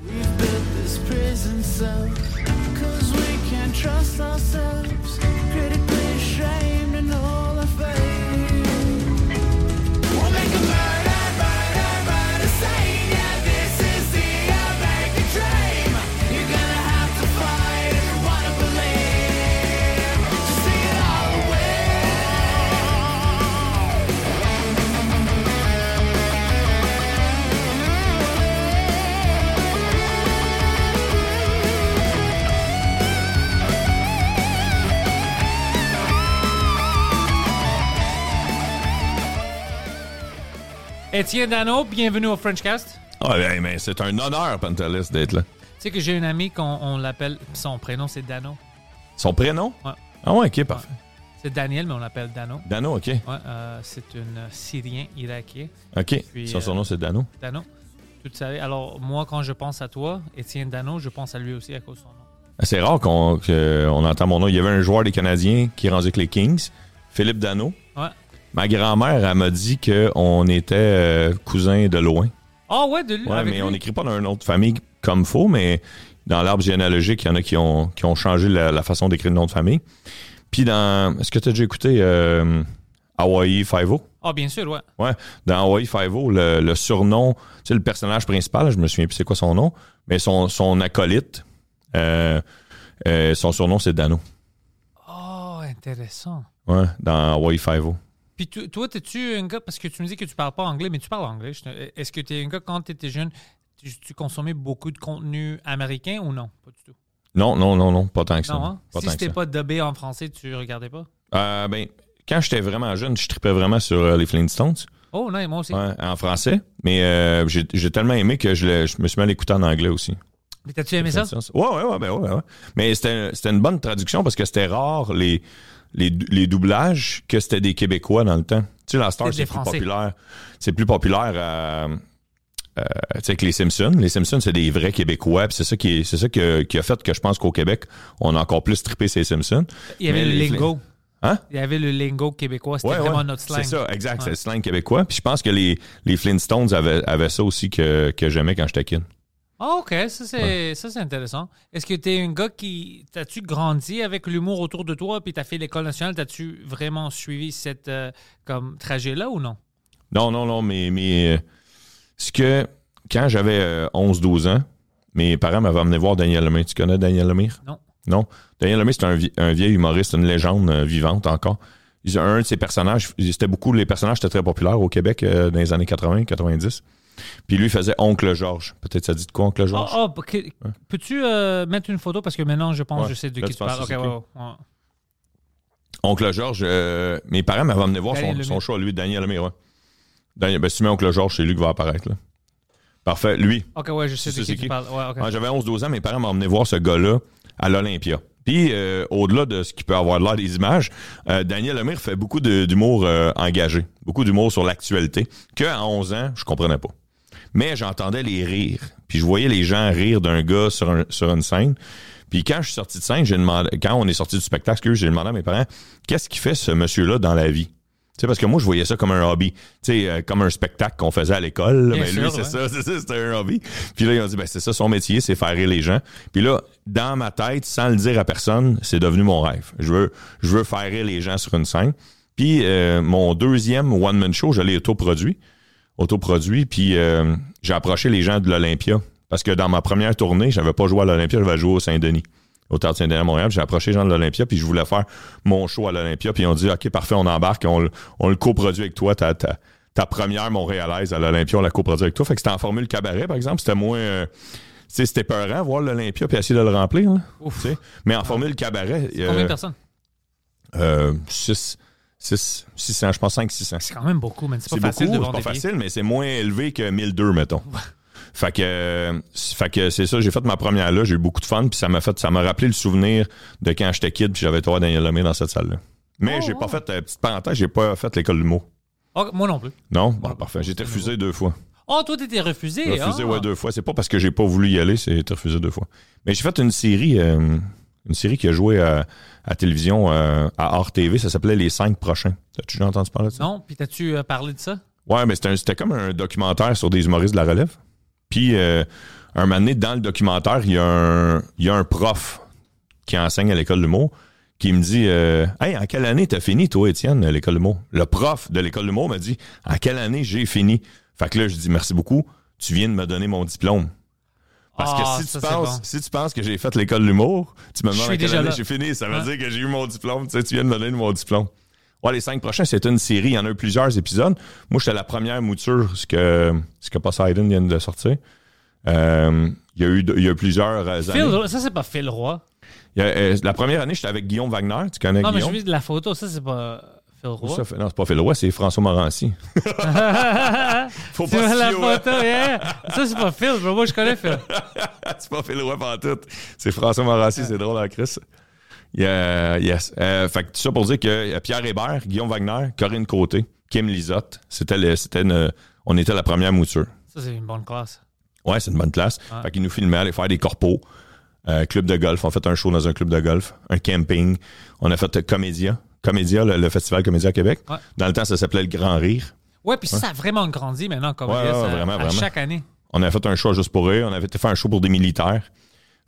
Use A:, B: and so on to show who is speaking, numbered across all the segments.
A: We've built this prison cell Cause we can't trust ourselves Critically ashamed in all our faith We'll make a murder, murder, murder scene Yeah, this is the American dream You're gonna have to fight if you wanna believe To see it all away
B: Étienne Dano, bienvenue au Frenchcast.
C: Ah, ben, mais c'est un honneur, Pantelis, d'être là.
B: Tu sais que j'ai une amie qu'on on l'appelle, son prénom c'est Dano.
C: Son prénom?
B: Ouais.
C: Ah ouais, ok, parfait.
B: C'est Daniel, mais on l'appelle Dano.
C: Dano, ok.
B: Ouais, euh, c'est une Syrien irakien,
C: Ok.
B: Puis,
C: son, son
B: euh,
C: nom, c'est Dano.
B: Dano. Tout ça. Alors moi, quand je pense à toi, Étienne Dano, je pense à lui aussi à cause de son nom.
C: Ah, C'est rare qu'on que- on entend mon nom. Il y avait un joueur des Canadiens qui est rendu avec les Kings, Philippe Dano.
B: Ouais.
C: Ma grand-mère, elle m'a dit qu'on était euh, cousins de loin.
B: Ah ouais, de lui.
C: Ouais,
B: avec
C: mais
B: lui.
C: on n'écrit pas dans une autre famille comme faux, mais dans l'arbre généalogique, il y en a qui ont, qui ont changé la, la façon d'écrire le nom de famille. Puis dans. Est-ce que tu as déjà écouté euh, Hawaii Five-O?
B: Ah bien sûr, ouais.
C: Ouais, dans Hawaii Five-O, le, le surnom, tu sais, le personnage principal, je me souviens plus c'est quoi son nom, mais son, son acolyte, euh, euh, son surnom, c'est Dano.
B: Oh, intéressant.
C: Ouais, dans Hawaii Five-O.
B: Puis tu- toi, t'es-tu un gars, parce que tu me dis que tu parles pas anglais, mais tu parles anglais. Je te- Est-ce que tu es un gars, quand tu étais jeune, tu, tu consommais beaucoup de contenu américain ou non? Pas du tout.
C: Non, non, non, non, pas tant que ça.
B: Non, hein?
C: Pas
B: Si
C: tant que
B: c'était
C: ça.
B: pas dubé en français, tu regardais pas?
C: Euh, ben, quand j'étais vraiment jeune, je tripais vraiment sur euh, les Flintstones,
B: Oh non, et moi aussi.
C: ouais, en français, mais euh, j'ai j'ai tellement aimé que je, le- je me suis mis à l'écouter en anglais aussi.
B: Mais t'as-tu aimé ça?
C: Flintstones. Ouais, ouais, ouais, ben ouais, ouais. Mais c'était c'était une bonne traduction parce que c'était rare les, les, dou- les doublages que c'était des Québécois dans le temps. Tu sais, la star,
B: C'était
C: c'est
B: des
C: plus
B: Français.
C: populaire. C'est plus populaire euh, euh, tu sais, que les Simpsons. Les Simpsons, c'est des vrais Québécois. puis C'est ça, qui, est- c'est ça qui, a, qui a fait que je pense qu'au Québec, on a encore plus trippé ces Simpsons.
B: Il y avait
C: Mais
B: le
C: les-
B: lingo.
C: Hein?
B: Il y avait le lingo québécois. C'était
C: Ouais,
B: vraiment
C: ouais.
B: notre slang.
C: C'est ça, exact. C'est
B: Ouais.
C: le slang québécois. Puis je pense que les, les Flintstones avaient, avaient ça aussi que, que j'aimais quand j'étais kid.
B: Ah, OK. Ça, c'est ça, c'est intéressant. Est-ce que t'es un gars qui. T'as-tu grandi avec l'humour autour de toi, puis t'as fait l'école nationale? T'as-tu vraiment suivi cette euh, comme trajet-là ou non?
C: Non, non, non, mais, mais euh, ce que quand j'avais 11-12 ans, mes parents m'avaient amené voir Daniel Lemire. Tu connais Daniel Lemire?
B: Non.
C: Non. Daniel Lemire, c'est un, vie- un vieil humoriste, une légende euh, vivante encore. Il- Un de ses personnages, c'était beaucoup, les personnages étaient très populaires au Québec euh, dans les années 80-90. Puis lui faisait Oncle Georges. Peut-être ça dit de quoi, Oncle
B: Oh,
C: Georges?
B: oh, ok. Peux-tu euh, mettre une photo? Parce que maintenant, je pense
C: Ouais.
B: je sais de
C: Là,
B: qui tu
C: tu
B: parles. OK,
C: penses que
B: ouais,
C: c'est
B: ouais, ouais.
C: Oncle Georges, euh, mes parents m'avaient amené voir
B: ah. Daniel
C: son,
B: Lemire.
C: son show à lui, Daniel Lemire. ouais. Daniel, ben, si tu mets Oncle Georges, c'est lui qui va apparaître. là. Parfait. Lui,
B: OK, ouais, je sais
C: Tu
B: de
C: sais
B: qui tu
C: qui? Ah,
B: parles. Ouais, Ah, OK.
C: Ouais, J'avais 11-12 ans, mes parents m'ont emmené voir ce gars-là à l'Olympia. Puis, euh, au-delà de ce qui peut avoir de l'air des images, euh, Daniel Lemire fait beaucoup de- d'humour euh, engagé, beaucoup d'humour sur l'actualité, que à 11 ans, je comprenais pas. Mais j'entendais les rires, puis je voyais les gens rire d'un gars sur, un- sur une scène. Puis quand je suis sorti de scène, j'ai demandé, quand on est sorti du spectacle, excuse, j'ai demandé à mes parents, qu'est-ce qu'il fait ce monsieur-là dans la vie? Tu sais, parce que moi, je voyais ça comme un hobby, tu sais, euh, comme un spectacle qu'on faisait à l'école. là,
B: Bien
C: Mais
B: sûr,
C: lui, c'est
B: ouais.
C: ça, c'est ça, c'était un hobby. Puis là, ils ont dit, ben, c'est ça son métier, c'est faire rire les gens. Puis là, dans ma tête, sans le dire à personne, c'est devenu mon rêve. Je veux, je veux faire rire les gens sur une scène. Puis euh, mon deuxième one-man show, je l'ai autoproduit. Autoproduit, puis euh, j'ai approché les gens de l'Olympia. Parce que dans ma première tournée, j'avais pas joué à l'Olympia, j'avais joué au Saint-Denis. Au Théâtre Saint-Denis à Montréal, j'ai approché les gens de l'Olympia, puis je voulais faire mon show à l'Olympia. Puis ils ont dit, OK, parfait, on embarque, on, le- on le coproduit avec toi, ta, ta, ta première Montréalaise à l'Olympia, on la coproduit avec toi. Fait que c'était en formule cabaret, par exemple, c'était moins... euh, tu sais, c'était peurant voir l'Olympia puis essayer de le remplir. là.
B: Ouf.
C: euh, Tu sais. Mais en formule cabaret...
B: Combien
C: euh,
B: de personnes?
C: 6 6, 600, je pense 5 600.
B: C'est quand même beaucoup, mais c'est pas
C: C'est
B: facile
C: beaucoup,
B: de
C: c'est
B: vendre
C: pas
B: des billets.
C: facile, mais c'est moins élevé que 1002, mettons. fait que, euh, fait que c'est ça, j'ai fait ma première là, j'ai eu beaucoup de fun, puis ça m'a fait, ça m'a rappelé le souvenir de quand j'étais kid, puis j'avais trois Daniel Lemay dans cette salle-là. Mais
B: Oh,
C: j'ai pas fait, euh, petite parenthèse, j'ai pas fait l'école du mot.
B: Ah, moi non plus.
C: Non? Bon, parfait. J'ai été refusé deux fois.
B: Oh, toi, t'étais refusé.
C: Refusé,
B: ah.
C: ouais, deux fois. C'est pas parce que j'ai pas voulu y aller, c'est été refusé deux fois. Mais j'ai fait une série, euh, une série qui a joué à, à télévision, euh, à RTV, ça s'appelait Les cinq prochains. T'as-tu déjà entendu parler de ça?
B: Non, puis t'as-tu euh, parlé de ça?
C: Ouais, mais c'était un- c'était comme un documentaire sur des humoristes de la relève. Puis, euh, un moment donné, dans le documentaire, il y, a un- il y a un prof qui enseigne à l'école de mots qui me dit euh, Hey, en quelle année t'as fini, toi, Étienne, à l'école de mots Le prof de l'école de mots m'a dit En quelle année j'ai fini Fait que là, je dis Merci beaucoup, tu viens de me donner mon diplôme. Parce
B: Ah,
C: que si
B: ça,
C: tu,
B: c'est
C: penses,
B: bon.
C: si tu penses que j'ai fait l'école de l'humour, tu me
B: Je
C: demandes
B: suis
C: à quelle
B: déjà
C: année
B: là.
C: j'ai fini, ça veut
B: Hein?
C: dire que j'ai eu mon diplôme. Tu, sais, tu viens de me donner mon diplôme. Ouais, les cinq prochains, c'est une série. Il y en a eu plusieurs épisodes. Moi, j'étais la première mouture, ce que, ce que Poseidon vient de sortir. Euh, il, y a eu, il y a eu plusieurs euh,
B: Phil,
C: années.
B: ça, c'est pas Phil Roy.
C: Il y a, euh, la première année, j'étais avec Guillaume Wagner. Tu connais
B: Non, mais
C: Ben, Guillaume?
B: j'ai vu de la photo. Ça, c'est pas euh, Phil Roy.
C: Ça fait- non, c'est pas Phil Roy, c'est François Morancy. Faut
B: Tu vois
C: pas
B: la
C: se fier au-
B: photo, yeah. Ça, c'est pas Phil, mais moi, je connais Phil.
C: c'est pas Phil Roy pantoute. C'est François Morassi, c'est drôle en Chris. Yeah, yes. Euh, fait que tout ça pour dire que euh, Pierre Hébert, Guillaume Wagner, Corinne Côté, Kim Lisotte, c'était le- c'était une- on était la première mouture.
B: Ça, c'est une bonne classe.
C: Ouais, c'est une bonne classe. Fait qu'ils nous filmaient aller faire des corpos, euh, club de golf. On a fait un show dans un club de golf, un camping. On a fait euh, Comédia, Comédia, le, le festival Comédia à Québec.
B: Ouais.
C: Dans le temps, ça s'appelait le Grand Rire.
B: Ouais, puis ça, ça a vraiment grandi maintenant, comme
C: Ouais,
B: on dit,
C: ouais,
B: ça,
C: vraiment,
B: à
C: vraiment.
B: chaque année.
C: On a fait un show juste pour eux. On avait fait un show pour des militaires.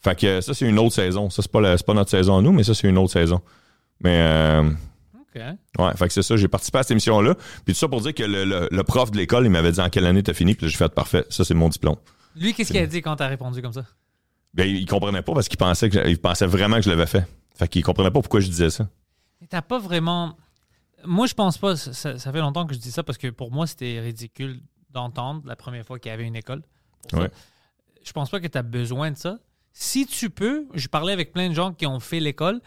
C: Fait que euh, ça, c'est une autre saison. Ça, c'est pas, la- c'est pas notre saison à nous, mais ça, c'est une autre saison. Mais euh,
B: OK. hein.
C: ouais, fait que c'est ça. J'ai participé à cette émission-là. Puis tout ça pour dire que le, le- le prof de l'école, il m'avait dit en quelle année t'as fini. Puis là, j'ai fait parfait. Ça, c'est mon diplôme.
B: Lui, qu'est-ce qu'il a dit quand t'as répondu comme ça?
C: Ben, il il comprenait pas parce qu'il pensait, que, il pensait vraiment que je l'avais fait. Fait qu'il comprenait pas pourquoi je disais ça.
B: Mais T'as pas vraiment. Moi, je pense pas. Ça, ça- ça fait longtemps que je dis ça parce que pour moi, c'était ridicule d'entendre la première fois qu'il y avait une école. pour ça.
C: Ouais.
B: Je pense pas que tu as besoin de ça. Si tu peux, je parlais avec plein de gens qui ont fait l'école.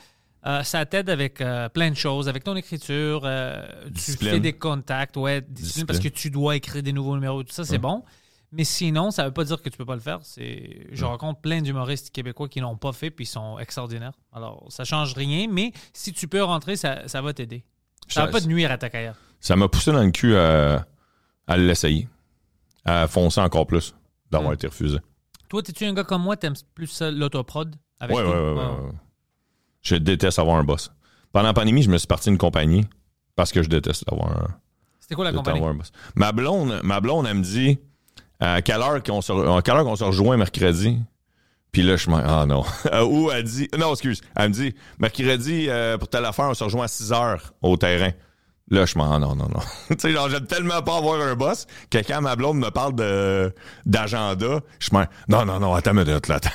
B: euh, ça t'aide avec euh, plein de choses, avec ton écriture, euh, tu
C: Discipline.
B: fais des contacts, ouais, discipline,
C: Discipline.
B: parce que tu dois écrire des nouveaux numéros, tout ça, c'est bon. Mais sinon, ça veut pas dire que tu peux pas le faire. C'est, je rencontre plein d'humoristes québécois qui l'ont pas fait puis ils sont extraordinaires. Alors, ça change rien, mais si tu peux rentrer, ça, ça va t'aider. Ça
C: Ça-
B: va pas te nuire à ta carrière.
C: Ça m'a poussé dans le cul à, à l'essayer. À foncer encore plus d'avoir
B: Mm.
C: été refusé.
B: Toi, t'es-tu un gars comme moi, t'aimes plus ça, l'autoprod? Avec Ah.
C: Ouais,
B: tout?
C: ouais, ouais, ouais,
B: Ouais.
C: ouais. Je déteste avoir un boss. Pendant la pandémie, je me suis parti d'une compagnie parce que je déteste avoir un,
B: C'était quoi la
C: de
B: compagnie?
C: t'avoir un boss. Ma blonde, ma blonde, elle me dit à quelle heure qu'on se, re- à quelle heure qu'on se rejoint mercredi. Puis là, je me ah non. Ou elle dit, non, excuse, elle me dit, mercredi, euh, pour telle affaire, on se rejoint à 6 heures au terrain. Là, je m'en, ah non, non, non. tu sais, genre, j'aime tellement pas avoir un boss que quand ma blonde me parle de, d'agenda, je me non, non, non, attends une minute, là, attends.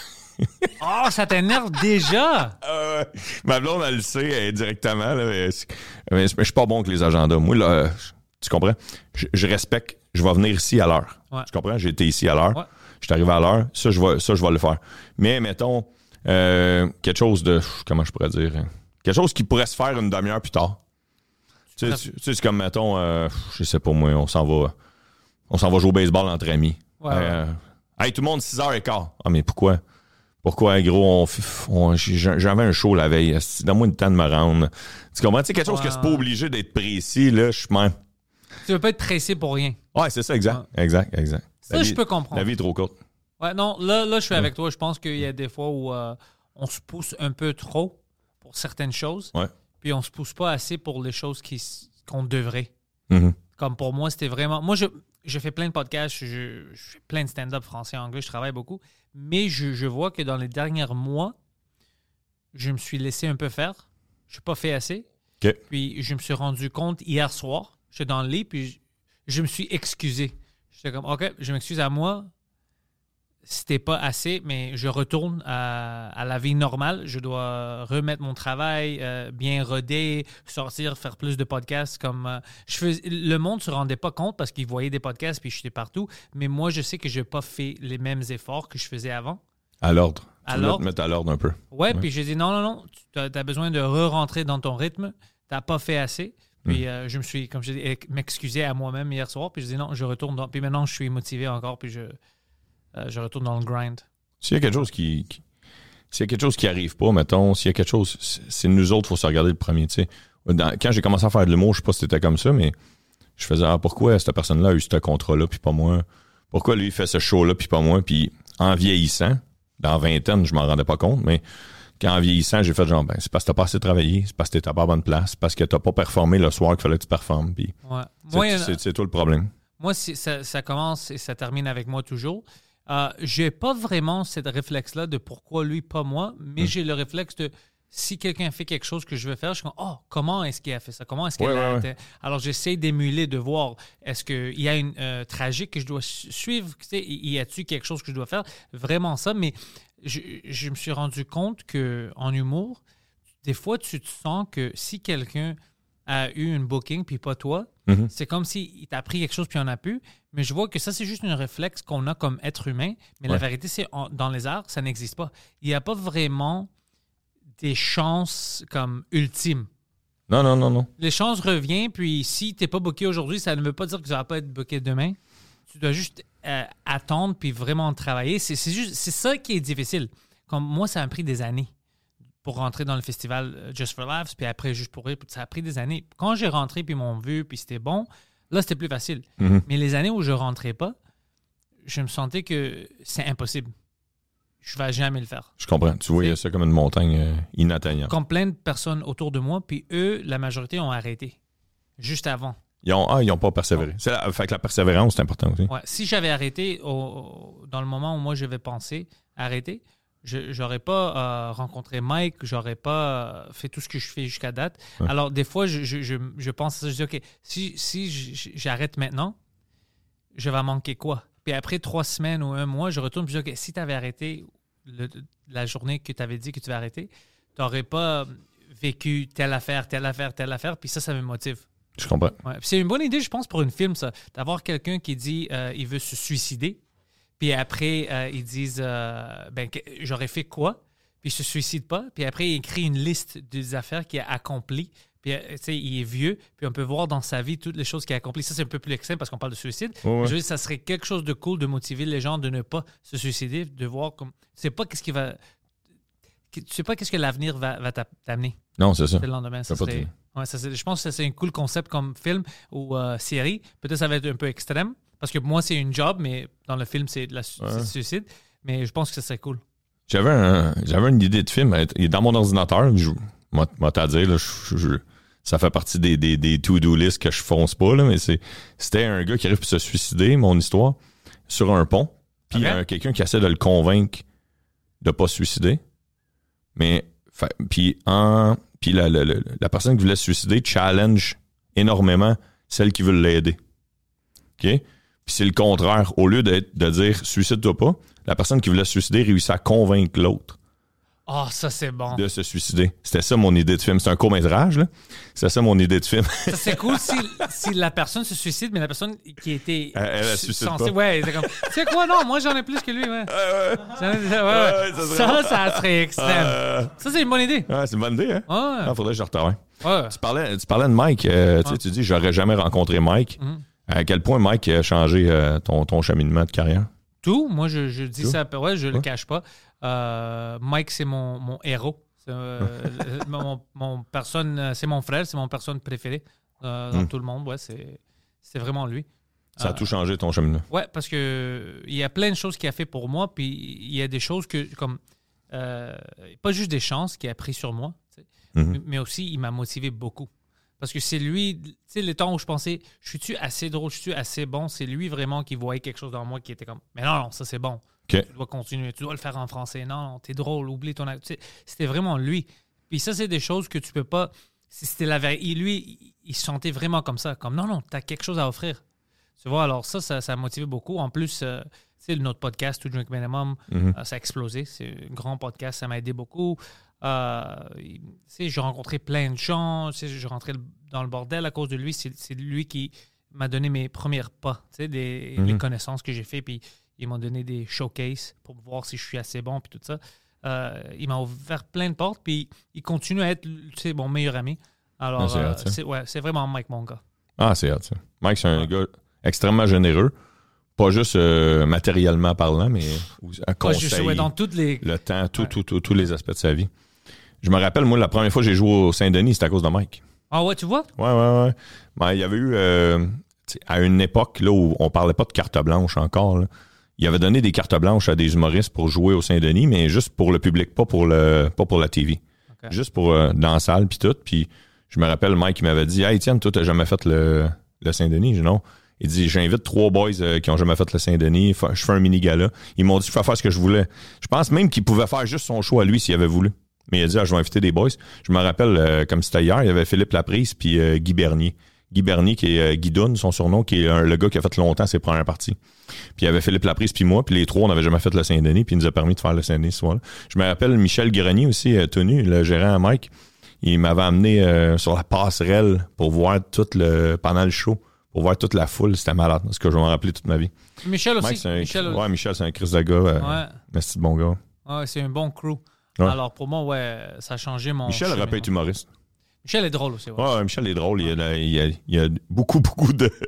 B: Oh, ça t'énerve déjà!
C: Euh, ma blonde, elle le sait elle, directement. Là, mais c'est- mais je suis pas bon avec les agendas. Moi, là, je- tu comprends? Je, je respecte. Je vais venir ici à l'heure.
B: Ouais.
C: Tu comprends? J'ai été ici à l'heure.
B: Ouais.
C: Je suis arrivé à l'heure. Ça, je vais, ça, je vais le faire. Mais mettons, euh, quelque chose de. Comment je pourrais dire? Quelque chose qui pourrait se faire une demi-heure plus tard. Tu sais, tu- tu sais, c'est comme, mettons, euh, je sais pas moi, on s'en va. On s'en va jouer au baseball entre amis.
B: Ouais, ouais.
C: Euh, hey, tout le monde, 6h15. Ah, mais pourquoi? Pourquoi, gros, on, f- on- j'ai- j'avais un show la veille. esti, Donne-moi le temps de me rendre. Tu comprends? Tu sais, quelque chose que c'est pas obligé d'être précis, là, je suis même-
B: Tu veux pas être pressé pour rien.
C: Ouais, c'est ça, exact. Exact, exact.
B: Ça,
C: La
B: je
C: vie-
B: peux comprendre.
C: La vie est trop courte.
B: Ouais, non, là, là je suis avec toi. Je pense qu'il y a des fois où euh, on se pousse un peu trop pour certaines choses,
C: Ouais.
B: puis on se pousse pas assez pour les choses qui s- qu'on devrait.
C: Mhm.
B: Comme pour moi, c'était vraiment. Moi, je, je fais plein de podcasts, je, je fais plein de stand-up français, anglais, je travaille beaucoup, mais je, je vois que dans les derniers mois, je me suis laissé un peu faire. Je n'ai pas fait assez.
C: OK.
B: Puis je me suis rendu compte hier soir, j'étais dans le lit, puis je, je me suis excusé. J'étais comme, OK, je m'excuse à moi. C'était pas assez, mais je retourne à, à la vie normale. Je dois remettre mon travail, euh, bien roder, sortir, faire plus de podcasts. Comme euh, je fais, le monde se rendait pas compte parce qu'ils voyaient des podcasts puis j'étais partout. Mais moi, je sais que j'ai pas fait les mêmes efforts que je faisais avant.
C: À l'ordre.
B: À
C: Tu voulais
B: l'ordre.
C: te mettre à l'ordre un peu.
B: Ouais, puis j'ai dit non, non, non, tu as, besoin de re-rentrer dans ton rythme, t'as pas fait assez. Puis
C: Mm.
B: euh, je me suis, comme je dis, ex- m'excusé à moi-même hier soir. Puis je dis non, je retourne dans. Puis maintenant, je suis motivé encore. Puis je, euh, je retourne dans le grind.
C: S'il y a quelque chose qui. qui- s'il y a quelque chose qui arrive pas, mettons, s'il y a quelque chose. c'est- C'est nous autres, faut se regarder le premier, tu sais. Dans- quand j'ai commencé à faire de l'humour, je sais pas si c'était comme ça, mais je faisais Ah, pourquoi cette personne-là a eu ce contrat-là, puis pas moi Pourquoi lui il fait ce show-là, puis pas moi Puis en vieillissant, dans vingtaine, je m'en rendais pas compte, mais quand en vieillissant, j'ai fait genre, ben, c'est parce que t'as pas assez travaillé, c'est parce que t'étais pas à bonne place, c'est parce que t'as pas performé le soir qu'il fallait que tu performes, puis
B: Ouais.
C: c'est-
B: Moi, il y en a-
C: c'est c'est tout le problème.
B: moi, c'est- ça, ça commence et ça termine avec moi toujours. Euh, j'ai pas vraiment cette réflexe-là de pourquoi lui, pas moi,
C: Hmm.
B: mais j'ai le réflexe de si quelqu'un fait quelque chose que je veux faire, je suis comme, oh, comment est-ce qu'il a fait ça? Comment est-ce qu'il
C: Ouais,
B: a
C: ouais,
B: été? Alors, j'essaie d'émuler, de voir, est-ce qu'il y a une euh, tragique que je dois su- suivre? Tu sais, y y a-t-il quelque chose que je dois faire? Vraiment ça, mais je, je me suis rendu compte que en humour, des fois, tu te sens que si quelqu'un a eu une booking, puis pas toi,
C: Mhm.
B: c'est comme s'il t'a appris quelque chose, puis on a pu. Mais je vois que ça, c'est juste un réflexe qu'on a comme être humain. Mais la
C: Ouais.
B: vérité, c'est en- dans les arts, ça n'existe pas. Il n'y a pas vraiment des chances comme ultimes.
C: Non, non, non, non.
B: Les chances reviennent, puis si tu n'es pas booké aujourd'hui, ça ne veut pas dire que tu ne vas pas être booké demain. Tu dois juste euh, attendre puis vraiment travailler. C'est c'est juste c'est ça qui est difficile. Comme moi, ça m'a pris des années pour rentrer dans le festival euh, Just for Laughs, puis après Juste pour rire, puis ça a pris des années. Quand j'ai rentré, puis ils m'ont vu, puis c'était bon, là, c'était plus facile.
C: Mhm.
B: Mais les années où je rentrais pas, je me sentais que c'est impossible. Je vais jamais le faire.
C: Je comprends. Tu voyais ça comme une montagne euh, inatteignable.
B: Comme plein de personnes autour de moi, puis eux, la majorité ont arrêté juste avant.
C: Ils ont, ah, ils n'ont pas persévéré. C'est la- fait que la persévérance, c'est important aussi.
B: Ouais, si j'avais arrêté au- au- dans le moment où moi je vais penser arrêter, je j'aurais pas euh, rencontré Mike, j'aurais pas euh, fait tout ce que je fais jusqu'à date. Alors des fois, je, je- je- je pense à ça, je dis, OK, si, si j- j- j'arrête maintenant, je vais manquer quoi? Puis après trois semaines ou un mois, je retourne et je dis, OK, si tu avais arrêté le- la journée que tu avais dit que tu vas arrêter, tu n'aurais pas euh, vécu telle affaire, telle affaire, telle affaire, puis ça, ça me motive.
C: Je comprends.
B: Ouais. Puis C'est une bonne idée, je pense, pour une film, ça, d'avoir quelqu'un qui dit euh, il veut se suicider, puis après euh, ils disent euh, ben que- j'aurais fait quoi, puis il se suicide pas, puis après il écrit une liste des affaires qu'il a accomplies, puis euh, tu sais il est vieux, puis on peut voir dans sa vie toutes les choses qu'il a accomplies. Ça c'est un peu plus extrême parce qu'on parle de suicide.
C: Ouais, ouais.
B: Mais Je veux dire, ça serait quelque chose de cool de motiver les gens de ne pas se suicider, de voir comme tu sais pas qu'est-ce qui va, tu sais pas qu'est-ce que l'avenir va, va t'a- t'amener
C: Non, c'est ça.
B: le lendemain. Ça
C: T'as pas
B: serait- ouais, ça, c'est- je pense que ça, c'est un cool concept comme film ou euh, série. Peut-être ça va être un peu extrême parce que moi, c'est une job, mais dans le film, c'est de la su- c'est du suicide. Mais je pense que ça serait cool.
C: J'avais, un- j'avais une idée de film. Il est dans mon ordinateur. Je, moi, moi t'as dit, là, je- je- ça fait partie des, des, des to-do list que je fonce pas, là, mais c'est, c'était un gars qui arrive pour se suicider, mon histoire, sur un pont. Puis il y a
B: Ok.
C: un- quelqu'un qui essaie de le convaincre de pas se suicider. Mais, fa- puis en, puis la, la, la, la personne qui voulait se suicider challenge énormément celle qui veut l'aider. OK? Puis c'est le contraire. Au lieu d'être- de dire suicide-toi pas, la personne qui voulait se suicider réussit à convaincre l'autre
B: Oh, ça, c'est bon.
C: de se suicider. C'était ça mon idée de film. C'est un court-métrage, là. C'était ça mon idée de film.
B: Ça, c'est cool si, si la personne se suicide, mais la personne qui était
C: Elle- elle, elle
B: su-
C: suicide pas.
B: Ouais, c'est comme. Tu sais quoi, non, moi, j'en ai plus que lui. Ouais. J'en ai- ouais, ouais.
C: ouais, ça
B: ça,
C: serait-
B: ça serait extrême.
C: Euh,
B: Ça, c'est une bonne idée.
C: ouais, c'est une bonne idée, hein?
B: Ouais.
C: Ah, faudrait que je retravaille.
B: Ouais.
C: Tu parlais, tu parlais de Mike. euh, tu sais, Tu dis, j'aurais jamais rencontré Mike.
B: Mhm.
C: À quel point Mike a changé euh, ton, ton cheminement de carrière?
B: Tout, moi je, je dis ça, ouais, je le
C: Ouais.
B: cache pas. Euh, Mike, c'est mon, mon héros. C'est, euh, le- mon, mon personne, euh, c'est mon frère, c'est mon personne préférée euh, dans tout le monde. Ouais, c'est, c'est vraiment lui.
C: Ça a
B: Euh,
C: tout changé, ton cheminement.
B: Ouais, parce que il y a plein de choses qu'il a fait pour moi, puis il y a des choses que, comme, euh, pas juste des chances qu'il a pris sur moi, tu sais,
C: Mhm.
B: mais- mais aussi il m'a motivé beaucoup. Parce que c'est lui, tu sais, le temps où je pensais, je suis-tu assez drôle, je suis assez bon, c'est lui vraiment qui voyait quelque chose dans moi qui était comme, mais non, non, ça c'est bon.
C: OK.
B: Tu dois continuer, tu dois le faire en français. Non, non, t'es drôle, oublie ton accent. Tu sais, C'était vraiment lui. Puis ça, c'est des choses que tu peux pas. si C'était la vérité. Lui, il- il se sentait vraiment comme ça. Comme non, non, t'as quelque chose à offrir. Tu vois, alors ça, ça, ça a motivé beaucoup. En plus, euh, tu sais, notre podcast, To Drink Minimum,
C: Hmm. Mhm.
B: euh, ça a explosé. C'est un grand podcast, ça m'a aidé beaucoup. Euh, il- tu sais, j'ai rencontré plein de gens. Tu sais, je rentrais le- dans le bordel à cause de lui. C'est c'est lui qui m'a donné mes premiers pas, tu sais, des,
C: Hmm.
B: les connaissances que j'ai fait. Puis ils m'ont donné des showcases pour voir si je suis assez bon, puis tout ça. Euh, il m'a ouvert plein de portes, puis il continue à être tu sais, mon meilleur ami. Alors,
C: Ah, c'est
B: euh,
C: hot, ça.
B: c'est ouais, c'est vraiment Mike, mon gars.
C: Ah, c'est hot, ça. Mike, c'est un gars extrêmement généreux. Pas juste euh, matériellement parlant, mais ou- à
B: Moi,
C: conseil,
B: je jouais dans toutes les.
C: le temps, tout, tout, tout, tous les aspects de sa vie. Je me rappelle, moi, la première fois que j'ai joué au Saint-Denis, c'était à cause de Mike.
B: Ah ouais, tu vois?
C: Ouais, ouais, ouais. Ben, il y avait eu, euh, tu sais, à une époque là, où on parlait pas de carte blanche encore, là, il avait donné des cartes blanches à des humoristes pour jouer au Saint-Denis, mais juste pour le public, pas pour, le, pas pour la TV.
B: Ok.
C: Juste pour euh, dans la salle, puis tout. Puis je me rappelle, Mike, il m'avait dit Hey, tiens, toi, t'as jamais fait le, le Saint-Denis J'ai dit non. Il dit J'invite trois boys euh, qui ont jamais fait le Saint-Denis, Fa- je fais un mini-gala. Ils m'ont dit Je peux faire ce que je voulais. Je pense même qu'il pouvait faire juste son show à lui s'il avait voulu. Mais il a dit, ah, je vais inviter des boys. Je me rappelle, euh, comme c'était hier, il y avait Philippe Laprise puis euh, Guy Bernier. Guy Bernier, qui est euh, Guidoun, son surnom, qui est un- le gars qui a fait longtemps ses premières parties. Puis il y avait Philippe Laprise puis moi, puis les trois, on n'avait jamais fait le Saint-Denis, puis il nous a permis de faire le Saint-Denis ce soir-là. Je me rappelle Michel Grenier aussi, euh, tout nu, le gérant à Mike. Il m'avait amené euh, sur la passerelle pour voir tout le. pendant le show, pour voir toute la foule. C'était malade, ce que je vais m'en rappeler toute ma vie.
B: Michel aussi.
C: Mike, c'est un.
B: Michel,
C: ouais, Michel, c'est un Chris de gars. euh,
B: Ouais. Ah,
C: mais c'est de bon gars.
B: ouais, c'est un bon crew.
C: Ouais.
B: Alors, pour moi, ouais, ça a changé mon.
C: Michel aurait
B: cheminement.
C: pu être humoriste.
B: Michel est drôle aussi. ouais.
C: Ouais, Ah, ouais, Michel est drôle. Il y a, il y a- il y a beaucoup, beaucoup de.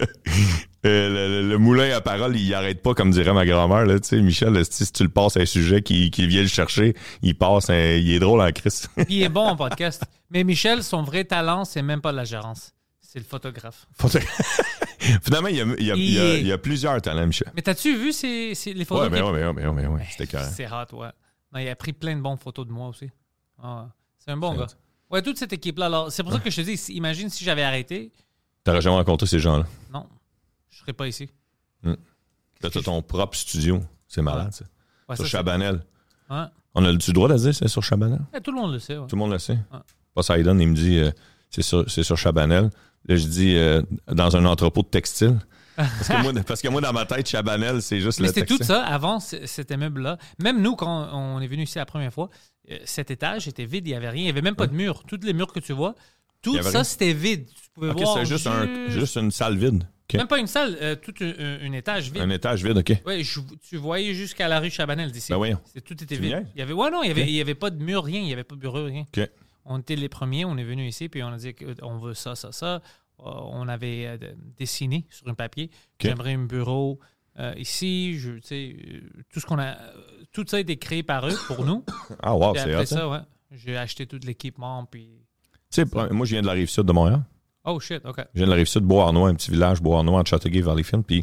C: Euh, le, le- le moulin à parole, il arrête pas, comme dirait ma grand-mère. là, Tu sais, Michel, si si tu le passes à un sujet qui, qui vient le chercher, il passe. un- il est drôle en Christ.
B: Puis il est bon en podcast. Mais Michel, son vrai talent, c'est même pas la gérance. C'est le photographe.
C: Finalement, il y a, il y a- il y a- il y a plusieurs talents, Michel.
B: Mais t'as-tu vu ces, ces- les photos?
C: Ouais, mais
B: qu'il-
C: ouais, mais ouais, mais ouais, mais ouais. C'était carré.
B: C'est hot, ouais. Non, il a pris plein de bonnes photos de moi aussi. Ah ouais. C'est un bon
C: C'est
B: gars. Ouais, toute cette équipe-là. Alors, c'est pour ça que je te dis, si- imagine si j'avais arrêté.
C: T'aurais jamais rencontré ces gens-là.
B: Non, je serais pas ici.
C: T'as t'as ton propre studio. C'est malade, ça.
B: Ouais, Ah,
C: Sur
B: ça, c'est-
C: Chabanel.
B: ouais.
C: On a le droit de dire, c'est sur Chabanel?
B: Ouais, tout le monde le sait. ouais.
C: Tout le monde le sait.
B: Ouais.
C: Poseidon, il me dit, euh, c'est sur, c'est sur Chabanel. Là, je dis, euh, dans un entrepôt de textile. Parce que, moi, parce que moi, dans ma tête, Chabanel, c'est juste
B: Mais
C: le
B: c'était
C: textile.
B: tout ça avant c- cet immeuble-là. Même nous, quand on est venu ici la première fois, euh, cet étage était vide, il n'y avait rien. Il n'y avait même pas de mur. Tous les murs que tu vois,
C: Il y
B: tout
C: avait
B: ça,
C: rien.
B: c'était vide. Tu pouvais
C: OK,
B: voir.
C: c'est juste, un- juste une salle vide. OK.
B: Même pas une salle, euh, tout un, un- un étage vide.
C: Un étage vide, OK.
B: Ouais, je- tu voyais jusqu'à la rue Chabanel d'ici.
C: Ben voyons.
B: C'est- tout était
C: Tu
B: vide.
C: niaises?
B: Il y avait, ouais, non, il y avait,
C: Ok.
B: il y avait pas de mur, rien. Il y avait pas de bureau, rien.
C: OK.
B: On était les premiers, on est venu ici, puis on a dit qu'on veut ça, ça, ça. Euh, on avait euh, de- dessiné sur un papier. J'aimerais un bureau euh, ici. Je, tu sais, euh, tout ce qu'on a, euh, tout ça a été créé par eux pour nous.
C: Ah, wow,
B: Puis
C: c'est
B: après
C: hot, ça.
B: ça, ouais, j'ai acheté tout l'équipement, puis.
C: Tu sais, pr- moi, je viens de la rive sud de Montréal.
B: Oh shit, ok.
C: Je viens de la rive sud de Beauharnois, un petit village, Beauharnois, entre Châteauguay vers les films. Puis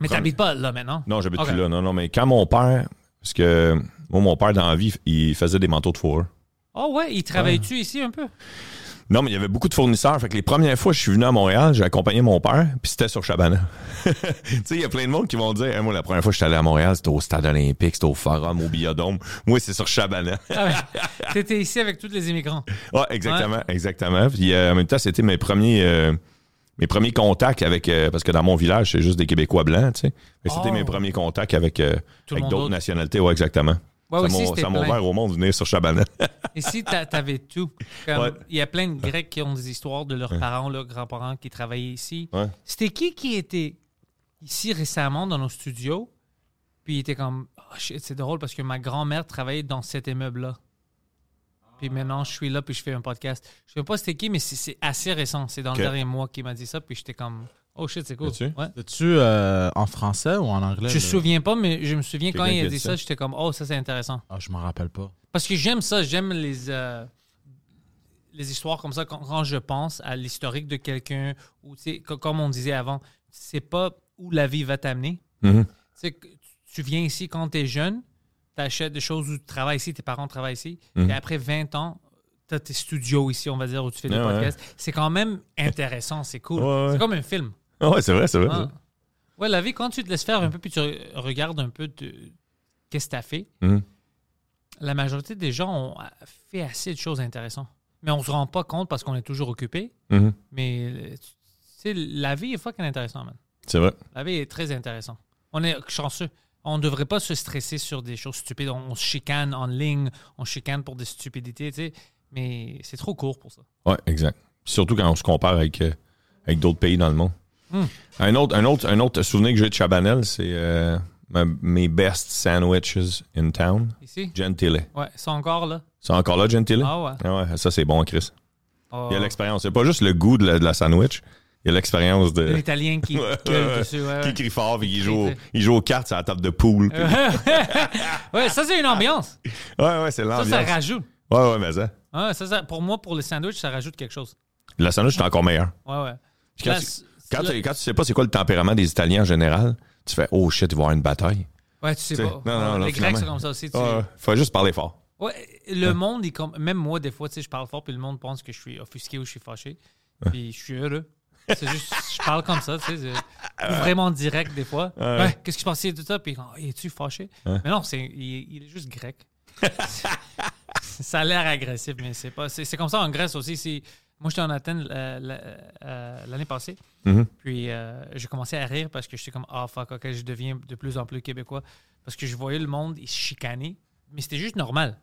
B: Mais
C: Comme-
B: t'habites pas là maintenant.
C: Non, j'habite
B: Ok.
C: plus là. Non, non, mais quand mon père, parce que moi, mon père, dans la vie, il faisait des manteaux de fourrure.
B: Oh ouais, ils travaillent-tu ici un peu?
C: Non, mais il y avait beaucoup de fournisseurs. Fait que les premières fois que je suis venu à Montréal, j'ai accompagné mon père, puis c'était sur Chabana. tu sais, il y a plein de monde qui vont dire, Hey, moi, la première fois que je suis allé à Montréal, c'était au Stade Olympique, c'était au Forum, au Biodôme. Moi, c'est sur Chabana.
B: Ah ouais. T'étais ici avec tous les immigrants.
C: Ah, exactement, exactement. Puis euh, en même temps, c'était mes premiers euh, mes premiers contacts avec euh, parce que dans mon village, c'est juste des Québécois blancs, tu sais. Fait que C'était
B: Oh.
C: mes premiers contacts avec, euh,
B: Tout le
C: avec
B: monde
C: d'autres
B: d'autre.
C: nationalités, ouais, exactement.
B: Ouais,
C: ça
B: aussi,
C: m'a-
B: c'était
C: ça m'a
B: plein.
C: ouvert au monde de venir sur Chabana.
B: Ici, t'a- t'avais tout. Comme,
C: Ouais.
B: Il y a plein de Grecs qui ont des histoires de leurs parents, leurs grands-parents qui travaillaient ici.
C: Ouais.
B: C'était qui qui était ici récemment dans nos studios? Puis il était comme, Ah, shit, c'est drôle parce que ma grand-mère travaillait dans cet immeuble-là. Puis maintenant, je suis là, puis je fais un podcast. Je sais pas c'était qui, mais c'est- c'est assez récent. C'est dans
C: Ok.
B: le dernier mois qu'il m'a dit ça, puis j'étais comme, oh shit, c'est cool.
C: Là-dessus?
B: Ouais.
D: C'était-tu euh, en français ou en anglais?
B: Je
D: là?
B: me souviens pas, mais je me souviens quand
C: Quelqu'un
B: il
C: qui
B: a
C: a
B: dit
C: dit
B: ça,
C: ça?
B: j'étais comme, oh, ça c'est intéressant.
D: Ah, je m'en rappelle pas.
B: Parce que j'aime ça, j'aime les, euh, les histoires comme ça. Quand, quand je pense à l'historique de quelqu'un, ou tu sais, co- comme on disait avant, c'est pas où la vie va t'amener.
C: Mhm.
B: Tu sais, que tu- Tu viens ici quand tu es jeune, tu achètes des choses où tu travailles ici, tes parents travaillent ici,
C: Mm-hmm.
B: et après 20 ans, tu as tes studios ici, on va dire, où tu fais des
C: Ouais, ouais.
B: podcasts. C'est quand même intéressant, c'est cool.
C: Ouais, ouais.
B: C'est comme un film.
C: Ah ouais, c'est vrai, c'est vrai.
B: Ouais. Ouais, la vie, quand tu te laisses faire un peu, puis tu re- regardes un peu de- qu'est-ce que t'as fait,
C: Mhm.
B: la majorité des gens ont a- fait assez de choses intéressantes. Mais on se rend pas compte parce qu'on est toujours occupé.
C: c'est vrai. Mhm.
B: Mais euh, tu- tu sais, la vie est fucking intéressante, man.
C: C'est vrai.
B: La vie est très intéressante. On est chanceux. On ne devrait pas se stresser sur des choses stupides. On, on se chicane en ligne, on chicane pour des stupidités, tu sais. Mais c'est trop court pour ça.
C: Ouais, exact. Puis Surtout quand on se compare avec, euh, avec d'autres pays dans le monde.
B: Hmm.
C: Un, autre, un, autre, un autre souvenir que j'ai de Chabanel, c'est euh, ma- mes best sandwiches in town.
B: Ici?
C: Gentile.
B: Ouais, c'est encore là.
C: C'est encore là, Gentile?
B: Ah ouais.
C: ça c'est bon, Chris.
B: Oh.
C: Il y a l'expérience. C'est pas juste le goût de la, de la sandwich. Il y a l'expérience de.
B: L'Italien qui
C: Ouais,
B: gueule
C: ouais.
B: dessus. Ouais,
C: Qui
B: ouais.
C: crie fort, puis qui joue,
B: crie,
C: il joue aux cartes à la table de poule. puis-
B: Ouais, ça, c'est une ambiance.
C: Ouais, ouais, c'est
B: Ça,
C: l'ambiance.
B: ça rajoute.
C: Ouais, ouais, mais ça.
B: Ouais, ça, ça- pour moi, pour le sandwich, ça rajoute quelque chose.
C: La sandwich, c'est encore meilleur.
B: Ouais, ouais.
C: Puis quand
B: Là,
C: tu-
B: c'est-
C: Quand,
B: là-
C: tu, quand tu sais pas c'est quoi le tempérament des Italiens en général, tu fais Oh shit, il va y avoir une bataille.
B: Ouais, tu sais
C: Tu sais,
B: pas.
C: non, non, non,
B: les Grecs, c'est
C: finalement.
B: comme ça aussi. tu-
C: Ah, faut juste parler fort.
B: Ouais, le monde, il com- même moi, des fois, tu sais, je parle fort, puis le monde pense que je suis offusqué ou je suis fâché. Puis je suis heureux. C'est juste, je parle comme ça, tu sais. c'est- Vraiment direct, des fois. Ouais, qu'est-ce qui se passait, tout ça? Puis, oh, es-tu fâché? Mais non, c'est, il, il est juste grec. ça a l'air agressif, mais c'est pas. C'est, c'est comme ça en Grèce aussi. C'est, moi, j'étais en Athènes euh, la- euh, l'année passée. Puis euh, j'ai commencé à rire parce que j'étais comme, ah fuck, ok, je deviens de plus en plus québécois. Parce que je voyais le monde, ils se chicanaient. Mais c'était juste normal.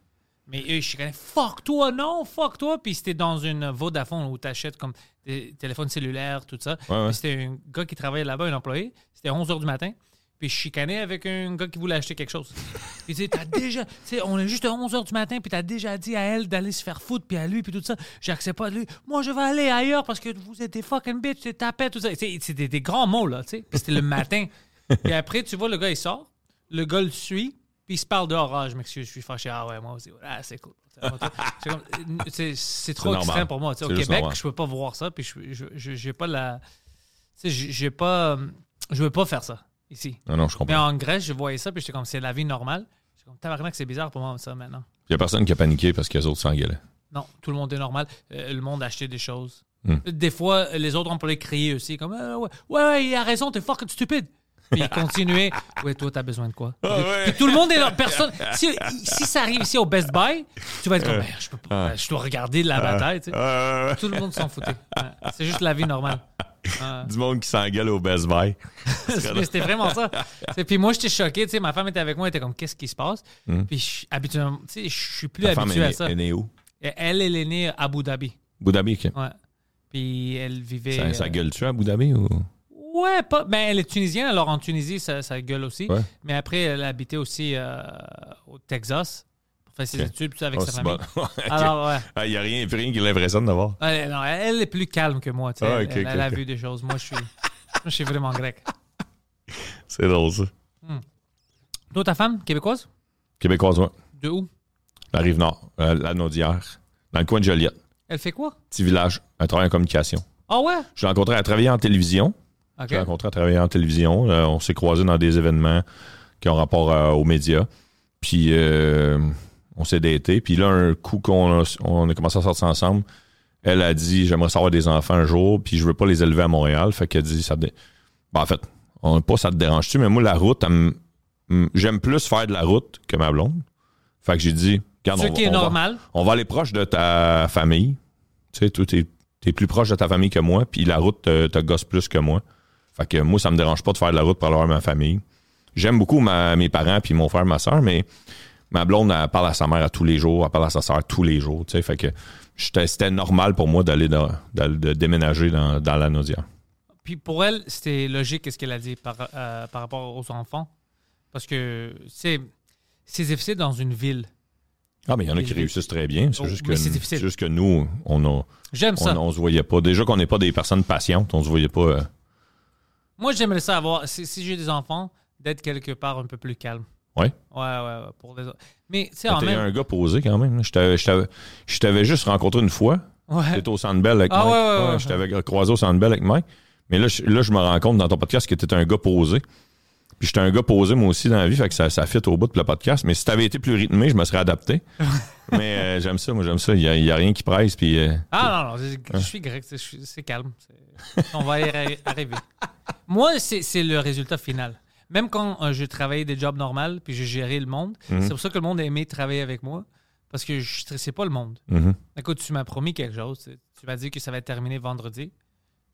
B: Mais eux, ils chicanaient, fuck toi, non, fuck toi. Puis c'était dans une Vodafone où t'achètes comme des téléphones cellulaires, tout ça.
C: Ouais, ouais.
B: Puis C'était un gars qui travaillait là-bas, un employé. C'était 11 h du matin. Puis je chicanais avec un gars qui voulait acheter quelque chose. Il disait, t'as déjà. Tu sais, on est juste à 11 h du matin, puis t'as déjà dit à elle d'aller se faire foutre, puis à lui, puis tout ça. J'accepte pas de lui. Moi, je vais aller ailleurs parce que vous êtes des fucking bitches, t'es tapé, tout ça. Tu sais, C'est des, des grands mots, là, tu sais. Puis c'était le matin. Puis après, tu vois, le gars, il sort. Le gars le suit, puis il se parle dehors. Ah, je m'excuse, je suis fâché. Ah ouais, moi aussi. Ah, c'est cool. C'est comme- c'est- C'est trop
C: C'est normal.
B: extrême pour moi. tu sais. Au
C: C'est juste
B: Québec,
C: normal.
B: je peux pas voir ça, puis je- je je- j'ai pas la. Tu sais, j'ai j'ai pas. euh, Je veux pas faire ça ici.
C: Non, non, je
B: Mais
C: comprends.
B: en Grèce, je voyais ça, puis j'étais comme, c'est la vie normale. J'étais comme, tabarnak, c'est bizarre pour moi, ça, maintenant.
C: Il y a personne qui a paniqué parce que les autres s'engueulaient.
B: Non, tout le monde est normal. Euh, le monde a acheté des choses.
C: Hmm.
B: Des fois, les autres employés crier aussi, comme, Ah, ouais, ouais, ouais, il a raison, t'es fucking stupide. Puis ils continuaient, ouais, toi, t'as besoin de quoi?
C: Ah,
B: Puis tout le monde est là. Personne. Si, si ça arrive ici au Best Buy, tu vas être comme, Ben, je, peux pas-
C: Ah.
B: ben, je dois regarder la bataille, tu sais.
C: Euh,
B: Tout le monde s'en foutait. Ouais. C'est juste la vie normale.
C: du monde qui s'engueule au Best Buy.
B: Mais c'était vraiment ça. C'est- Puis moi, j'étais choqué. tu sais, Ma femme était avec moi, elle était comme, qu'est-ce qui se passe? Puis je- habituellement, tu sais, je suis plus
C: La Hmm. femme
B: habitué
C: est,
B: à
C: née-
B: ça.
C: est née où
B: Et Elle, elle est née à Abu Dhabi.
C: Abu Dhabi, ok.
B: Ouais. Puis elle vivait.
C: Ça, ça
B: euh,
C: gueule-tu à Abu Dhabi ou...
B: Ouais, pas. Ben, elle est tunisienne, alors en Tunisie, ça, ça gueule aussi.
C: Ouais.
B: Mais après, elle habitait aussi euh, au Texas pour faire ses
C: Ok.
B: études, puis avec
C: Oh,
B: sa
C: c'est
B: famille.
C: bon. Ok.
B: Alors, ouais.
C: Ah, Il n'y a rien, rien qui lèverait ça de voir.
B: Elle, non, elle est plus calme que moi. tu sais.
C: Ah, ok,
B: elle, elle
C: ok,
B: a
C: ok.
B: vu des choses. Moi, je suis, moi, je suis vraiment grec.
C: C'est drôle, ça.
B: Toi, ta femme, québécoise
C: Québécoise, ouais.
B: De où
C: La Rive-Nord, euh, la Naudière, dans le coin de Joliette.
B: Elle fait quoi
C: Petit village, un travail en communication.
B: Ah ouais
C: Je l'ai rencontré à travailler en télévision.
B: Ok.
C: Je l'ai rencontré à travailler en télévision. Euh, on s'est croisés dans des événements qui ont rapport à- aux médias. Puis euh, on s'est daté. Puis là, un coup qu'on a, on a commencé à sortir ensemble, elle a dit J'aimerais savoir des enfants un jour, puis je veux pas les élever à Montréal. Fait qu'elle dit ça te dé- Ben, En fait, on, pas ça te dérange-tu, mais moi, la route, elle me- m- j'aime plus faire de la route que ma blonde. Fait que j'ai dit Regarde,
B: Ce
C: on,
B: qui est
C: on va-
B: normal.
C: on va aller proche de ta famille. Tu sais, toi, t'es, t'es plus proche de ta famille que moi, puis la route te, te gosse plus que moi. Fait que moi, ça me dérange pas de faire de la route pour aller voir ma famille. J'aime beaucoup ma- mes parents, puis mon frère, ma soeur, mais ma blonde, elle parle à sa mère à tous les jours, elle parle à sa soeur tous les jours, tu sais. Fait que j'étais- c'était normal pour moi d'aller, dans- d'aller- de déménager dans, dans la Naudière.
B: Puis pour elle, c'était logique ce qu'elle a dit par, euh, par rapport aux enfants. Parce que c'est c'est difficile dans une ville.
C: Ah, mais il y en a qui
B: Il-
C: réussissent très bien. C'est,
B: Oh,
C: juste,
B: mais
C: que,
B: c'est difficile.
C: juste que nous, on, a,
B: J'aime ça.
C: on, on se voyait pas. Déjà qu'on n'est pas des personnes patientes, on se voyait pas. euh,
B: Moi, j'aimerais ça avoir, si, si j'ai des enfants, d'être quelque part un peu plus calme.
C: ouais.
B: Ouais, ouais, ouais, pour les autres. Mais, tu sais, en
C: T'es
B: même...
C: un gars posé quand même. là. Je t'avais- Je t'avais- je t'avais juste rencontré une fois.
B: Ouais.
C: T'étais au Centre Bell avec
B: Ah,
C: Mike.
B: ouais, ouais, ouais.
C: Je t'avais croisé au Centre Bell avec Mike. Mais là, je, là, je me rends compte dans ton podcast que t'étais un gars posé. Puis j'étais un gars posé moi aussi dans la vie, fait que ça, ça fit au bout de le podcast. Mais si t'avais été plus rythmé, je me serais adapté. Mais euh, j'aime ça, moi j'aime ça. Il n'y a, rien qui presse. Puis, euh,
B: Ah non, non, je, je
C: Hein.
B: suis grec, c'est- je suis- c'est calme. C'est- On va y arri- arriver. Moi, c'est c'est le résultat final. Même quand euh, je travaillais des jobs normaux, puis j'ai géré le monde,
C: Mhm.
B: c'est pour ça que le monde a aimé travailler avec moi, parce que je stressais pas le monde.
C: mhm.
B: Écoute, tu m'as promis quelque chose. tu- Tu m'as dit que ça va être terminé vendredi.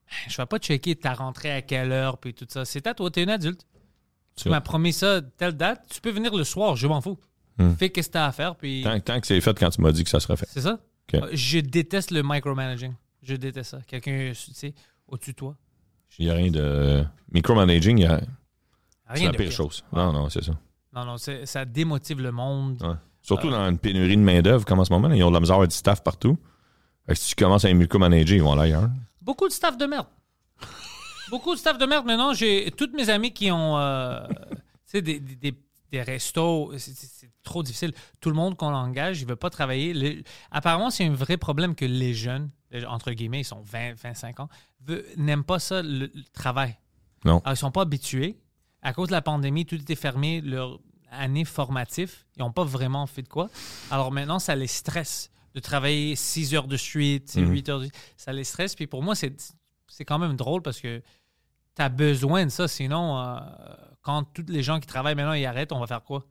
B: Ben, Je vais pas checker ta rentrée à quelle heure, puis tout ça. C'est à toi, t'es un adulte. Tu
C: Ça.
B: m'as promis ça, telle date. Tu peux venir le soir, je m'en fous. Fais qu'est-ce que t'as à faire, puis...
C: Hmm. tant, tant que c'est fait quand tu m'as dit que ça serait fait.
B: C'est ça?
C: Ok.
B: Euh, Je déteste le micromanaging. Je déteste ça. Quelqu'un, tu sais, au-dessus de toi.
C: Il n'y a rien de. euh, Micromanaging, il y a- c'est
B: Rien
C: la
B: de
C: pire
B: pire.
C: chose. Non, non, c'est ça.
B: Non, non, c'est- ça démotive le monde.
C: Ouais. Surtout dans une pénurie de main-d'œuvre comme en ce moment. là. Ils ont de la misère à avoir du staff partout. Fait que si tu commences à micromanager, ils vont aller ailleurs.
B: Beaucoup de staff de merde. Beaucoup de staff de merde. Maintenant, j'ai toutes mes amis qui ont euh, tu sais, des, des, des- des restos. C'est- C'est c'est trop difficile. Tout le monde qu'on engage, il ne veut pas travailler. Les- apparemment, c'est un vrai problème que les jeunes, les- entre guillemets, ils sont 20, 25 ans, veut- n'aiment pas ça, le, le travail.
C: Non.
B: Alors, ils ne sont pas habitués. À cause de la pandémie, tout était fermé. Leur année formative, ils n'ont pas vraiment fait de quoi. Alors maintenant, ça les stresse de travailler 6 heures de suite,
C: Mhm.
B: 8 heures de suite. Ça les stresse. Puis pour moi, c'est c'est quand même drôle parce que tu as besoin de ça. Sinon, euh, quand tous les gens qui travaillent maintenant, ils arrêtent, on va faire quoi?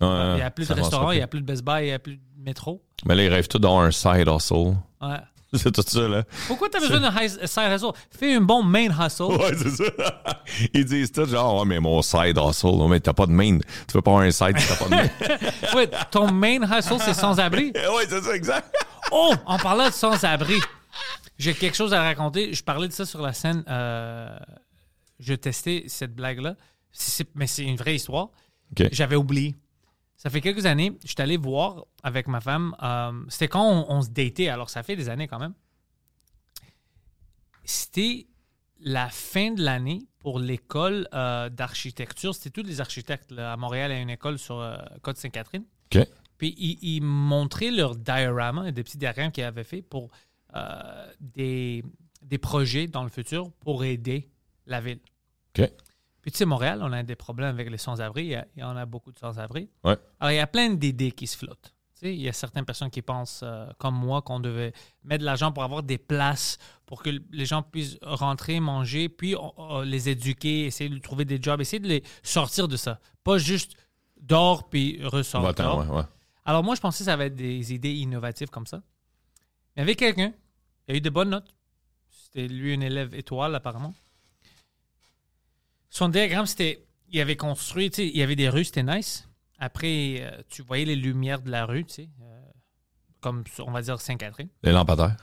C: Non,
B: il n'y a plus de
C: Ah, ça avancera
B: restaurants, il
C: plus.
B: n'y a plus de Best Buy, il n'y a plus de métro.
C: Mais là, ils rêvent tous d'avoir un side hustle.
B: Ouais.
C: C'est tout ça, là.
B: Pourquoi tu as besoin d'un hus- side hustle? Fais un bon main hustle.
C: Ouais, c'est ça. Ils disent tout genre, ouais, mais mon side hustle, ouais, mais t'as pas de main. Tu peux pas avoir un side si t'as pas de main.
B: Ouais, ton main hustle, c'est sans-abri.
C: ouais, c'est ça, exact.
B: Oh, en parlant de sans-abri, j'ai quelque chose à raconter. Je parlais de ça sur la scène. euh, je testais cette blague-là. C'est- c'est- Mais c'est une vraie histoire.
C: OK.
B: J'avais oublié. Ça fait quelques années, je suis allé voir avec ma femme. euh, C'était quand on, on se datait, alors ça fait des années quand même. C'était la fin de l'année pour l'école euh, d'architecture. C'était tous les architectes. là. À Montréal, il y a une école sur euh, Côte-Sainte-Catherine.
C: OK.
B: Puis ils, ils montraient leurs dioramas, des petits diagrammes qu'ils avaient fait pour euh, des, des projets dans le futur pour aider la ville.
C: OK.
B: Puis tu sais, Montréal, on a des problèmes avec les sans-abri. Il y a- il y en a beaucoup de sans-abri.
C: Ouais.
B: Alors, il y a plein d'idées qui se flottent. Tu sais, il y a certaines personnes qui pensent, euh, comme moi, qu'on devait mettre de l'argent pour avoir des places, pour que les gens puissent rentrer, manger, puis on- on les éduquer, essayer de trouver des jobs, essayer de les sortir de ça. Pas juste dors puis ressort.
C: Va-t'en,
B: dors.
C: ouais, ouais.
B: Alors moi, je pensais que ça va être des idées innovatives comme ça. Mais avec quelqu'un, il a eu de bonnes notes. C'était lui un élève étoile, apparemment. Son diagramme, c'était... Il avait construit, tu sais, il y avait des rues, c'était nice. Après, euh, tu voyais les lumières de la rue, tu sais, euh, comme on va dire Sainte-Catherine.
C: Les lampadaires.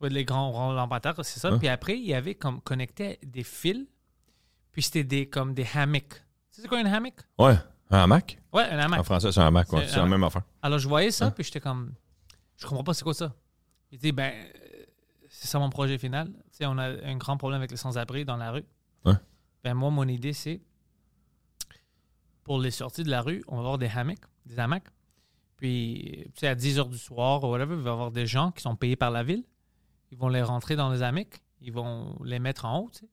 B: Ouais, les grands ronds lampadaires, c'est ça.
C: Hein?
B: Puis après, il y avait comme connecté des fils, puis c'était des, comme des hammocks. Tu sais c'est quoi un hammock?
C: Ouais. Un hamac?
B: Ouais, un hamac.
C: En français, c'est un hamac, ouais.
B: C'est
C: C'est la
B: un-
C: même affaire.
B: Alors, je voyais ça, puis j'étais comme, je comprends pas c'est quoi ça. Il dit, ben, euh, c'est ça mon projet final. Tu sais, on a un grand problème avec les sans-abri dans la rue.
C: Ouais.
B: Ben, moi, mon idée, c'est pour les sorties de la rue, on va avoir des hamacs, des hamacs. Puis, tu sais, à 10 heures du soir ou whatever, il va y avoir des gens qui sont payés par la ville. Ils vont les rentrer dans les hamacs. Ils vont les mettre en haut, tu sais.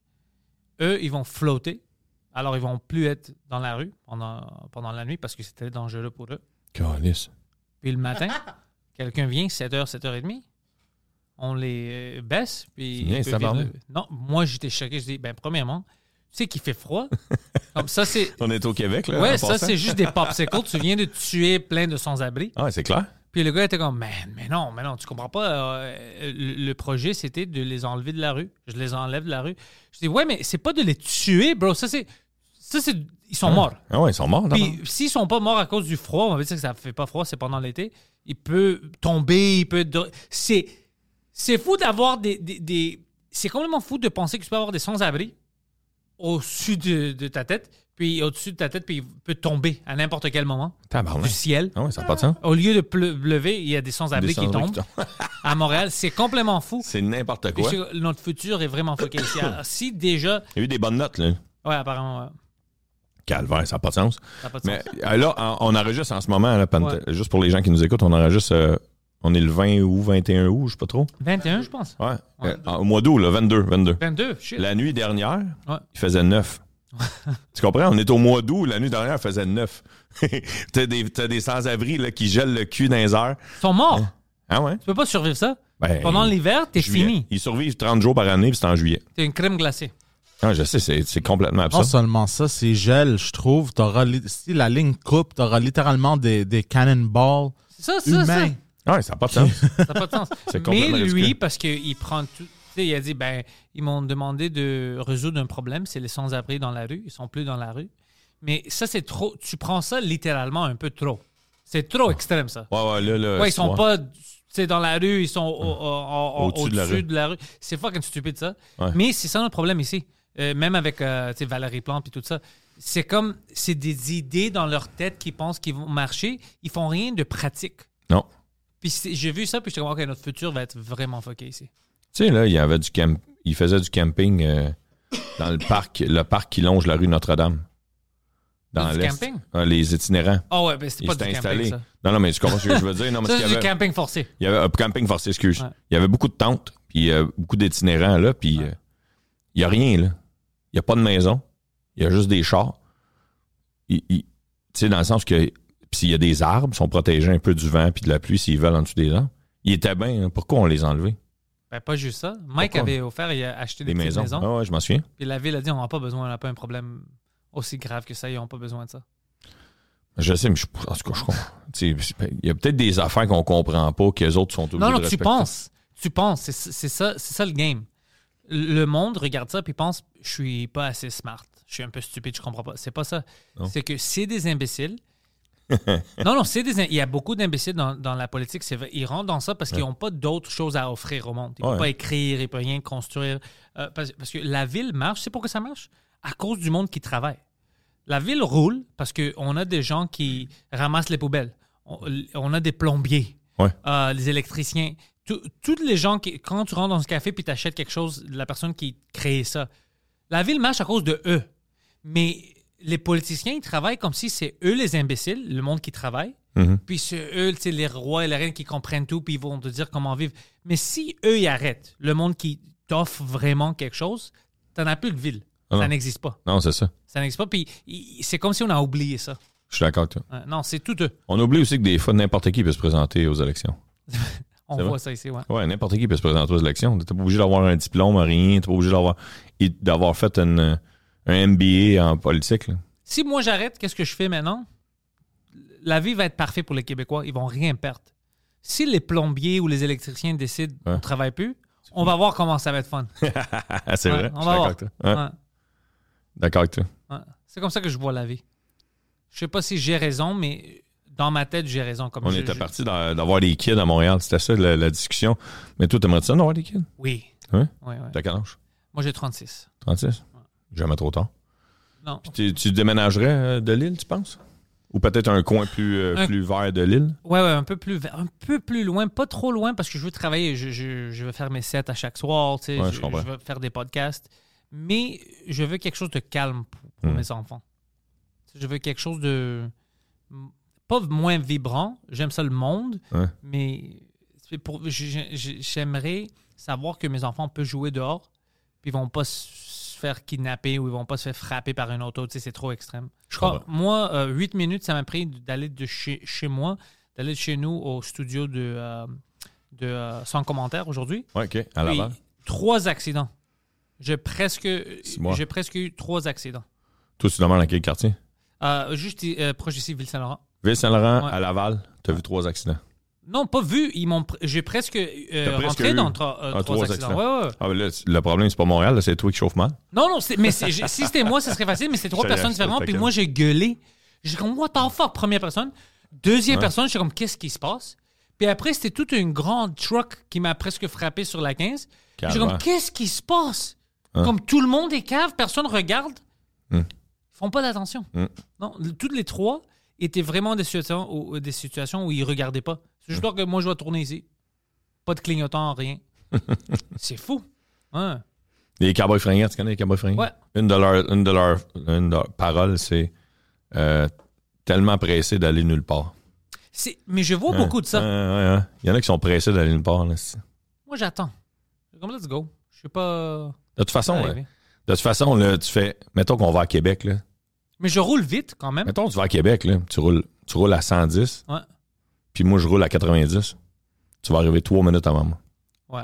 B: Eux, ils vont flotter. Alors, ils vont plus être dans la rue pendant, pendant la nuit parce que c'était dangereux pour eux.
C: Calice.
B: Puis le matin, quelqu'un vient, 7h, 7h30, on les euh, baisse. Puis
C: C'est bien,
B: ils
C: ça
B: peuvent vivre-
C: parle.
B: Non, moi, j'étais choqué. Je dis, ben, premièrement, tu sais qu'il fait froid. Comme ça, c'est.
C: On est au Québec, là.
B: Ouais,
C: en
B: ça,
C: passant.
B: c'est juste des popsicles. Tu viens de tuer plein de sans-abri.
C: Ah, c'est clair.
B: Puis le gars était comme, man, mais non, mais non, tu comprends pas. euh, le, le projet, c'était de les enlever de la rue. Je les enlève de la rue. Je dis, ouais, mais c'est pas de les tuer, bro. Ça, c'est. Ça, c'est. Ils sont morts.
C: Ah ouais, ils sont morts,
B: Puis s'ils sont pas morts à cause du froid, on va dire que ça fait pas froid, c'est pendant l'été. Il peut tomber, il peut. do- C'est c'est fou d'avoir des, des- des- C'est complètement fou de penser que tu peux avoir des sans-abri au-dessus de, de ta tête, puis au-dessus de ta tête, puis il peut tomber à n'importe quel moment du
C: Tabarnak.
B: ciel.
C: Ah ouais, ça n'a pas de sens.
B: Au lieu de pleu- lever, il y a des sans-abri
C: Des
B: qui
C: cendres
B: tombent à Montréal. C'est complètement fou.
C: C'est n'importe
B: Puis
C: quoi.
B: c'est- Notre futur est vraiment focalisé. Alors, si déjà.
C: Il y a eu des bonnes notes, là.
B: Ouais, apparemment, ouais.
C: Calvaire, ça n'a pas de sens.
B: ça n'a pas de
C: Mais
B: sens.
C: euh, là, en- on enregistre en ce moment, là, Panta-
B: Ouais.
C: juste pour les gens qui nous écoutent, on enregistre, euh, on est le 20 août, 21 août, je sais pas trop.
B: 21, je pense.
C: Ouais. Euh, en- au mois d'août, là, 22, 22.
B: 22, shit.
C: La nuit dernière,
B: Ouais.
C: il faisait 9. tu comprends? On est au mois d'août, la nuit dernière, il faisait 9. t'as des, t'as des sans-abri là, qui gèlent le cul dans les heures.
B: Ils sont morts.
C: Ah ouais?
B: Tu peux pas survivre ça.
C: Ben,
B: Pendant l'hiver, t'es
C: juillet.
B: fini.
C: Ils survivent 30 jours par année, puis c'est en juillet.
B: T'es une crème glacée.
C: Ah, je sais, c'est c'est complètement
D: Non
B: Ah,
C: absurde.
D: seulement ça, c'est gel, je trouve. T'auras li- si la ligne coupe, t'auras littéralement des, des cannonballs
B: C'est ça, ça,
D: humains.
C: Ah, ça n'a pas de sens.
B: ça. Ça n'a pas de sens.
C: C'est
B: Mais
C: complètement
B: lui,
C: ridicule.
B: parce qu'il prend tout. tu sais, Il a dit, ben, ils m'ont demandé de résoudre un problème, c'est les sans-abri dans la rue, ils sont plus dans la rue. Mais ça, c'est trop. Tu prends ça littéralement un peu trop. C'est
C: Ah.
B: trop extrême, ça.
C: ouais, ouais, là, là,
B: Ouais, ils sont
C: ouais.
B: pas tu sais, dans la rue, ils sont au- au- au- au-
C: Hmm. Au-dessus
B: au-dessus
C: de la rue.
B: de la rue. C'est fucking stupide, ça.
C: Ouais.
B: Mais c'est ça notre problème ici. Euh, même avec euh, tu sais, Valérie Plante et tout ça. C'est comme, c'est des idées dans leur tête qui pensent qu'ils vont marcher. Ils font rien de pratique.
C: Non.
B: Puis c'est- j'ai vu ça, puis j'étais comme, OK, notre futur va être vraiment fucké ici.
C: Tu sais, là, il y avait du camp... il faisait du camping euh, dans le parc, le parc qui longe la rue Notre-Dame. Dans
B: Du
C: l'est.
B: camping?
C: Ah, les itinérants.
B: Ah ouais, mais c'était
C: Ils
B: pas du
C: s'étaient installés.
B: camping, ça.
C: Non, non, mais tu comprends ce que je veux dire? Non, mais
B: Ça,
C: ce qu'il
B: c'est
C: y
B: du
C: avait-
B: camping forcé.
C: Il y avait un camping forcé, excuse.
B: Ouais.
C: Il y avait beaucoup de tentes, puis euh, beaucoup d'itinérants, là, puis euh, il n'y a rien, là. Il n'y a pas de maison. Il y a juste des chars. Il- il- Tu sais, dans le sens que s'il y a des arbres, ils sont protégés un peu du vent puis de la pluie s'ils veulent en dessous des arbres. Ils étaient bien. hein. Pourquoi on les a enlevés?
B: Ben, pas juste ça. Mike
C: Pourquoi?
B: avait offert, il a acheté des,
C: Des
B: petites
C: maisons.
B: maisons.
C: Ah ouais, je m'en souviens.
B: Puis la ville a dit, on n'a pas besoin, on n'a pas un problème aussi grave que ça, ils n'ont pas besoin de ça.
C: Je sais, mais je, en tout cas, je comprends. Tu sais, Il y a peut-être des affaires qu'on comprend pas, qu'eux autres sont obligés
B: Non,
C: de
B: non, tu
C: respecter.
B: penses. Tu penses. C'est c'est ça, c'est ça le game. Le monde regarde ça puis pense je suis pas assez smart. Je suis un peu stupide, je comprends pas. C'est pas ça.
C: Non.
B: C'est que c'est des imbéciles. non, non, c'est des. im- Il y a beaucoup d'imbéciles dans, dans la politique. C'est vrai. Ils rentrent dans ça parce qu'ils n'ont pas d'autres choses à offrir au monde. Ils ne
C: Ouais.
B: peuvent pas écrire, ils ne peuvent rien construire. Euh, parce, parce que la ville marche. C'est pourquoi ça marche À cause du monde qui travaille. La ville roule parce qu'on a des gens qui ramassent les poubelles. On, on a des plombiers,
C: Ouais.
B: Euh, les électriciens. Tout- Toutes les gens qui, quand tu rentres dans un café puis tu achètes quelque chose, la personne qui crée ça. La ville marche à cause de eux. Mais les politiciens, ils travaillent comme si c'est eux les imbéciles, le monde qui travaille.
C: Mhm.
B: Puis c'est eux, tu sais, les rois et les reines qui comprennent tout, puis ils vont te dire comment vivre. Mais si eux, ils arrêtent, le monde qui t'offre vraiment quelque chose, t'en as plus de ville.
C: Ah non.
B: ça n'existe pas.
C: Non, c'est ça.
B: Ça n'existe pas. Puis il- c'est comme si on a oublié ça.
C: Je suis d'accord avec toi.
B: Euh, Non, c'est tout eux.
C: On oublie aussi que des fois, n'importe qui peut se présenter aux élections.
B: On
C: C'est
B: voit
C: vrai?
B: ça ici, ouais.
C: Ouais, n'importe qui peut se présenter aux élections. T'es pas obligé d'avoir un diplôme, rien. T'es pas obligé d'avoir et d'avoir fait une- un MBA en politique. là.
B: Si moi j'arrête, qu'est-ce que je fais maintenant? La vie va être parfaite pour les Québécois. Ils vont rien perdre. Si les plombiers ou les électriciens décident qu'on
C: Ouais.
B: ne travaille plus, on va voir comment ça va être fun.
C: Ah, c'est
B: Ouais,
C: vrai.
B: on
C: Je
B: va
C: suis d'accord
B: voir.
C: avec toi. Ouais,
B: Ouais.
C: D'accord avec toi.
B: Ouais. C'est comme ça que je vois la vie. Je sais pas si j'ai raison, mais dans ma tête, j'ai raison. Comme
C: On
B: je-
C: était
B: je-
C: parti d'a- d'avoir des kids à Montréal. C'était ça la, la discussion. Mais toi, t'aimerais ça d'avoir des kids?
B: Oui.
C: Hein?
B: Ouais, ouais.
C: T'as quel âge?
B: Moi, j'ai 36.
C: 36? Jamais trop tard.
B: Non.
C: Tu, tu déménagerais euh, de l'île, tu penses? Ou peut-être un coin plus, euh,
B: Un-
C: plus vert de l'île?
B: Ouais, ouais, un peu plus, ve- un peu plus loin, pas trop loin, parce que je veux travailler. Je, je- je veux faire mes sets à chaque soir, tu sais,
C: Ouais, je
B: je,
C: comprends.
B: je veux faire des podcasts. Mais je veux quelque chose de calme pour, pour
C: Hmm.
B: mes enfants. Je veux quelque chose de. Pas moins vibrant, j'aime ça le monde,
C: Ouais.
B: mais c'est pour- j'ai- j'ai- j'aimerais savoir que mes enfants peuvent jouer dehors, puis ils vont pas se faire kidnapper ou ils vont pas se faire frapper par un auto, tu sais, c'est trop extrême. Je crois,
C: comprends.
B: moi, 8 minutes, ça m'a pris d'aller de chez, chez moi, d'aller de chez nous au studio de, euh, de euh, Sans commentaire aujourd'hui.
C: Ouais, OK. À
B: Puis,
C: Laval.
B: Trois accidents. J'ai presque,
C: C'est moi.
B: j'ai presque eu trois accidents.
C: Toi, tu demandes dans quel quartier?
B: Euh, juste euh, proche d'ici, Ville-Saint-Laurent.
C: Ville-Saint-Laurent,
B: Ouais.
C: à Laval, t'as vu trois accidents.
B: Non, pas vu. Ils m'ont, pr- j'ai presque, euh,
C: presque
B: rentré
C: eu
B: dans trois, euh,
C: un,
B: trois
C: trois
B: accidents.
C: accidents.
B: Ouais, ouais, ouais.
C: Ah, mais là, le problème, c'est pas Montréal, là, c'est toi qui chauffe mal.
B: Non, non, c'est- mais c'est- j'ai- si c'était moi, ce serait facile, mais c'est trois
C: Ça y est,
B: personnes
C: c'est
B: différentes. Puis
C: tranquille.
B: moi, j'ai gueulé. J'ai comme, what the fuck, première personne. Deuxième personne, j'ai comme, qu'est-ce qui se passe? Puis après, c'était toute une grande truck qui m'a presque frappé sur la 15. Puis J'ai
C: Calvaire. Hein?
B: comme, qu'est-ce qui se passe? Comme tout le monde est cave, personne regarde. Ils font pas d'attention.
C: Hum.
B: Non, le- toutes les trois étaient vraiment des situations où, euh, des situations où ils regardaient pas. C'est
C: Hein?
B: juste que moi, je dois tourner ici. Pas de clignotant, rien. c'est fou. Ouais.
C: Les cowboys fringants, tu connais les cowboys fringants?
B: Ouais.
C: Une de leurs, une de leurs, une de leurs paroles, c'est euh, tellement pressé d'aller nulle part. Hein?
B: C'est- Mais je vois beaucoup de ça.
C: Ouais, ouais, ouais. Il y en a qui sont pressés d'aller nulle part. Là. c'est-
B: Moi, j'attends. Je suis Comme let's go. Je suis pas.
C: De toute façon, là,
B: arrivé.
C: de toute façon là, tu fais. Mettons qu'on va à Québec. Là.
B: Hein? Mais je roule vite quand même.
C: Mettons tu vas à Québec, là, tu, roules, tu roules à 110,
B: Ouais.
C: puis moi je roule à 90. Tu vas arriver trois minutes avant moi.
B: Ouais.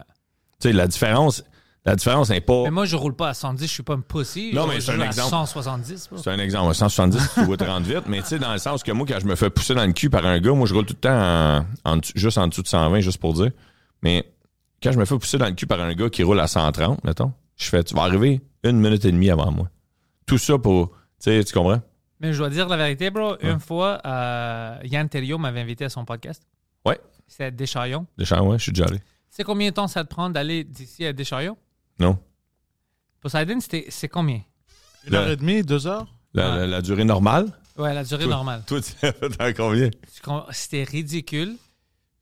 C: Tu sais, la différence, la différence n'est pas.
B: Mais moi, je roule pas à 110. Je suis pas un pussy.
C: Oh. Non,
B: Je-
C: mais
B: je
C: c'est un
B: roule à
C: exemple.
B: 170. bro.
C: C'est un exemple. à 170, tu vas te rendre vite. Mais tu sais, dans le sens que moi, quand je me fais pousser dans le cul par un gars, moi, je roule tout le temps en- en dessous- juste en dessous de 120, juste pour dire. Mais quand je me fais pousser dans le cul par un gars qui roule à 130, mettons, je fais, tu vas arriver une minute et demie avant moi. Tout ça pour, tu sais, tu comprends?
B: Mais je dois dire la vérité, bro. Une fois, euh, Yann Terriot m'avait invité à son podcast.
C: Ouais.
B: C'était à Deschaillons.
C: Des chars, ouais, je suis déjà allé.
B: Tu sais combien de temps ça te prend d'aller d'ici à Deschaillons?
C: Non.
B: Poseidon, c'était- c'est combien?
D: Une heure et demie, deux heures?
C: La,
B: Ouais.
C: la- la durée normale?
B: Ouais, la durée normale.
C: Toi, tu t'as combien?
B: Tu com- C'était ridicule.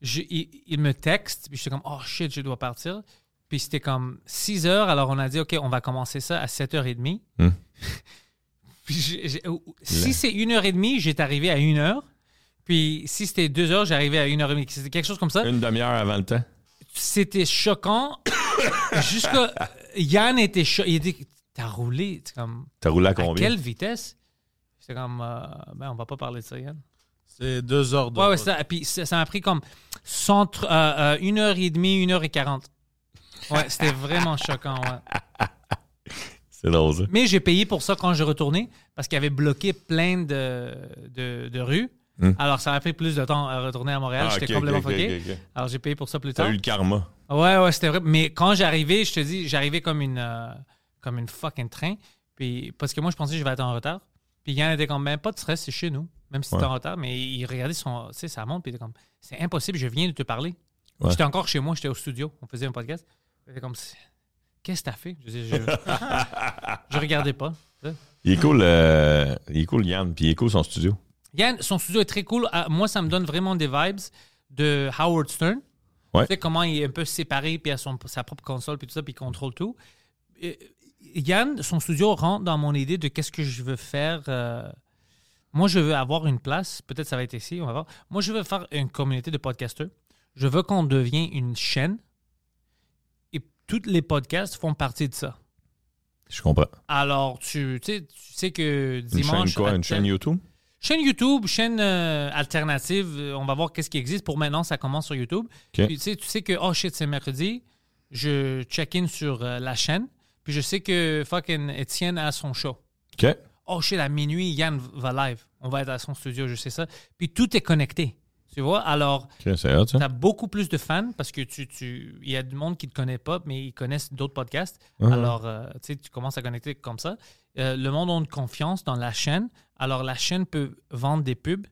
B: je- il, il me texte, puis j'étais comme, oh shit, je dois partir. Puis c'était comme 6 heures, alors on a dit, OK, on va commencer ça à 7h30.
C: Hmm.
B: Puis j'ai- j'ai- ou- ou- si c'est 1h30, j'étais arrivé à 1h. Puis si c'était 2h, j'arrivais à 1h30. C'était quelque chose comme ça.
C: Une demi-heure avant le temps.
B: C'était choquant. Jusqu'à. Yann était choqué. Il était. T'as roulé. C'est comme.
C: T'as roulé à
B: À
C: combien?
B: quelle vitesse? J'étais comme. euh, ben, on va pas parler de ça, Yann.
D: C'est deux heures de.
B: Ouais, ouais, ça. Puis ça ça m'a pris comme centre, euh, euh, une heure et demie, une heure et quarante. Ouais, c'était vraiment choquant. ouais.
C: C'est drôle, ça.
B: Mais j'ai payé pour ça quand je retournais parce qu'il y avait bloqué plein de, de, de rues.
C: Hmm.
B: Alors ça m'a pris plus de temps à retourner à Montréal.
C: Ah,
B: J'étais
C: ok,
B: complètement
C: ok, ok,
B: fucké.
C: ok, ok.
B: Alors j'ai payé pour ça plus tard.
C: T'as eu le karma.
B: Ouais, ouais, c'était vrai. Mais quand j'arrivais, je te dis, j'arrivais comme une, euh, comme une fucking train. Puis, parce que moi, je pensais que je vais être en retard. Puis Yann était comme, ben, pas de stress, c'est chez nous. Même si
C: Ouais.
B: t'es en retard, mais il regardait son, tu sais, ça monte, puis il était comme, c'est impossible, je viens de te parler.
C: Ouais.
B: J'étais encore chez moi, j'étais au studio, on faisait un podcast. Il était comme, C'est- qu'est-ce que t'as fait? Je dis, je, je regardais pas.
C: Il est cool, euh, il est cool Yann, puis il est cool son studio.
B: Yann, son studio est très cool. Ah, Moi, ça me donne vraiment des vibes de Howard Stern.
C: Ouais.
B: Tu sais comment il est un peu séparé, puis il a son, sa propre console, puis tout ça, puis il contrôle tout. Euh, Yann, son studio rentre dans mon idée de qu'est-ce que je veux faire. euh, moi, je veux avoir une place. Peut-être ça va être ici, on va voir. Moi, je veux faire une communauté de podcasteurs. Je veux qu'on devienne une chaîne. Et tous les podcasts font partie de ça.
C: Je comprends.
B: Alors, tu, tu sais, tu sais que
C: Une
B: dimanche...
C: chaîne quoi?
B: à
C: Une
B: tel-
C: chaîne YouTube?
B: Chaîne YouTube, chaîne euh, alternative, euh, on va voir qu'est-ce qui existe. Pour maintenant, ça commence sur YouTube. Puis, tu sais, tu sais que, oh shit, c'est mercredi, je check-in sur euh, la chaîne, puis je sais que fucking Étienne a son show.
C: OK.
B: Oh shit, à minuit, Yann va live. On va être à son studio, je sais ça. Puis tout est connecté, tu vois. Alors,
C: OK, c'est hot, ça.
B: tu as beaucoup plus de fans parce que tu, tu, il y a du monde qui te connaît pas, mais ils connaissent d'autres podcasts. Alors, euh, tu sais, tu commences à connecter comme ça. Euh, le monde a une confiance dans la chaîne. Alors, la chaîne peut vendre des pubs.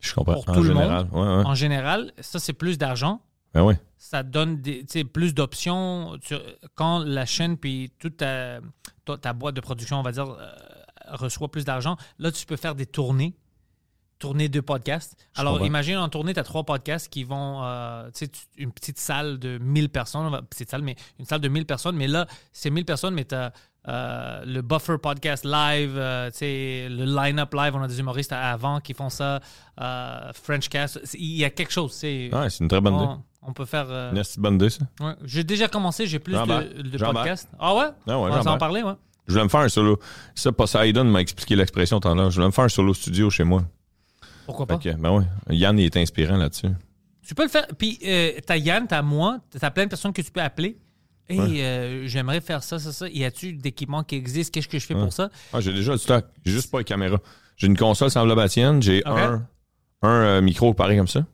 C: Je comprends.
B: Pour
C: en
B: tout le
C: général. Ouais, ouais.
B: En général, ça, c'est plus d'argent.
C: Ben ouais.
B: Ça donne des, tu sais, plus d'options. Tu- Quand la chaîne, puis toute ta, ta, ta boîte de production, on va dire, euh, reçoit plus d'argent, là, tu peux faire des tournées. Tournées de podcasts. Alors,
C: comprends.
B: imagine en tournée, tu as trois podcasts qui vont. euh, tu sais, tu- une petite salle de 1000 personnes. enfin, Petite salle, mais une salle de 1000 personnes. Mais là, c'est 1000 personnes, mais tu as le Buffer Podcast Live, euh, tu sais, le Line-Up Live. On a des humoristes avant qui font ça. euh, Frenchcast. c'est- Il y a quelque chose. c'est
C: Ouais, c'est une très bonne idée.
B: on, Oh, on peut faire. euh,
C: Une esti de bonne idée, ça.
B: ouais. J'ai déjà commencé, j'ai plus
C: Jean-Marc.
B: de, de
C: Jean-Marc.
B: podcasts. Ah ouais?
C: Ah ouais,
B: on va
C: Jean-Marc.
B: s'en parler, ouais.
C: Je voulais me faire un solo. Ça, Poseidon m'a expliqué l'expression tout à l'heure. Je voulais me faire un solo studio chez moi.
B: Pourquoi pas?
C: Fait que, ben ouais. Yann, il est inspirant là-dessus.
B: Tu peux le faire. Puis euh, t'as Yann, t'as moi, t'as plein de personnes que tu peux appeler. Et euh, j'aimerais faire ça, ça, ça. Y a-tu d'équipements qui existent? Qu'est-ce que je fais pour ça?
C: Ah, j'ai déjà du stock. J'ai juste pas de caméra. J'ai une console semblable à la tienne. J'ai
B: Ok.
C: un, un euh, micro pareil comme ça.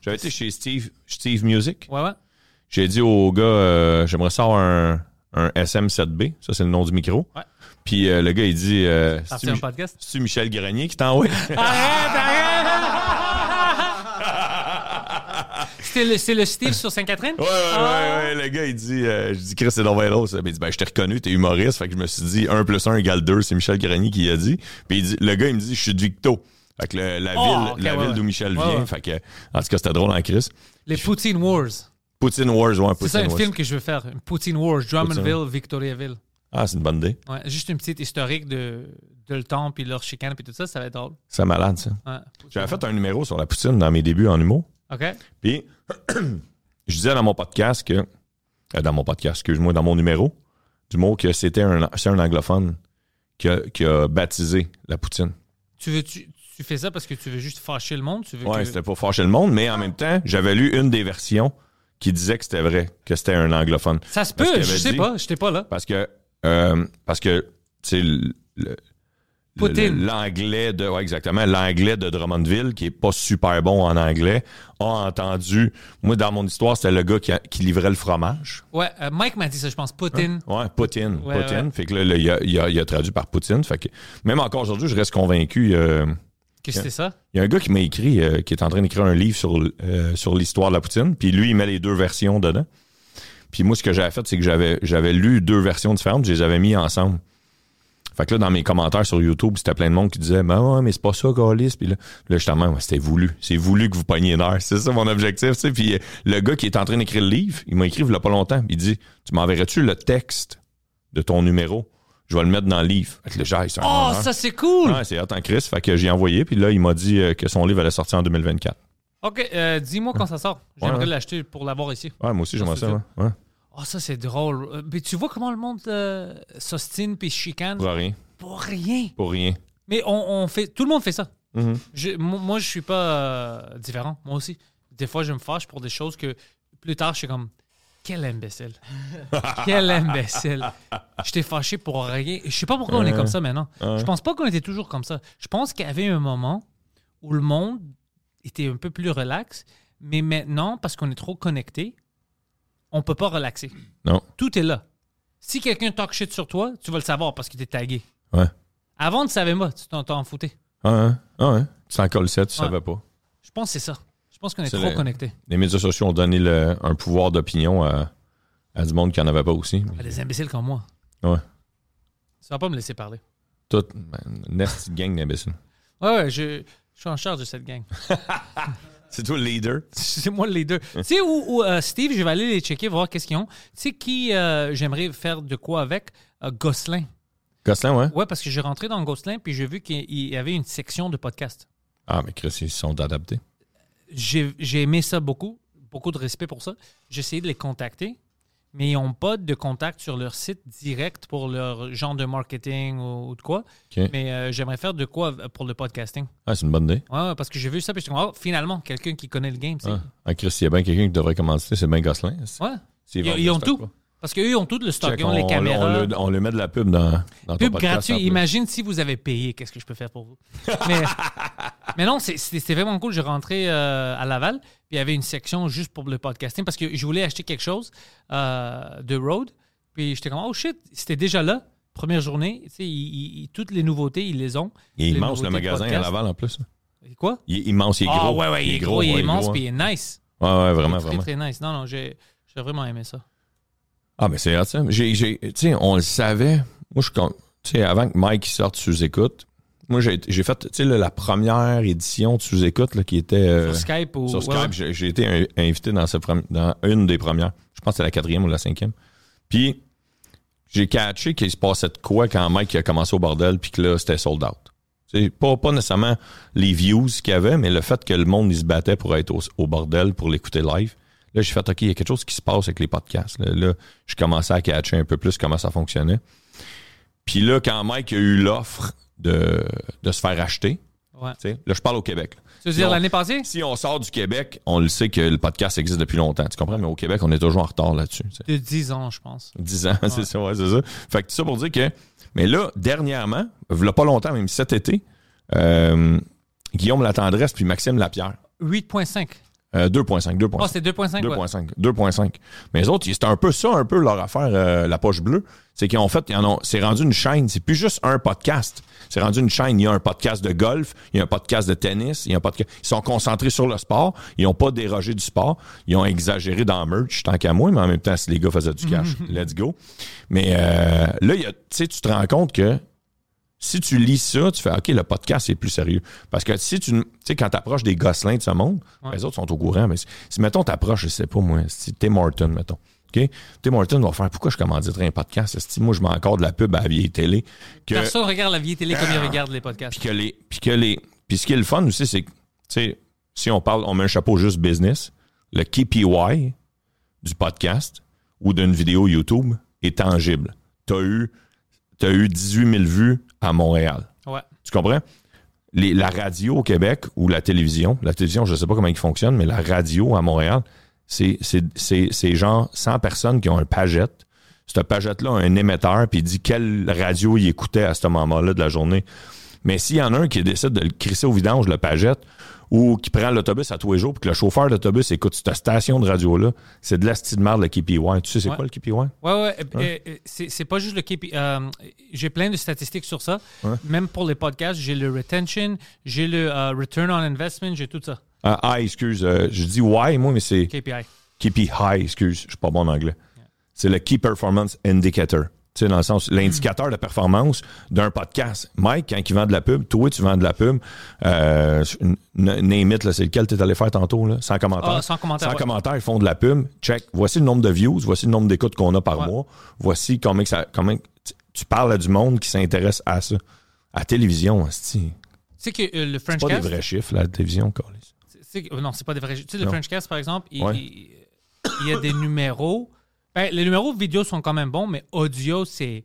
C: J'avais été chez Steve, Steve Music.
B: Ouais, ouais.
C: J'ai dit au gars, euh, j'aimerais ça avoir un, un SM7B. Ça, c'est le nom du micro.
B: Ouais.
C: Puis euh, le gars, il dit, euh,
B: Partir
C: c'est-tu
B: un
C: Mi-
B: podcast.
C: c'est-tu Michel Grenier qui t'envoie?
B: Arrête, arrête! C'est le, c'est le Steve sur Ah. Sainte-Catherine?
C: Ouais, ouais, ouais, ouais, le gars, il dit, euh, je dis, Chris, c'est dans l'autre. ça. Ben, Il dit, ben, je t'ai reconnu, t'es humoriste. Fait que je me suis dit, 1 plus 1 égale 2, c'est Michel Grenier qui a dit. Puis il dit, le gars, il me dit, je suis de Victo. Fait que le- la
B: Oh,
C: ville,
B: ok,
C: la
B: ouais,
C: ville
B: ouais.
C: d'où Michel
B: Ouais,
C: vient.
B: ouais.
C: Fait que, en tout cas, c'était drôle en Chris.
B: Les Poutine Wars.
C: Poutine Wars, ouais,
B: C'est
C: Poutine
B: ça, un
C: Wars.
B: film que je veux faire. une Poutine Wars, Drummondville, Victoriaville.
C: Ah, c'est une bonne idée.
B: Ouais, juste une petite historique de, de le temps, puis leur chicane, puis tout ça, ça va être drôle.
C: C'est malade, ça.
B: Ouais.
C: J'avais fait un numéro sur la poutine dans mes débuts en humour.
B: OK?
C: Puis, je disais dans mon podcast que. euh, Dans mon podcast, excuse-moi, dans mon numéro, du mot que c'était un, c'est un anglophone qui a, qui a baptisé la poutine.
B: Tu, veux, tu, tu fais ça parce que tu veux juste fâcher le monde? Tu veux
C: Ouais,
B: que-
C: c'était pour fâcher le monde, mais en même temps, j'avais lu une des versions qui disait que c'était vrai, que c'était un anglophone.
B: Ça se
C: Parce
B: peut,
C: qu'il
B: je
C: avait
B: sais
C: dit-
B: pas, j'étais pas là.
C: Parce que, euh, parce que, tu sais, le- le-
B: Poutine.
C: le- l'anglais de, ouais, exactement, l'anglais de Drummondville, qui est pas super bon en anglais, a entendu, moi, dans mon histoire, c'était le gars qui, a- qui livrait le fromage.
B: Ouais, euh, Mike m'a dit ça, je pense. Poutine.
C: Ouais, Poutine.
B: Ouais,
C: Poutine.
B: ouais.
C: Fait que là, là, il, a, il a- il a traduit par Poutine. Fait que même encore aujourd'hui, je reste convaincu. euh,
B: Que c'était ça?
C: il y a un gars qui m'a écrit, euh, qui est en train d'écrire un livre sur, l- euh, sur l'histoire de la Poutine. Puis lui, il met les deux versions dedans. Puis moi, ce que j'avais fait, c'est que j'avais, j'avais lu deux versions différentes, je les avais mis ensemble. Fait que là, dans mes commentaires sur YouTube, c'était plein de monde qui disait, ben ouais, mais c'est pas ça, Gaulis. Puis là, là justement, ouais, c'était voulu. C'est voulu que vous pogniez l'heure. C'est ça mon objectif, tu sais. Puis euh, le gars qui est en train d'écrire le livre, il m'a écrit il y a pas longtemps. Il dit, tu m'enverrais-tu le texte de ton numéro? Je vais le mettre dans le livre. Fait que le gars, il s'est dit,
B: Oh,
C: Ah,
B: ça, c'est cool!
C: Ouais, c'est hot en Chris. Fait que j'ai envoyé, puis là, il m'a dit euh, que son livre allait sortir en 2024.
B: OK, euh, dis-moi quand ça sort. J'aimerais
C: Ouais.
B: l'acheter pour l'avoir ici.
C: Ouais, moi aussi, j'aimerais
B: Ah, c'est
C: ça. Ouais. Ouais.
B: Oh, ça, c'est drôle. Euh, Mais tu vois comment le monde euh, s'ostine puis se chicane
C: Pour rien.
B: pour rien.
C: Pour rien.
B: Mais on, on fait, tout le monde fait ça.
C: Mhm.
B: Je, mo- moi, je suis pas euh, différent, moi aussi. Des fois, je me fâche pour des choses que plus tard, je suis comme quel imbécile. quel imbécile. Je t'ai fâché pour rien. Je sais pas pourquoi on est comme ça maintenant. Je pense pas qu'on était toujours comme ça. Je pense qu'il y avait un moment où le monde était un peu plus relax, mais maintenant, parce qu'on est trop connecté, on peut pas relaxer.
C: Non.
B: Tout est là. Si quelqu'un talk shit sur toi, tu vas le savoir parce qu'il t'est tagué.
C: Ouais.
B: Avant, tu savais pas, tu t'en- t'en foutais.
C: Ah, hein. Ah, hein. Tu t'en colles sept, tu
B: Ouais.
C: savais pas.
B: Je pense que c'est ça. Je pense qu'on est,
C: C'est
B: trop
C: le-
B: connectés.
C: Les médias sociaux ont donné le- un pouvoir d'opinion à, à du monde qui en avait pas aussi.
B: À des imbéciles comme moi.
C: Ouais.
B: Tu vas pas me laisser parler.
C: Toute ben, une nasty gang d'imbéciles.
B: Ouais, ouais, je, je suis en charge de cette gang.
C: C'est toi le leader.
B: C'est moi les deux. tu sais où, où, euh, Steve, je vais aller les checker, voir qu'est-ce qu'ils ont. Tu sais qui euh, j'aimerais faire de quoi avec? Euh, Gosselin.
C: Gosselin, ouais?
B: Ouais, parce que j'ai rentré dans Gosselin puis j'ai vu qu'il il y avait une section de podcast.
C: Ah, mais Chris, ils se sont adaptés.
B: J'ai j'ai aimé ça beaucoup. Beaucoup de respect pour ça. J'ai essayé de les contacter, mais ils n'ont pas de contact sur leur site direct pour leur genre de marketing ou, ou de quoi.
C: OK.
B: Mais euh, j'aimerais faire de quoi euh, pour le podcasting.
C: Ah, c'est une bonne idée.
B: Ouais, ouais, parce que j'ai vu ça, puis je suis comme, oh, finalement, quelqu'un qui connaît le game. tu sais.
C: Ah, Ah, Chris, il y a bien quelqu'un qui devrait commencer, c'est bien Gosselin.
B: Ouais.
C: S'ils
B: Ils,
C: vendent
B: ils
C: le
B: ont
C: stock,
B: tout.
C: quoi.
B: Parce qu'eux, ils ont tout le stock.
C: Check,
B: ils ont les
C: on-
B: caméras.
C: On, le- on le met de la pub dans, dans ton
B: Pub
C: podcast. en
B: gratuit.
C: plus.
B: Imagine si vous avez payé, qu'est-ce que je peux faire pour vous. Mais, mais non, c'est- c'est c'est vraiment cool. J'ai rentré euh, à Laval, puis il y avait une section juste pour le podcasting parce que je voulais acheter quelque chose euh, de Road. Puis j'étais comme, oh shit, c'était déjà là, première journée. Tu sais, ils- ils- ils- toutes les nouveautés, ils les ont.
C: Il est
B: Les
C: immense, le
B: nouveautés de
C: magasin à
B: podcast.
C: Laval, en plus.
B: Et Quoi?
C: Il est immense, il est
B: Ah
C: gros.
B: ouais, ouais, il est gros, il
C: ouais,
B: est immense,
C: gros,
B: puis il
C: hein.
B: est nice.
C: Ouais, ouais, vraiment,
B: très,
C: vraiment.
B: très nice. Non, non, j'ai j'ai vraiment aimé ça.
C: Ah, mais c'est hot, ça. J'ai, j'ai- tu sais, on le savait. Moi, je suis con- tu sais, avant que Mike sorte sous écoute, moi, j'ai, j'ai fait, tu sais, là, la première édition de sous écoute, qui était. euh,
B: Sur Skype ou.
C: sur Skype,
B: ouais, ouais.
C: j'ai, j'ai été in- invité dans, ce premi- dans une des premières. Je pense que c'est la quatrième ou la cinquième. Puis, j'ai catché qu'il se passait de quoi quand Mike a commencé au bordel, puis que là, c'était sold out. Tu sais, Pas, pas nécessairement les views qu'il y avait, mais le fait que le monde il se battait pour être au, au bordel, pour l'écouter live. Là, j'ai fait, OK, il y a quelque chose qui se passe avec les podcasts. Là, là, je commençais à catcher un peu plus comment ça fonctionnait. Puis là, quand Mike a eu l'offre de, de se faire acheter,
B: Ouais.
C: tu sais, là, je parle au Québec. là.
B: Tu veux dire
C: Ils ont-
B: l'année passée?
C: si on sort du Québec, on le sait que le podcast existe depuis longtemps. Tu comprends? Mais au Québec, on est toujours en retard là-dessus. tu sais.
B: De 10 ans, je pense.
C: 10 ans, c'est ça, ouais, c'est ça. Fait que tout ça pour dire que. Mais là, dernièrement, il pas longtemps, même cet été, euh, Guillaume Latendresse puis Maxime Lapierre.
B: 8.5.
C: euh, 2.5, 2.5.
B: Ah, c'est 2.5. ouais.
C: 2.5. 2.5. Mais les autres, c'était un peu ça, un peu leur affaire, euh, la poche bleue. C'est qu'ils ont fait, ils en ont- c'est rendu une chaîne. C'est plus juste un podcast. C'est rendu une chaîne. Il y a un podcast de golf, il y a un podcast de tennis, il y a un podcast. Ils sont concentrés sur le sport. Ils n'ont pas dérogé du sport. Ils ont exagéré dans le merch, tant qu'à moi, mais en même temps, si les gars faisaient du cash, let's go. Mais euh, là, il y a- tu sais, tu te rends compte que si tu lis ça, tu fais OK, le podcast est plus sérieux. Parce que si tu. Tu sais, quand tu approches des gosselins de ce monde, les autres sont au courant. Mais si, si, mettons, tu approches, je sais pas moi, si Tim Martin, mettons. OK? Tim Martin va faire pourquoi je commanditerais un podcast? Si moi, je mets encore de la pub à la vieille télé. Que,
B: Personne regarde la vieille télé comme il regarde les podcasts.
C: puis que les. Puis que les. Puis ce qui est le fun aussi, c'est que, tu sais, si on parle, on met un chapeau juste business, le KPY du podcast ou d'une vidéo YouTube est tangible. Tu as eu, t'as eu 18 000 vues à Montréal.
B: Ouais.
C: Tu comprends? Les- la radio au Québec ou la télévision, la télévision, je ne sais pas comment ils fonctionnent, mais la radio à Montréal, c'est- c'est c'est- c'est genre 100 personnes qui ont un pagette. Ce pagette-là a un émetteur, puis il dit quelle radio il écoutait à ce moment-là de la journée. Mais s'il y en a un qui décide de le crisser au vidange, le pagette, ou qui prend l'autobus à tous les jours, puis que le chauffeur d'autobus écoute cette station de radio-là, c'est de la de merde, le KPY. Tu sais, c'est
B: Ouais.
C: quoi le KPY?
B: Ouais, ouais. euh, euh, c'est c'est pas juste le KPI. euh, j'ai plein de statistiques sur ça. Même pour les podcasts, j'ai le retention, j'ai le euh, return on investment, j'ai tout ça.
C: Ah, ah, excuse, euh, je dis Y, moi, mais c'est.
B: KPI.
C: KPI, excuse, je suis pas bon en anglais. C'est le Key Performance Indicator. Tu sais, dans le sens, l'indicateur de performance d'un podcast. Mike, quand il vend de la pub, toi, tu vends de la pub. Euh, n- name it, là, c'est lequel tu es allé faire tantôt, là, sans commentaire.
B: Ah, sans commentaire, ouais.
C: commentaire, ils font de la pub. Check. Voici le nombre de views, voici le nombre d'écoutes qu'on a par
B: Ouais.
C: mois. Voici combien que ça. Combien... tu- Tu parles à du monde qui s'intéresse à ça. À la télévision, hostie.
B: Tu sais que euh, le
C: c'est pas des
B: Frenchcast.
C: vrais chiffres, la télévision, câlisse.
B: tu sais que- euh, non, c'est pas des vrais. Tu sais, le
C: Non.
B: Frenchcast, par exemple, il,
C: Ouais.
B: il- il y a des numéros. Ben, les numéros vidéo sont quand même bons, mais audio, c'est.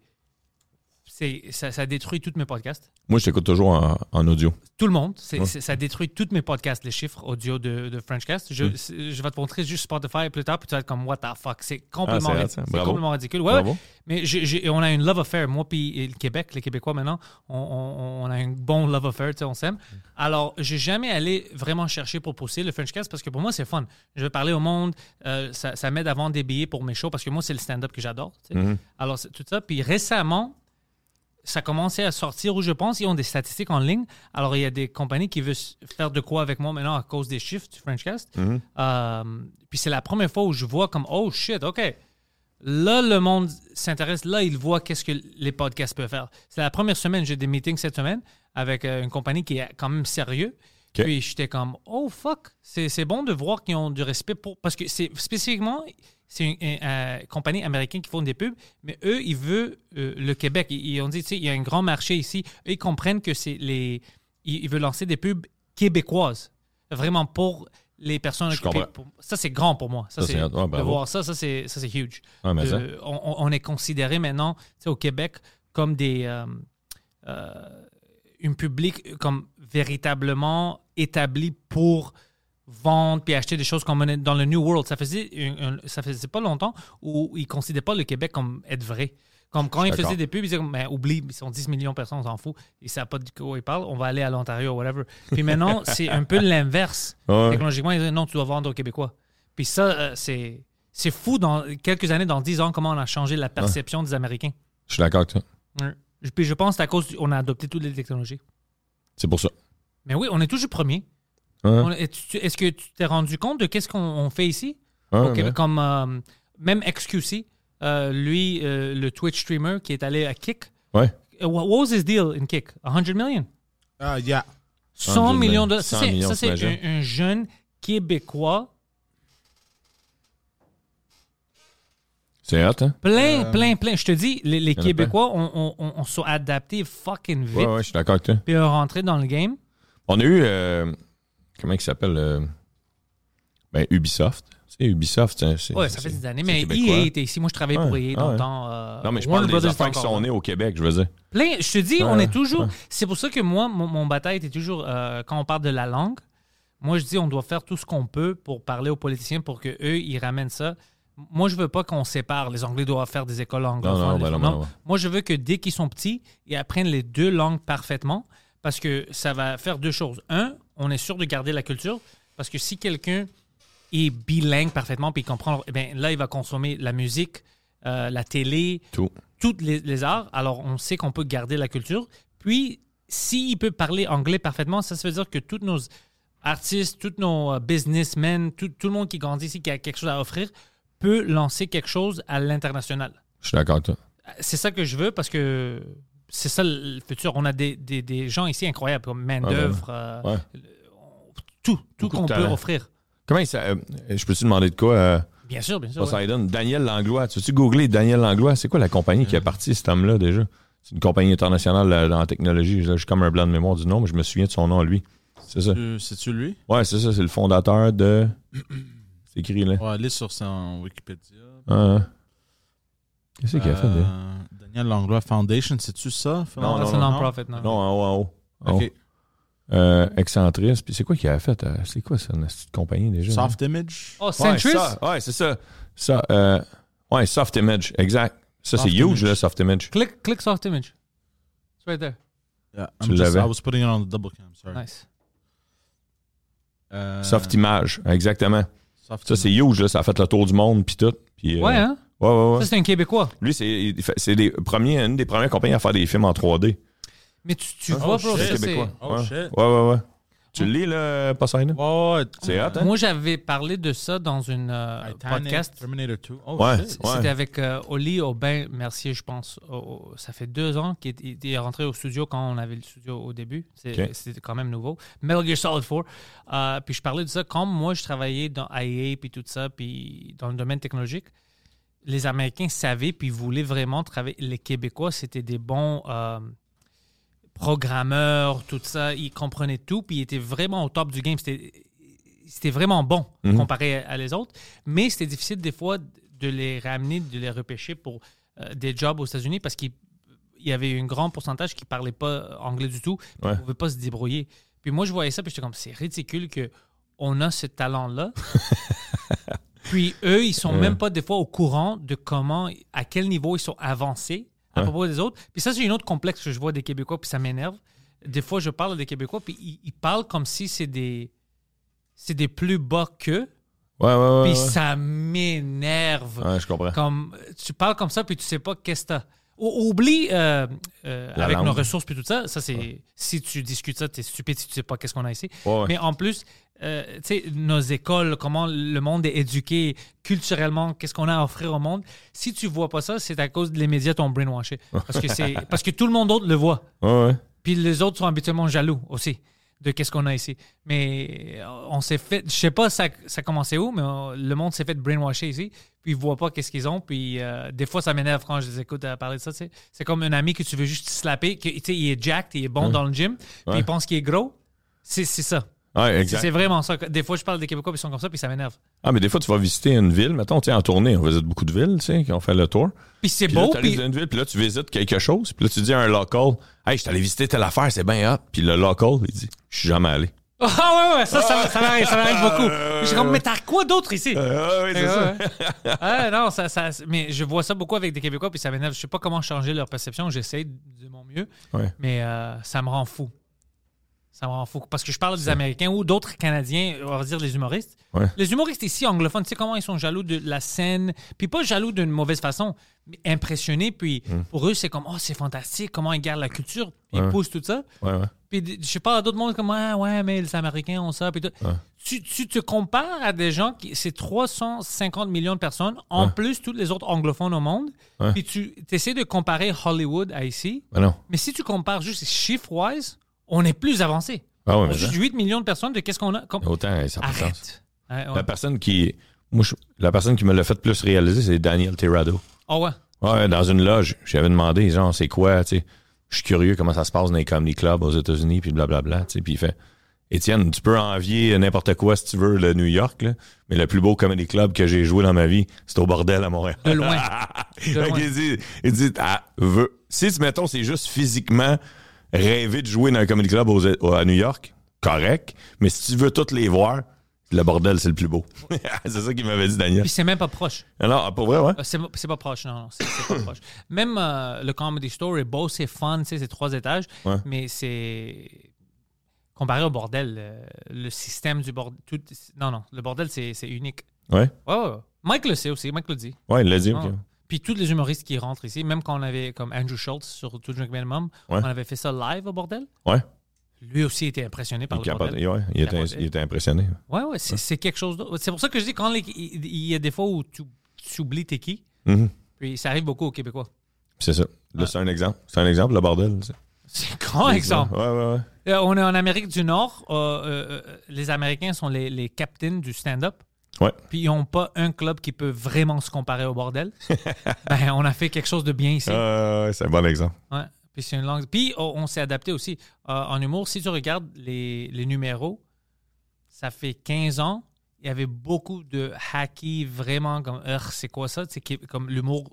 B: c'est ça, ça détruit tous mes podcasts.
C: Moi, je t'écoute toujours en, en audio.
B: Tout le monde. c'est-
C: Ouais.
B: c'est- ça détruit tous mes podcasts, les chiffres audio de, de Frenchcast.
C: Hmm.
B: Je, c'est- je vais te montrer juste Spotify plus tard, puis tu vas être comme, what the fuck. C'est complètement,
C: Ah, c'est
B: ri-
C: vrai, ça.
B: c'est
C: Bravo.
B: complètement ridicule. Ouais,
C: Bravo.
B: ouais. Mais j'ai- j'ai- on a une love affair, moi puis le Québec, les Québécois maintenant, on, on- on a un bon love affair, tu sais, on s'aime. Alors, j'ai jamais allé vraiment chercher pour pousser le Frenchcast parce que pour moi, c'est fun. Je vais parler au monde, euh, ça, ça m'aide à vendre des billets pour mes shows parce que moi, c'est le stand-up que j'adore. tu sais. Alors, c'est tout ça. Puis récemment, ça commençait à sortir où je pense, ils ont des statistiques en ligne. Alors, il y a des compagnies qui veulent s- faire de quoi avec moi maintenant à cause des chiffres du Frenchcast. Euh, puis c'est la première fois où je vois comme, oh shit, OK. Là, le monde s'intéresse. Là, il voit qu'est-ce que les podcasts peuvent faire. C'est la première semaine, j'ai des meetings cette semaine avec euh, une compagnie qui est quand même sérieux.
C: OK.
B: Puis j'étais comme, oh fuck, c'est c'est bon de voir qu'ils ont du respect pour. Parce que c'est spécifiquement, c'est une, une, euh, compagnie américaine qui font des pubs, mais eux, ils veulent euh, le Québec. Ils, ils ont dit, tu sais, il y a un grand marché ici. Eux, ils comprennent que c'est les. Ils, ils veulent lancer des pubs québécoises. Vraiment pour les personnes
C: Je comprends.
B: Pour- Ça, c'est grand pour moi. Ça,
C: Ça,
B: c'est.
C: c'est- Ah, ben ouais,
B: de
C: bravo.
B: voir ça, ça, c'est ça, c'est huge.
C: Ouais, mais
B: De-
C: ça.
B: on, on- on est considéré maintenant tu sais, au Québec comme des euh, euh, une public comme véritablement établi pour vendre puis acheter des choses comme on est dans le New World. Ça faisait un- un- ça faisait pas longtemps où ils considéraient pas le Québec comme être vrai. Comme quand ils
C: d'accord.
B: faisaient des pubs, ils disaient comme, Mais oublie, ils sont 10 millions de personnes, on s'en fout, ils savent pas de quoi ils parlent, on va aller à l'Ontario, whatever. Puis maintenant, c'est un peu l'inverse.
C: Ouais.
B: Technologiquement, ils disent non, tu dois vendre aux Québécois. Puis ça, euh, c'est, c'est fou dans quelques années, dans 10 ans, comment on a changé la perception des Américains.
C: Je suis d'accord avec toi.
B: Ouais. Je- Puis je pense que c'est à cause qu'on a adopté toutes les technologies.
C: C'est pour ça.
B: Mais oui, on est toujours premier.
C: Hein?
B: On- est- tu- Est-ce que tu t'es rendu compte de qu'est-ce qu'on on fait ici?
C: Hein,
B: au
C: ouais.
B: Québec, comme euh, même XQC, euh, lui, euh, le Twitch streamer qui est allé à Kick.
C: Ouais.
B: Euh, What was his deal in Kick? 100 million?
D: Ah, yeah.
B: 100 millions de dollars. Ça,
C: 100
B: c'est-
C: millions,
B: Ça, c'est
C: t'imagines?
B: un, un jeune Québécois
C: C'est hot, hein?
B: Plein, plein, plein. Je te dis, les, les
C: en a
B: Québécois, on, on, on, on s'est adaptés fucking vite.
C: Ouais, ouais, je suis d'accord avec toi.
B: Puis on est rentré dans le game.
C: On a eu. euh, comment il s'appelle? euh, ben, Ubisoft. C'est Ubisoft. c'est- c'est-
B: Ouais, ça
C: c'est-
B: fait des années.
C: c'est
B: Mais
C: québécois.
B: EA était ici. Moi, je travaillais pour
C: Ouais,
B: EA
C: ah
B: dans
C: ouais.
B: le temps. euh,
C: Non, mais je
B: Warner
C: parle des
B: Brothers
C: enfants
B: était
C: qui
B: encore hein.
C: sont
B: là.
C: nés au Québec, je veux dire.
B: Plein, je te dis, on
C: Ouais,
B: est toujours.
C: ouais.
B: C'est pour ça que moi, mon, mon bataille était toujours, euh, quand on parle de la langue, moi, je dis, on doit faire tout ce qu'on peut pour parler aux politiciens pour que eux ils ramènent ça. Moi, je veux pas qu'on sépare. Les Anglais doivent faire des écoles anglophones.
C: non,
B: les
C: ben non,
B: Fran-
C: ben non.
B: Moi, je veux que dès qu'ils sont petits, ils apprennent les deux langues parfaitement parce que ça va faire deux choses. Un, on est sûr de garder la culture parce que si quelqu'un est bilingue parfaitement puis il comprend, eh ben, là, il va consommer la musique, euh, la télé,
C: Tout.
B: toutes les, les arts. Alors, on sait qu'on peut garder la culture. Puis, s'il peut parler anglais parfaitement, ça, ça veut dire que tous nos artistes, tous nos euh, businessmen, tout, tout le monde qui grandit ici, qui a quelque chose à offrir, peut lancer quelque chose à l'international.
C: Je suis d'accord avec toi.
B: C'est ça que je veux parce que c'est ça le futur. On a des, des- des gens ici incroyables, comme main-d'œuvre, euh,
C: Ouais.
B: tout, tout
C: Beaucoup de
B: qu'on peut
C: talent.
B: offrir.
C: Comment il s'appelle? je peux-tu demander de quoi? euh,
B: Bien sûr, bien sûr. ouais.
C: Poseidon, Daniel Langlois. Tu veux-tu googler Daniel Langlois? C'est quoi la compagnie
B: Euh.
C: qui a parti cet homme-là déjà? C'est une compagnie internationale euh, dans la technologie. Je je suis comme un blanc de mémoire du nom, mais je me souviens de son nom, lui. C'est ça.
D: Euh, C'est-tu lui?
C: Ouais, c'est ça. C'est le fondateur de. C'est écrit là.
D: On va aller sur son Wikipédia.
C: Ah, ah. Qu'est-ce qu'il a fait, là?
D: Euh, Daniel Langlois Foundation, c'est-tu ça?
C: Non,
B: Non,
C: non,
B: c'est
C: non,
B: non-profit. non.
C: Euh, Non, en haut, en haut. En
D: Ok.
C: haut. Euh, Excentrice. Puis c'est quoi qu'il a fait? euh, C'est quoi ça, une petite compagnie déjà? là?
D: Soft Image?
B: Oh,
C: Ouais,
B: Centris?
C: ça, Ouais, c'est ça. Ça, euh, ouais, Soft Image. Exact. Ça, c'est
D: Soft
C: huge,
D: Image.
C: là, Soft Image.
B: Click, click soft image. It's right there.
D: Yeah,
C: Tu
D: I'm just,
C: l'avais.
D: I was putting it on the double cam, sorry.
B: Nice.
D: Euh,
C: Soft Image. Exactement.
D: Soft
C: Ça, c'est huge, là. Ça a fait le tour du monde, puis tout. Puis, euh,
B: Mm. Ouais, hein?
C: Ouais, ouais, ouais.
B: Ça, c'est un Québécois.
C: Lui, c'est il fait- c'est des premiers- une des premières compagnies à faire des films en 3D.
B: Mais tu, tu
C: Hein?
B: vois, bro,
C: C'est
B: ça, c'est...
C: québécois.
D: Oh,
C: ouais.
D: shit.
C: Ouais, ouais, ouais. Tu le lis, le Poseidon?
D: Oh,
C: C'est hot, hein?
B: Moi, j'avais parlé de ça dans une euh, podcast.
D: Terminator 2. Oh,
C: Ouais.
D: shit.
C: Ouais.
B: C'était avec euh, Oli Aubin Mercier, je pense. Au- au- ça fait deux ans qu'il est, il est rentré au studio quand on avait le studio au début. C'est-
C: Ok.
B: C'était quand même nouveau. Metal Gear Solid 4. Euh, puis je parlais de ça quand moi, je travaillais dans IA puis tout ça, puis dans le domaine technologique. Les Américains savaient puis voulaient vraiment travailler. Les Québécois, c'était des bons euh, programmeurs, tout ça. Ils comprenaient tout, puis ils étaient vraiment au top du game. C'était c'était vraiment bon
C: Mhm.
B: comparé à, à les autres, mais c'était difficile des fois de les ramener, de les repêcher pour euh, des jobs aux États-Unis parce qu'il il y avait un grand pourcentage qui ne parlait pas anglais du tout, qui
C: Ouais.
B: ne pouvaient pas se débrouiller. Puis moi, je voyais ça, puis j'étais comme, c'est ridicule que on a ce talent-là. puis eux, ils sont même pas des fois au courant de comment, à quel niveau ils sont avancés à propos des autres. Puis ça, c'est une autre complexe que je vois des Québécois, puis ça m'énerve. Des fois, je parle à des Québécois, puis ils, ils parlent comme si c'est des, c'est des plus bas qu'eux,
C: Ouais, ouais, ouais.
B: puis
C: ouais.
B: ça m'énerve.
C: Ouais, je comprends.
B: Comme tu parles comme ça, puis tu sais pas qu'est-ce que t'as. O- Oublie euh, euh,
C: La
B: avec nos
C: langue.
B: ressources puis tout ça. Ça c'est si tu discutes ça, t'es stupide si tu sais pas qu'est-ce qu'on a ici.
C: Ouais, ouais.
B: Mais en plus, euh, tu sais nos écoles, comment le monde est éduqué culturellement, qu'est-ce qu'on a à offrir au monde. Si tu vois pas ça, c'est à cause des médias t'ont brainwashé parce que c'est parce que tout le monde d'autre le voit.
C: Ouais, ouais.
B: Puis les autres sont habituellement jaloux aussi de qu'est-ce qu'on a ici. Mais euh, on s'est fait, je sais pas ça, ça a commencé où, mais euh, le monde s'est fait brainwasher ici, puis ils voient pas qu'est-ce qu'ils ont, puis euh, des fois ça m'énerve quand je les écoute à parler de ça, tu sais. C'est comme un ami que tu veux juste slapper, que, tu sais, il est jacked, il est bon dans le gym, puis
C: Ouais.
B: il pense qu'il est gros. C'est c'est ça.
C: Ouais,
B: C'est
C: exact.
B: c'est vraiment ça. Des fois, je parle des Québécois, puis ils sont comme ça, puis ça m'énerve.
C: Ah, mais des fois, tu vas visiter une ville, mettons, tu sais, en tournée, on visite beaucoup de villes, tu sais, on fait le tour.
B: Puis c'est
C: Puis là,
B: beau,
C: t'arrives
B: puis
C: dans une ville, puis là, tu visites quelque chose, puis là, tu dis à un local, hey, je suis allé visiter telle affaire, c'est bien hot. Puis le local, il dit, je suis jamais allé.
B: Ah ouais, ouais, ça, ça, ça m'arrive, ça m'arrive beaucoup.
C: Euh,
B: Je suis comme, mais t'as quoi d'autre ici?
C: Ah, oui, c'est ça.
B: Ouais. Ah, non, ça, ça, mais je vois ça beaucoup avec des Québécois, puis ça m'énerve. Je sais pas comment changer leur perception. J'essaie de mon mieux,
C: Ouais.
B: mais euh, ça me rend fou. Ça me rend fou. Parce que je parle des Américains ou d'autres Canadiens, on va dire les humoristes.
C: Ouais.
B: Les humoristes ici, anglophones, tu sais comment ils sont jaloux de la scène, puis pas jaloux d'une mauvaise façon, mais impressionnés. Puis pour eux, c'est comme, oh, c'est fantastique, comment ils gardent la culture, ils
C: Hmm. Ouais.
B: poussent tout ça.
C: Ouais, ouais.
B: Puis d- je parle à d'autres mondes comme ah ouais mais les Américains ont ça puis tout. Tu, tu te compares à des gens qui c'est 350 millions de personnes en plus tous les autres anglophones au monde.
C: Ouais.
B: Puis tu essaies de comparer Hollywood à ici.
C: Ben non.
B: Mais si tu compares juste chiffre wise, on est plus avancé.
C: Ah, ouais,
B: On a
C: mais
B: juste
C: ça.
B: 8 millions de personnes de qu'est-ce qu'on a comme
C: Autant, ça n'a pas de sens.
B: arrête. Ouais, ouais.
C: La personne qui. Moi, je- la personne qui me l'a fait plus réaliser, c'est Daniel Tirado.
B: Ah ouais.
C: Ouais, dans une loge, j'avais demandé, genre, c'est quoi, tu sais, je suis curieux comment ça se passe dans les comedy clubs aux États-Unis, puis blablabla, tu sais, puis il fait, Étienne, tu peux envier n'importe quoi si tu veux le New York, là, mais le plus beau comedy club que j'ai joué dans ma vie, c'est au bordel à Montréal.
B: De loin. De
C: Fait
B: loin.
C: qu'il dit, il dit, ah, veux- si, mettons, c'est juste physiquement rêver de jouer dans un comedy club aux- au- à New York, correct, mais si tu veux toutes les voir, le bordel, c'est le plus beau. c'est ça qu'il m'avait dit, Daniel.
B: Puis c'est même pas proche.
C: Alors, ah, pour vrai, ouais?
B: Euh, C'est c'est pas proche, non, non, c'est c'est pas proche. Même euh, le Comedy Store est beau, c'est fun, tu sais, c'est trois étages,
C: Ouais.
B: mais c'est. Comparé au bordel, euh, le système du bordel. tout- non, non, le bordel, c'est c'est unique.
C: Ouais,
B: Ouais, ouais, ouais. Mike le sait aussi, Mike le dit.
C: ouais, il l'a dit.
B: Ah.
C: ok.
B: Puis tous les humoristes qui rentrent ici, même quand on avait comme Andrew Schultz sur Two Drink Minimum,
C: Ouais.
B: on avait fait ça live au bordel.
C: Ouais.
B: Lui aussi était impressionné par
C: Il,
B: le
C: capote-
B: bordel.
C: ouais, il, était,
B: Capoté.
C: il était impressionné.
B: Ouais, ouais, c'est c'est quelque chose d'autre. C'est pour ça que je dis, quand les- il il y a des fois où tu tu oublies t'es qui,
C: Mhm.
B: puis ça arrive beaucoup aux Québécois.
C: C'est ça.
B: Ah.
C: Là, c'est un exemple. C'est un exemple, le bordel. ça.
B: C'est un grand exemple.
C: Ouais, ouais, ouais.
B: Euh, on est en Amérique du Nord. euh, euh, euh, les Américains sont les, les captains du stand-up.
C: Ouais.
B: Puis ils n'ont pas un club qui peut vraiment se comparer au bordel. ben, on a fait quelque chose de bien ici.
C: Euh, c'est un bon exemple.
B: Ouais. Puis c'est une langue. Puis oh, on, on s'est adapté aussi. Euh, en humour, si tu regardes les, les numéros, ça fait 15 ans. Il y avait beaucoup de hacky vraiment comme Urgh, c'est quoi ça? C'est qué- comme l'humour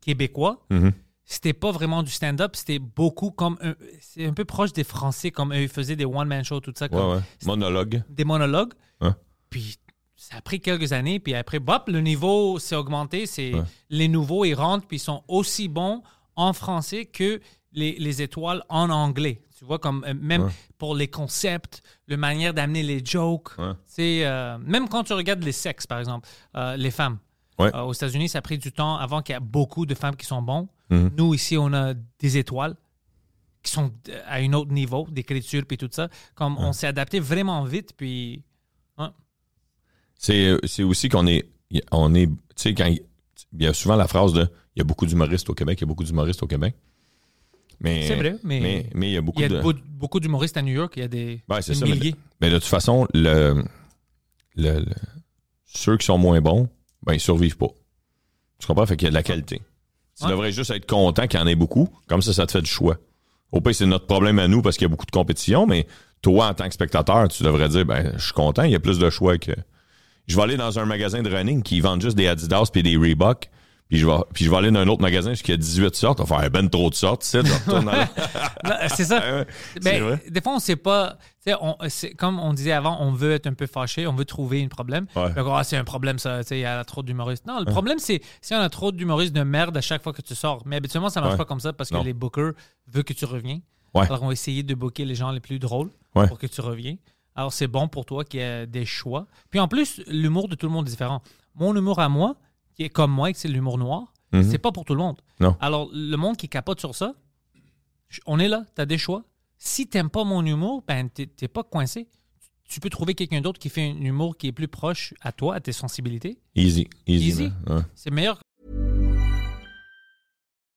B: québécois
C: Mhm.
B: c'était pas vraiment du stand-up, c'était beaucoup comme un, c'est un peu proche des Français comme eux, ils faisaient des one-man shows tout ça, comme
C: Ouais, ouais. Monologue.
B: des monologues.
C: Ouais.
B: Puis ça a pris quelques années, puis après, bop, le niveau s'est augmenté, c'est les nouveaux ils rentrent puis ils sont aussi bons en français que les, les étoiles en anglais. Tu vois comme euh, même pour les concepts, la manière d'amener les jokes,
C: Ouais.
B: c'est euh, même quand tu regardes les sexes par exemple, euh, les femmes.
C: Ouais.
B: Euh, aux États-Unis, ça a pris du temps avant qu'il y ait beaucoup de femmes qui sont bons.
C: Mhm.
B: Nous, ici, on a des étoiles. qui sont euh, à un autre niveau, d'écriture puis tout ça. Comme on s'est adapté vraiment vite, puis ouais.
C: C'est c'est aussi qu'on est. On est tu sais, quand. Il il y a souvent la phrase de il y a beaucoup d'humoristes au Québec, il y a beaucoup d'humoristes au Québec. Mais,
B: C'est vrai, mais-
C: mais. mais il y a beaucoup
B: il y a
C: de.
B: beau- beaucoup d'humoristes à New York, il y a des,
C: Ouais, c'est
B: des
C: ça, mais,
B: milliers.
C: mais de toute façon, le, le- le- ceux qui sont moins bons, ben, ils survivent pas. Tu comprends? Fait qu'il y a de la qualité. Tu
B: Ouais.
C: devrais juste être content qu'il y en ait beaucoup. Comme ça, ça te fait du choix. Au pire, c'est notre problème à nous parce qu'il y a beaucoup de compétition, mais toi, en tant que spectateur, tu devrais dire, ben, je suis content, il y a plus de choix que. Je vais aller dans un magasin de running qui vendent juste des Adidas puis des Reebok. Puis je, vais, puis je vais aller dans un autre magasin parce qu'il y a 18 sortes. On va faire ben trop de sortes, tu sais. je retourne dans la-
B: Non, C'est ça.
C: Ah C'est
B: Mais
C: vrai.
B: des fois, on ne sait pas. tu sais, on- c'est- comme on disait avant, on veut être un peu fâché, on veut trouver un problème.
C: Ouais. Ah.
B: Donc, Ah, c'est un problème, ça. tu sais, Il y a trop d'humoristes. Non, le problème, c'est si on a trop d'humoristes de merde à chaque fois que tu sors. Mais habituellement, ça ne marche
C: Ouais.
B: pas comme ça parce que
C: Non.
B: les bookers veulent que tu reviennes.
C: Ouais.
B: Alors, on va essayer de booker les gens les plus drôles
C: Ouais.
B: pour que tu reviennes. Alors, c'est bon pour toi qu'il y ait des choix. Puis en plus, l'humour de tout le monde est différent. Mon humour à moi, qui est comme moi, et que c'est l'humour noir,
C: Mhm.
B: c'est pas pour tout le monde.
C: Non.
B: Alors, le monde qui capote sur ça, je- on est là, tu as des choix. Si t'aimes pas mon humour, ben t'es t'es pas coincé. Tu- Tu peux trouver quelqu'un d'autre qui fait un humour qui est plus proche à toi, à tes sensibilités.
C: Easy. Easy.
B: Easy.
C: man. Ouais.
B: C'est meilleur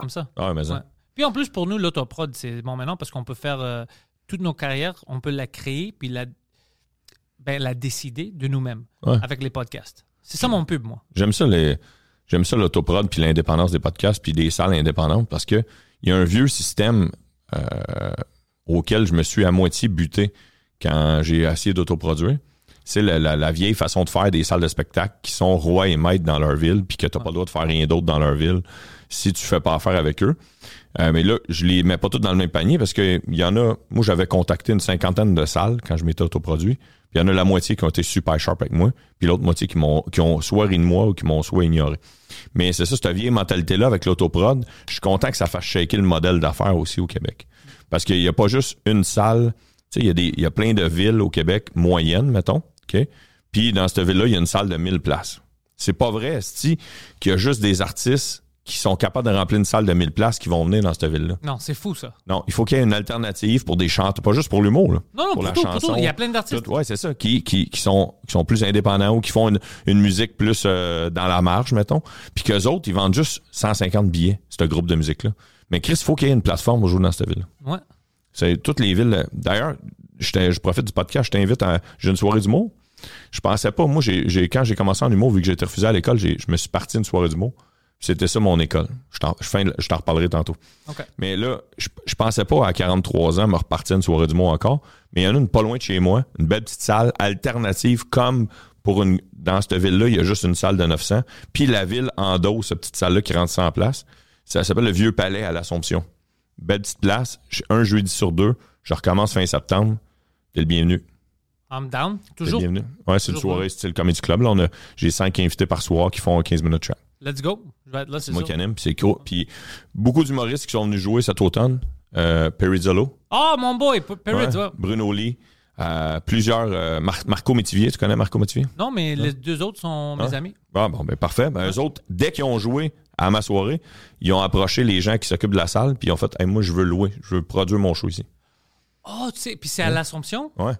B: comme ça.
C: Ah, mais ça.
B: Ouais. Puis en plus, pour nous, l'autoprod, c'est bon maintenant parce qu'on peut faire euh, toutes nos carrières, on peut la créer puis la, ben, la décider de nous-mêmes
C: Ouais.
B: avec les podcasts. C'est ça mon pub, moi.
C: J'aime ça les j'aime ça l'autoprod puis l'indépendance des podcasts puis des salles indépendantes parce que il y a un vieux système euh, auquel je me suis à moitié buté quand j'ai essayé d'autoproduire. C'est la, la- la vieille façon de faire des salles de spectacle qui sont rois et maîtres dans leur ville puis que tu n'as pas le droit de faire rien d'autre dans leur ville si tu fais pas affaire avec eux. Euh, mais là, je les mets pas toutes dans le même panier parce que il y en a. Moi, j'avais contacté une cinquantaine de salles quand je m'étais autoproduit. Puis il y en a la moitié qui ont été super sharp avec moi, puis l'autre moitié qui m'ont qui ont soit ri de moi ou qui m'ont soit ignoré. Mais c'est ça, cette vieille mentalité-là avec l'autoprod, je suis content que ça fasse shaker le modèle d'affaires aussi au Québec. Parce qu'il n'y a pas juste une salle. Tu sais, il y, a des- il y a plein de villes au Québec moyennes, mettons. OK? Puis dans cette ville-là, il y a une salle de 1000 places. C'est pas vrai, Esti, qu'il y a juste des artistes qui sont capables de remplir une salle de 1000 places qui vont venir dans cette ville-là.
B: Non, c'est fou, ça.
C: Non, il faut qu'il y ait une alternative pour des chanteurs, pas juste pour l'humour. là.
B: Non, non, pour
C: la
B: tout, pour
C: chanson.
B: tout. Il y a plein d'artistes.
C: Tout, ouais, c'est ça, qui, qui, qui sont, qui sont plus indépendants ou qui font une, une musique plus euh, dans la marge, mettons. Puis qu'eux autres, ils vendent juste 150 billets, ce groupe de musique-là. Mais Chris, il faut qu'il y ait une plateforme aujourd'hui dans cette ville.
B: Ouais.
C: C'est toutes les villes. euh, D'ailleurs, je, t'in- je profite du podcast, je t'invite à. J'ai une soirée d'humour. Je pensais pas. Moi, j'ai, j'ai- quand j'ai commencé en humour, vu que j'étais refusé à l'école, j'ai- je me suis parti une soirée d'humour. C'était ça mon école. Je t'en, je fin- je t'en reparlerai tantôt.
B: OK.
C: Mais là, je, je pensais pas à 43 ans me repartir une soirée du mot encore. Mais il y en a une pas loin de chez moi, une belle petite salle alternative comme pour une dans cette ville-là, il y a juste une salle de 900. Puis la ville endosse cette petite salle-là qui rentre 100 places. Ça s'appelle le Vieux Palais à l'Assomption. Belle petite place. J'ai Un jeudi sur deux. Je recommence fin septembre. T'es le bienvenu.
B: I'm down.
C: T'es
B: Toujours.
C: le bienvenu. Ouais, c'est une
B: Toujours,
C: soirée style Comedy Club. Là, on a, j'ai cinq invités par soir qui font 15 minutes chaque.
B: Let's go. Je vais être là,
C: C'est
B: c'est
C: moi
B: sûr.
C: qui anime. puis C'est cool. Puis beaucoup d'humoristes qui sont venus jouer cet automne. Euh, Perizzolo.
B: Ah, mon boy, P- Perry,
C: Ouais,
B: tu vois.
C: Bruno Lee, euh, plusieurs. euh, Mar- Marco Métivier, tu connais Marco Métivier?
B: Non, mais les deux autres sont mes amis.
C: Ah, bon, ben parfait. Ben, eux autres, dès qu'ils ont joué à ma soirée, ils ont approché les gens qui s'occupent de la salle, puis ils ont fait Hey, Moi, je veux louer, je veux produire mon show ici.
B: Oh, tu sais, puis c'est à l'Assomption.
C: Ouais.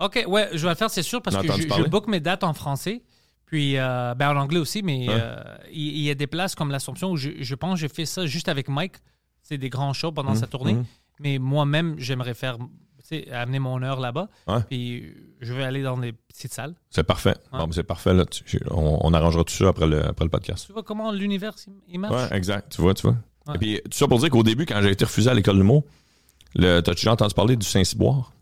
B: OK, ouais, je vais le faire, c'est sûr, parce
C: On a
B: que
C: entendu
B: je, je
C: parler.
B: book mes dates en français, puis euh, ben, en anglais aussi,
C: Hein?
B: mais euh, il il y, a des places comme l'Assomption où je, je pense que j'ai fait ça juste avec Mike. C'est des grands shows
C: Mmh,
B: pendant sa tournée. Mais moi-même, j'aimerais faire, tu sais, amener mon heure là-bas.
C: Ouais.
B: Puis je vais aller dans des petites salles.
C: C'est parfait.
B: Ouais.
C: Bon, ben, c'est parfait. Là, Tu- j'ai- on, on arrangera tout ça après le, après le podcast.
B: Tu vois comment l'univers il- il marche?
C: Ouais, exact. Tu vois, tu vois.
B: Ouais.
C: Et puis, tout ça pour dire qu'au début, quand j'ai été refusé à l'école de mots, t'as-tu déjà entendu parler du Saint-Cyboire?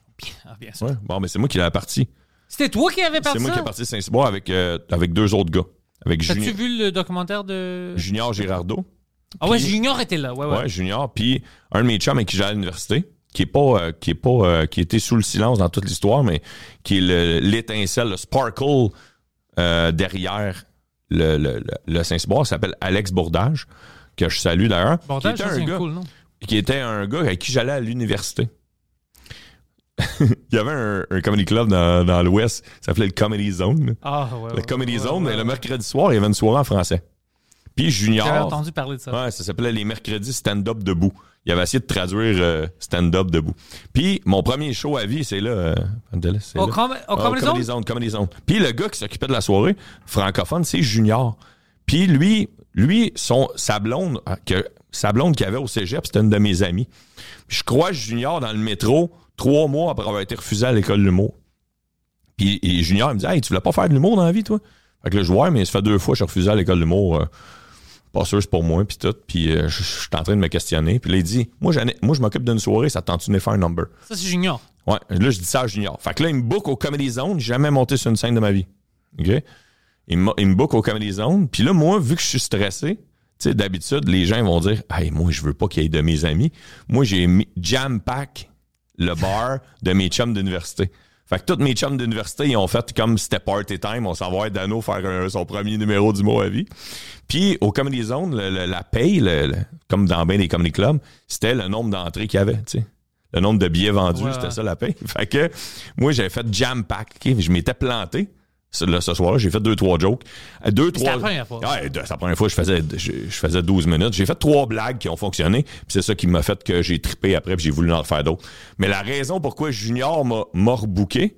B: Ah, bien sûr.
C: Ouais. Bon, mais c'est moi qui l'ai parti.
B: C'était toi qui avais
C: C'est
B: parti
C: moi qui
B: ça?
C: ai parti Saint-Cyboire avec, euh, avec deux autres gars. Avec
B: T'as-tu
C: Juni-
B: vu le documentaire de...
C: Junior Girardeau,
B: Ah ouais,
C: Puis-
B: Junior était là. Ouais, ouais.
C: Ouais, junior. Puis un de mes chums avec qui j'allais à l'université, qui est pas, euh, qui est pas, euh, qui était sous le silence dans toute l'histoire, mais qui est le- l'étincelle, le sparkle euh, derrière le, le, le, le Saint-Cyboire, s'appelle Alex Bourdage, que je salue d'ailleurs. qui
B: Bordel,
C: était
B: ça,
C: un
B: c'est un
C: gars-
B: cool, non?
C: qui était un gars avec qui j'allais à l'université. Il y avait un, un comedy club dans, dans l'Ouest, ça s'appelait le Comedy Zone.
B: Ah, ouais.
C: Le
B: ouais,
C: Comedy
B: ouais,
C: Zone,
B: ouais,
C: et le
B: ouais.
C: mercredi soir, il y avait une soirée en français. Puis Junior.
B: J'avais entendu parler de ça.
C: Ouais, ça s'appelait les mercredis stand-up debout. Il avait essayé de traduire euh, stand-up debout. Puis mon premier show à vie, c'est là. euh, Pantelis, c'est
B: Au
C: là.
B: Crom- au
C: Ah,
B: Comedy Zone?
C: Comedy Comedy Zone. Puis le gars qui s'occupait de la soirée, francophone, c'est Junior. Puis lui, lui, son, sa blonde, ah, que, sa blonde qu'il avait au cégep, c'était une de mes amies. Puis je crois Junior dans le métro, trois mois après avoir été refusé à l'école de l'humour. Puis et Junior, il me dit Hey, tu voulais pas faire de l'humour dans la vie, toi Fait que là, je vois, mais ça fait deux fois que je suis refusé à l'école de l'humour. euh, pas sûr, c'est pour moi, puis tout. Puis euh, je je suis en train de me questionner. Puis là, il dit Moi, j'en ai- moi je m'occupe d'une soirée, ça te tente-tu de venir faire un number
B: Ça, c'est Junior.
C: Ouais, là, je dis ça à Junior. Fait que là, il me book au Comedy Zone. J'ai jamais monté sur une scène de ma vie. OK? Il me, il me book au Comedy Zone. Puis là, moi, vu que je suis stressé, tu sais, d'habitude, les gens vont dire Hey, moi, je veux pas qu'il y ait de mes amis. Moi, j'ai mis jam-pack le bar de mes chums d'université. Fait que tous mes chums d'université, ils ont fait comme c'était party time. On s'en va voir Dano faire un- son premier numéro du mot à vie. Puis au Comedy Zone, le- le- la paye, le- le- comme dans bien des Comedy Clubs, c'était le nombre d'entrées qu'il y avait, tu sais. Le nombre de billets vendus,
B: Ouais,
C: c'était
B: ouais.
C: ça la paye. Fait que moi, j'avais fait jam pack. ok? Je m'étais planté. Ce, là, ce soir-là, j'ai fait deux, trois jokes. Euh, Deux,
B: C'était
C: trois.
B: la première fois.
C: Ouais, deux- c'est la première fois, je faisais, je, je faisais 12 minutes. J'ai fait trois blagues qui ont fonctionné. Puis c'est ça qui m'a fait que j'ai trippé après, puis j'ai voulu en faire d'autres. Mais la raison pourquoi Junior m'a m'a rebooké,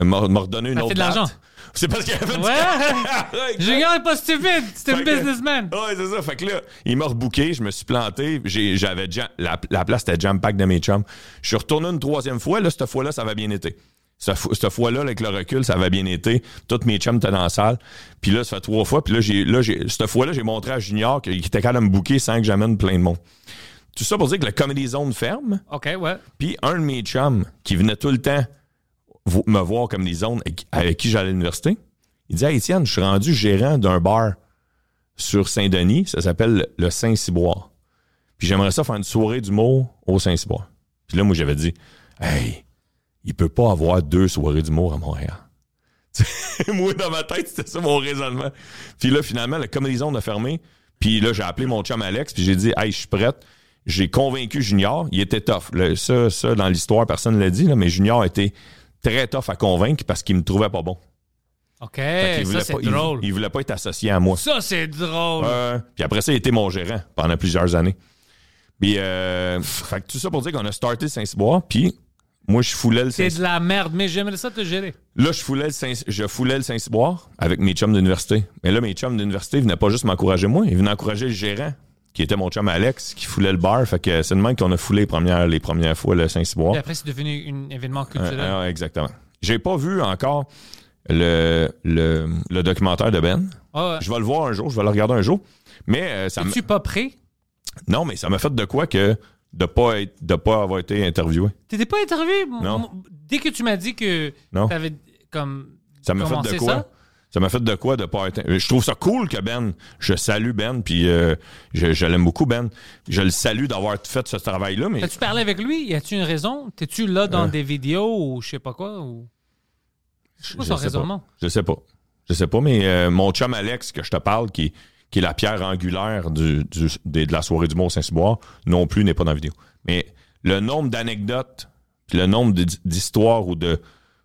C: m'a m'a redonné une
B: Ça fait
C: autre.
B: de
C: date,
B: l'argent.
C: C'est parce qu'il a fait du-
B: Ouais. Junior est pas stupide. C'est un
C: Fait que-
B: businessman.
C: Ouais, c'est ça. Fait que là, il m'a rebooké, je me suis planté, j'ai- j'avais jam- la, la place était jam pack de mes chums. Je suis retourné une troisième fois, là, cette fois-là, ça avait bien été. Cette, fo- cette fois-là, là, avec le recul, ça avait bien été. Toutes mes chums étaient dans la salle. Puis là, ça fait trois fois. Puis là, j'ai, là, j'ai, cette fois-là, j'ai montré à Junior qu'il était capable de me booker sans que j'amène plein de monde. Tout ça pour dire que la Comedy Zone ferme.
B: OK, ouais.
C: Puis un de mes chums qui venait tout le temps vo- me voir comme des zones avec- avec qui j'allais à l'université, il disait Hey, Étienne, je suis rendu gérant d'un bar sur Saint-Denis, ça s'appelle le Saint-Ciboire. Puis j'aimerais ça faire une soirée d'humour au Saint-Ciboire. Puis là, moi, j'avais dit Hey, il peut pas avoir deux soirées d'humour à Montréal. Tu sais, moi, dans ma tête, c'était ça mon raisonnement. Puis là, finalement, la Comedy Zone a fermé. Puis là, j'ai appelé mon chum Alex, puis j'ai dit Hey, je suis prête. J'ai convaincu Junior. Il était tough. Le- ça, ça, dans l'histoire, personne ne l'a dit, là, mais Junior a été très tough à convaincre parce qu'il me trouvait pas bon.
B: OK,
C: Fait qu'il
B: Eh, ça,
C: voulait
B: c'est
C: pas- il-
B: drôle.
C: Il, voulait pas être associé à moi.
B: Ça, c'est drôle.
C: Ouais, ouais. puis après ça, il était mon gérant pendant plusieurs années. Puis, euh, fait que tout ça pour dire qu'on a starté Saint-Cyboire, puis moi, je foulais le
B: C'est
C: Saint-Cyboire.
B: de la merde, mais j'aimerais ça te gérer.
C: Là, je foulais le Saint, je foulais le Saint-Cyboire avec mes chums d'université. Mais là, mes chums d'université venaient pas juste m'encourager moi, ils venaient encourager le gérant, qui était mon chum Alex, qui foulait le bar. Fait que c'est de même qu'on a foulé les premières, les premières fois le Saint-Cyboire.
B: Puis après, c'est devenu un événement
C: Ah,
B: culturel.
C: ah, exactement. J'ai pas vu encore le, le, le documentaire de Ben.
B: Ah, ouais.
C: Je vais le voir un jour, je vais le regarder un jour. Mais euh, ça me-
B: Es-tu pas prêt?
C: non, mais ça m'a fait de quoi que de pas être, de pas avoir été interviewé.
B: T'étais pas interviewé? M-
C: Non.
B: m- Dès que tu m'as dit que
C: Non.
B: t'avais comme.
C: Ça m'a fait
B: commencé
C: de quoi?
B: ça?
C: Ça m'a fait de quoi de pas être. Je trouve ça cool que Ben, je salue Ben, puis euh, je, je l'aime beaucoup Ben. Je le salue d'avoir fait ce travail-là, mais
B: As-tu parlé avec lui? Y a-tu une raison? T'es-tu là dans
C: Euh.
B: des vidéos ou je sais pas quoi? Ou... Je sais pas
C: Je
B: son
C: sais
B: raisonnement.
C: Je sais pas. Je sais pas, mais euh, mon chum Alex, que je te parle, qui, qui est la pierre angulaire du, du- des- de la soirée du Mont Saint-Cyboire, non plus n'est pas dans la vidéo. Mais le nombre d'anecdotes, puis le nombre d- d'histoires ou de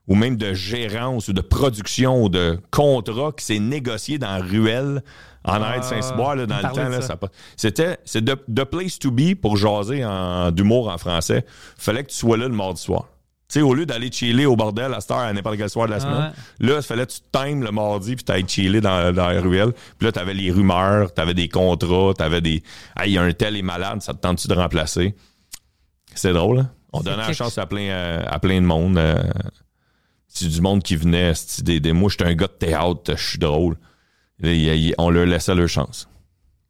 C: ou même de gérance ou de production ou de contrat qui s'est négocié dans la ruelle en
B: Ah,
C: aide Saint-Cyboire là, dans
B: on
C: le
B: parlait
C: temps.
B: de
C: là,
B: ça.
C: ça a pas- C'était c'est the, the place to be pour jaser en, d'humour en français. Fallait que tu sois là le mardi soir. Tu sais, au lieu d'aller chiller au bordel à cette heure à n'importe quel soir de la semaine,
B: Ah ouais.
C: Là, il fallait que tu te times le mardi, puis t'ailles chiller dans, dans la ruelle. Puis là, t'avais les rumeurs, t'avais des contrats, t'avais des. Hey, y a un tel est malade, ça te tente-tu de remplacer? C'est drôle, hein? On
B: C'est
C: donnait la
B: quelque-
C: chance à plein, euh, à plein de monde. euh, c'est du monde qui venait. c'est Des, des, moi, j'étais un gars de théâtre, je suis drôle. Là, y- y- on leur laissait leur chance.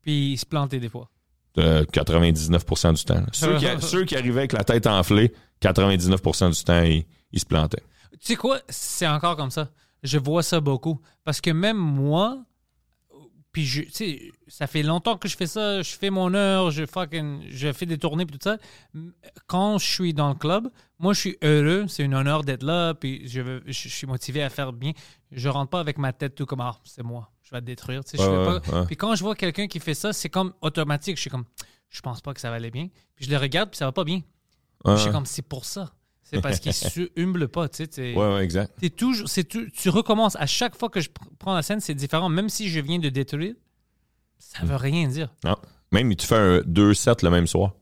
B: Puis il se plantait des fois.
C: Euh, 99% du temps. là. Ceux
B: Ah.
C: qui, ceux qui arrivaient avec la tête enflée, 99% du temps, ils, ils se plantaient.
B: Tu sais quoi? C'est encore comme ça. Je vois ça beaucoup. Parce que même moi, Puis, je- tu sais, ça fait longtemps que je fais ça. Je fais mon heure, je, fucking, je fais des tournées, puis tout ça. M- Quand je suis dans le club, moi, je suis heureux. C'est une honneur d'être là, puis je, veux- je, je suis motivé à faire bien. Je rentre pas avec ma tête tout comme, ah, c'est moi, je vais te détruire. Tu sais, je
C: Ouais,
B: fais pas-
C: ouais.
B: Puis quand je vois quelqu'un qui fait ça, c'est comme automatique. Je suis comme, je pense pas que ça va aller bien. Puis je le regarde, puis ça va pas bien. Je
C: Ouais,
B: suis comme, c'est pour ça. C'est parce qu'il se humble pas, tu sais. t'es-
C: ouais, ouais, exact.
B: t'es toujours, c'est tu, tu recommences. À chaque fois que je pr- prends la scène, c'est différent. Même si je viens de détruire, ça veut rien dire.
C: Non. Même tu fais un 2-7 le même soir.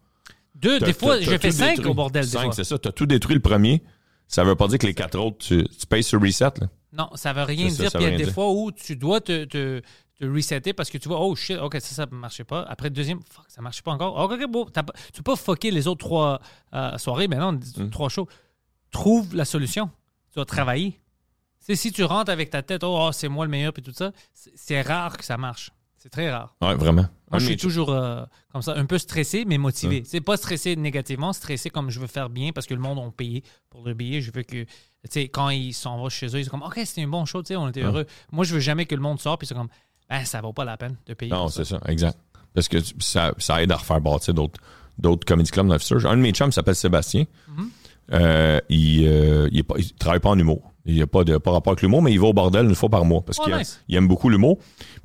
B: Deux,
C: T'as-
B: des fois,
C: t'as- t'as
B: je fais
C: tout
B: cinq
C: détruit.
B: au bordel. des
C: Cinq,
B: fois.
C: c'est ça. Tu as tout détruit le premier. Ça veut pas dire que les quatre autres, tu, tu payes sur reset. Là.
B: Non, ça veut rien
C: C'est ça,
B: dire.
C: ça
B: Puis il y
C: veut
B: a
C: rien
B: des
C: dire.
B: fois où tu dois te, te, te resetter parce que tu vois, oh shit, ok, ça, ça marchait pas. Après, deuxième, fuck, ça marchait pas encore. Oh, Ok, ok, bon, t'as pas- tu peux pas fucker les autres trois euh, soirées, mais non,
C: Hmm.
B: trois shows. Trouve la solution. Tu dois travailler. C'est si tu rentres avec ta tête, oh, oh, c'est moi le meilleur, puis tout ça, c'est- c'est rare que ça marche. C'est très rare.
C: Ouais, vraiment.
B: Moi, je
C: Un de mes-
B: suis toujours euh, comme ça, un peu stressé, mais motivé. C'est pas stressé négativement, stressé comme je veux faire bien parce que le monde ont payé pour le billet. Je veux que, tu sais, quand ils s'en vont chez eux, ils sont comme, OK, c'était un bon show, tu sais, on était heureux. Moi, je veux jamais que le monde sorte, puis c'est comme, ben, ça vaut pas la peine de payer.
C: Non,
B: pour
C: c'est
B: ça.
C: ça, exact. Parce que tu- ça, ça aide à refaire bâtir d'autres, d'autres comedy clubs dans le futur. J'ai Un de mes chums s'appelle Sébastien.
B: Mm-hmm.
C: Euh, il, euh, il est pas- il travaille pas en humour. Il n'a pas de pas rapport avec l'humour, mais il va au bordel une fois par mois parce
B: Oh,
C: qu'il a-
B: nice.
C: il aime beaucoup l'humour.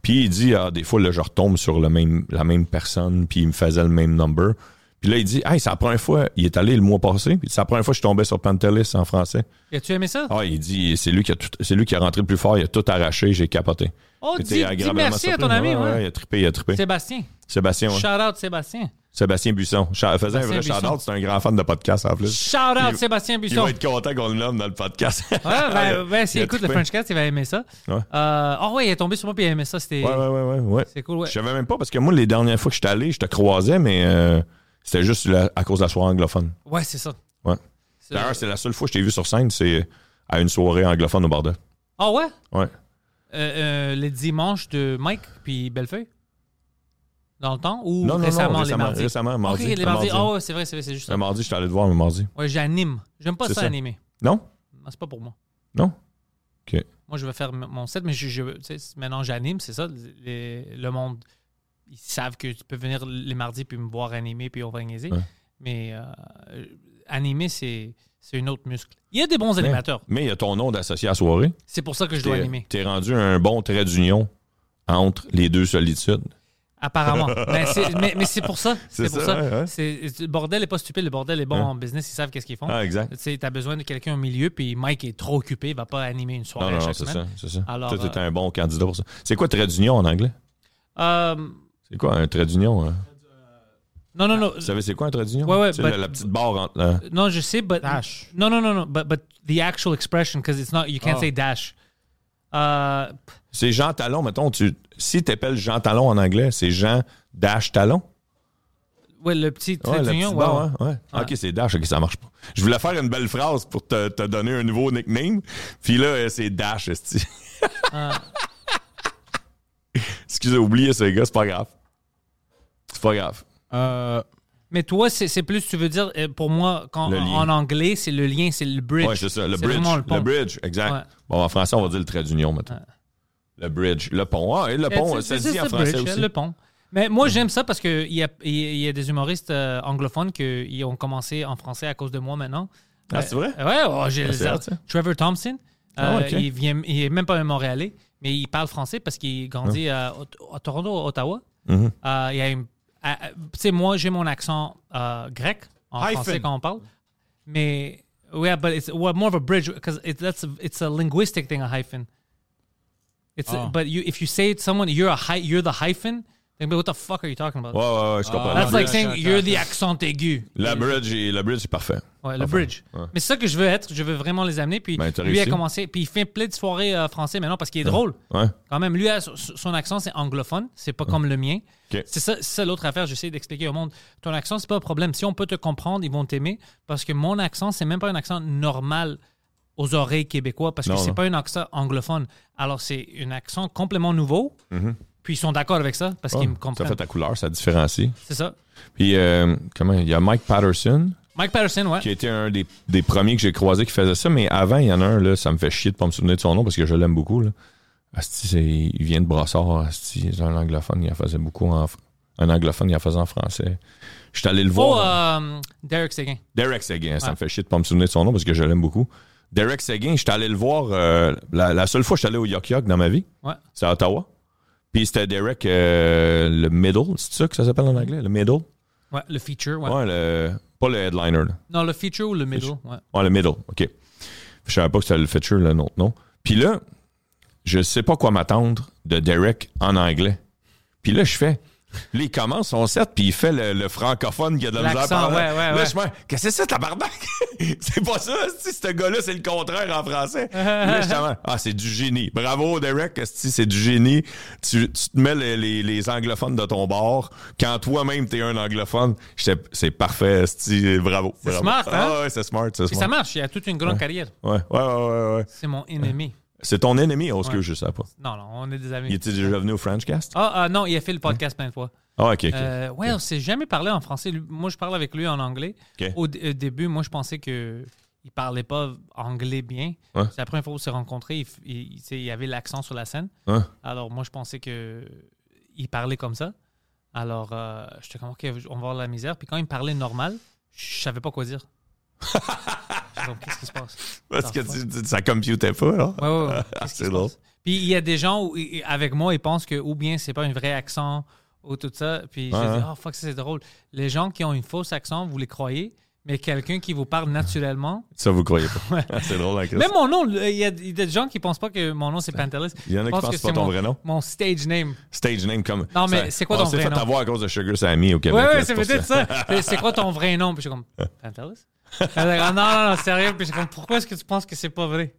C: Puis il dit ah, des fois là, je retombe sur le même, la même personne, puis il me faisait le même number. Puis là, il dit Hey, c'est la première fois, il est allé le mois passé, puis c'est la première fois que je tombais sur Pantelis en français.
B: Et As-tu aimé ça?
C: Ah, il dit c'est lui qui a tout- c'est lui qui a rentré le plus fort, il a tout arraché, j'ai capoté.
B: Oh,
C: J'étais
B: dis, dis
C: agréablement
B: merci à ton
C: surpris.
B: ami,
C: Ouais,
B: ouais.
C: ouais, il a trippé, il a trippé.
B: Sébastien.
C: Sébastien, ouais.
B: Shout out Sébastien.
C: Sébastien Buisson. Cha- faisait un vrai
B: Sébastien
C: shout-out, c'est un grand fan de podcast en plus.
B: Shout out
C: Il-
B: Sébastien
C: Il
B: Buisson.
C: va être content qu'on l'homme dans le podcast.
B: Ouais, ben, ben,
C: Il
B: s'il
C: a
B: écoute le
C: trippé.
B: Frenchcast, il va aimer ça.
C: Ouais.
B: Euh, oh, ouais, il est tombé sur moi, puis il a aimé ça. C'était
C: Ouais, ouais, ouais, ouais, ouais.
B: c'est cool, ouais.
C: Je savais même pas parce que moi, les dernières fois que je suis allé, je te croisais, mais euh, c'était juste la- à cause de la soirée anglophone.
B: Ouais, c'est ça.
C: Ouais.
B: C'est-
C: D'ailleurs, c'est la seule fois que je t'ai vu sur scène, c'est à une soirée anglophone au bordel.
B: Ah ouais?
C: Ouais.
B: Euh, euh, les dimanches de Mike puis Bellefeuille? Dans le temps ou
C: Non, non, non,
B: récemment, les
C: récemment,
B: mardis?
C: récemment, mardi,
B: Ok, les
C: un
B: mardis.
C: mardi.
B: Ah ouais, c'est vrai, c'est vrai, c'est juste ça.
C: Le mardi, je suis allé te voir, le mardi.
B: Ouais, j'anime. J'aime pas
C: C'est
B: ça,
C: ça.
B: animer.
C: Non?
B: Non, C'est pas pour moi.
C: Non? OK.
B: Moi, je vais faire m- mon set, mais je, je- tu sais, c'est- maintenant j'anime, c'est ça. les- le monde, ils savent que tu peux venir les mardis puis me voir animer puis organiser.
C: Ouais.
B: Mais euh, euh, animer, c'est c'est une autre muscle. Il y a des bons animateurs.
C: Mais il y a ton nom d'associé à la soirée.
B: C'est pour ça que je dois
C: T'es
B: animer.
C: t'es rendu un bon trait d'union entre les deux solitudes.
B: Apparemment. mais c'est mais- mais c'est pour ça.
C: C'est
B: C'est pour
C: ça,
B: ça.
C: ouais, ouais.
B: C'est- Le bordel n'est pas stupide. Le bordel est bon
C: Hein?
B: en business. Ils savent qu'est-ce qu'ils font.
C: Ah, exact.
B: Tu sais, t'as besoin de quelqu'un au milieu, puis Mike est trop occupé. Il va pas animer une soirée
C: Non, non,
B: à
C: non,
B: chaque
C: c'est ça,
B: semaine.
C: c'est ça.
B: Alors,
C: Toi, t'es
B: euh,
C: un bon candidat pour ça. C'est quoi trait d'union en anglais?
B: Euh,
C: C'est quoi un trait d'union? hein?
B: non, non, non.
C: Vous savez, c'est quoi un trait d'union?
B: Ouais, ouais, ben-
C: C'est
B: but-
C: la, la petite barre entre... hein. là.
B: Non, je sais, but...
D: Dash.
B: Non, non, non, non. But, but the actual expression, because it's not... You can't
D: Ah.
B: say dash. Euh,
C: C'est Jean Talon, mettons. Tu, si t'appelles Jean Talon en anglais, c'est Jean Dash Talon?
B: ouais, le petit
C: Ouais,
B: trait
C: la
B: d'union,
C: petite
B: ouais,
C: barre,
B: ouais.
C: hein, ouais. Ah, OK, c'est Dash. OK, ça marche pas. Je voulais faire une belle phrase pour te, te donner un nouveau nickname. Puis là, euh, c'est Dash, esti.
B: Ah.
C: Excusez, oubliez ce gars, c'est pas grave. C'est pas grave.
D: Euh,
B: Mais toi, c'est c'est plus, tu veux dire, euh, pour moi, quand,
C: Le lien.
B: en anglais, c'est le lien, c'est le bridge.
C: Ouais, c'est ça, le
B: C'est
C: bridge.
B: vraiment
C: Le,
B: le pont.
C: bridge, exact.
B: Ouais.
C: Bon, en français, on va dire le trait d'union, mettons. Le bridge, le pont. Ah, et le pont,
B: C'est-
C: ça
B: Eh, Euh, c'est-
C: se dit
B: c'est
C: en
B: le
C: français
B: bridge, hein,
C: aussi.
B: Le pont. Mais moi, j'aime ça parce qu'il y a, il y a- il y a des humoristes euh, anglophones qui ont commencé en français à cause de moi maintenant.
C: Ah, c'est vrai?
B: Ouais, oh, j'ai
C: Ah, c'est
B: ça.
C: hot, ça.
B: Trevor Thompson,
C: Ah,
B: euh,
C: ok.
B: il, vient, il est même pas un Montréalais, mais il parle français parce qu'il grandit
C: Ah.
B: à, Ot- à Toronto, Ottawa.
C: Mm-hmm.
B: Euh, il y a une- à- à- tu sais, moi, j'ai mon accent euh, grec en
D: Hyphen.
B: français quand on parle. Mais, yeah, but it's well, more of a bridge because it, that's a, it's a linguistic thing, a hyphen. It's
C: Oh.
D: Ah.
B: but you if you say to someone you're a hy you're the hyphen, then what the fuck are you talking about?
C: Ouais, ouais, ouais, je comprends.
B: That's
C: le,
B: like
C: bridge,
B: saying
D: attends,
B: you're the
D: attends.
B: accent aigu.
C: le bridge, est- le bridge, c'est parfait.
B: Ouais, le
C: Enfin,
B: bridge.
C: ouais.
B: Mais c'est ça que je veux être. Je veux vraiment les amener. Puis
C: Ben, t'as
B: lui a
C: réussi. Ah.
B: commencé. Puis il fait plein de soirées euh, français maintenant parce qu'il est drôle.
C: Ouais.
B: Quand même, lui, a- son- son accent, c'est anglophone. C'est pas comme le mien.
C: Ah. Ok.
B: C'est ça, c'est ça l'autre affaire. J'essaie d'expliquer au monde. Ton accent, c'est pas un problème. Si on peut te comprendre, ils vont t'aimer. Parce que mon accent, c'est même pas un accent normal aux oreilles québécois. Parce
C: Non,
B: que c'est
C: non.
B: pas un accent anglophone. Alors, c'est un accent complètement nouveau. Puis ils sont d'accord avec ça parce qu'ils me
C: Mm-hmm. Ah, ça
B: comprennent.
C: fait ta couleur, ça différencie.
B: C'est ça.
C: Puis, euh, comment, il y a Mike Patterson,
B: Mike Patterson, ouais.
C: qui a été un des, des premiers que j'ai croisé qui faisait ça, mais avant, il y en a un, là, ça me fait chier de pas me souvenir de son nom parce que je l'aime beaucoup, là. Asti, c'est- il vient de Brassard. Asti, c'est un anglophone, il en faisait beaucoup en. fr- Un anglophone, il en faisait en français. Je suis allé le
B: Oh,
C: voir.
B: euh, Ah. Derek Seguin.
C: Derek Seguin, ça
B: Ouais.
C: me fait chier de pas me souvenir de son nom parce que je l'aime beaucoup. Derek Seguin, j'étais allé le voir euh, la, la seule fois que je suis allé au Yok Yok dans ma vie.
B: Ouais.
C: C'est à Ottawa. Puis c'était Derek euh, le middle, c'est ça que ça s'appelle en anglais? Le middle?
B: Ouais, le feature, ouais.
C: Ouais, le, pas le headliner. là.
B: Non, le feature ou le middle,
C: Feature.
B: ouais.
C: Ouais, Ah, le middle, OK. Je savais pas que c'était le feature, le autre nom. Puis là, je sais pas quoi m'attendre de Derek en anglais. Puis là, je fais. Là, il commence son set, puis il fait le, le francophone qui a de la misère à
B: L'accent,
C: parler.
B: ouais, ouais,
C: là,
B: ouais.
C: je me dis, qu'est-ce que c'est, ça, tabarnak? c'est pas ça, si ce gars-là, c'est le contraire en français. Puis là, je suis comme, ah, c'est du génie. Bravo, Derek, si c'est du génie. Tu, tu te mets les, les- les anglophones de ton bord. Quand toi-même, t'es un anglophone, j'étais, c'est parfait, esti, bravo.
B: C'est
C: bravo.
B: smart, hein?
C: Ah, ouais, c'est smart, c'est
B: Puis
C: smart.
B: ça marche, il a toute une grande carrière.
C: Ouais, ouais, ouais, ouais, ouais.
B: C'est mon ennemi.
C: C'est ton ennemi, Oscar,
B: Ouais.
C: je sais pas.
B: Non, non, on est des
C: Il
B: amis.
C: était déjà venu au Frenchcast?
B: Ah, ah, non, il a fait le podcast plein de fois.
C: Ah, ok, ok.
B: Euh, ouais, on s'est jamais parlé en français. Lui- Moi, je parle avec lui en anglais.
C: Ok.
B: Au, d- au début, moi, je pensais que il parlait pas anglais bien.
C: Ouais.
B: C'est la première fois qu'on s'est rencontrés. Il, f- il- il- tu sais, il avait l'accent sur la scène.
C: Ouais.
B: Alors, moi, je pensais que il parlait comme ça. Alors, euh, j'étais comme, OK, on va voir la misère. Puis quand il me parlait normal, je savais pas quoi dire. J'étais comme, Qu'est-ce qui se passe?
C: Parce que
B: Parfois.
C: tu, tu- ça computait pas, là.
B: Ouais, ouais, ouais. Qu'est-ce qui
C: Ah, C'est
B: se
C: drôle.
B: passe? Puis il y a des gens où, i- avec moi, ils pensent que ou bien c'est pas un vrai accent ou tout ça. Puis
C: Ouais,
B: je dis,
C: hein.
B: oh fuck, ça, c'est drôle. Les gens qui ont une fausse accent, vous les croyez, mais quelqu'un qui vous parle naturellement.
C: Ça, vous croyez pas. Ah, c'est drôle, hein, la crise.
B: Même mon nom, le- il y, a il y a des gens qui pensent pas que mon nom c'est Pantelis.
C: Il y en
B: Ils
C: a qui pensent
B: que
C: pas
B: c'est
C: ton
B: mon-
C: vrai nom.
B: Mon stage name.
C: Stage name comme.
B: Non, mais
C: ça-
B: c'est quoi
C: on
B: ton
C: s'est
B: vrai
C: fait
B: nom?
C: avoir à cause de Sugar Sammy au Québec.
B: Ouais,
C: là,
B: ouais,
C: c'est
B: c'est
C: pour
B: peut-être ça. C'est- C'est quoi ton vrai nom? Puis je suis comme, Pantelis? Ah non, non, non, sérieux. Puis je suis comme, pourquoi est-ce que tu penses que c'est pas vrai?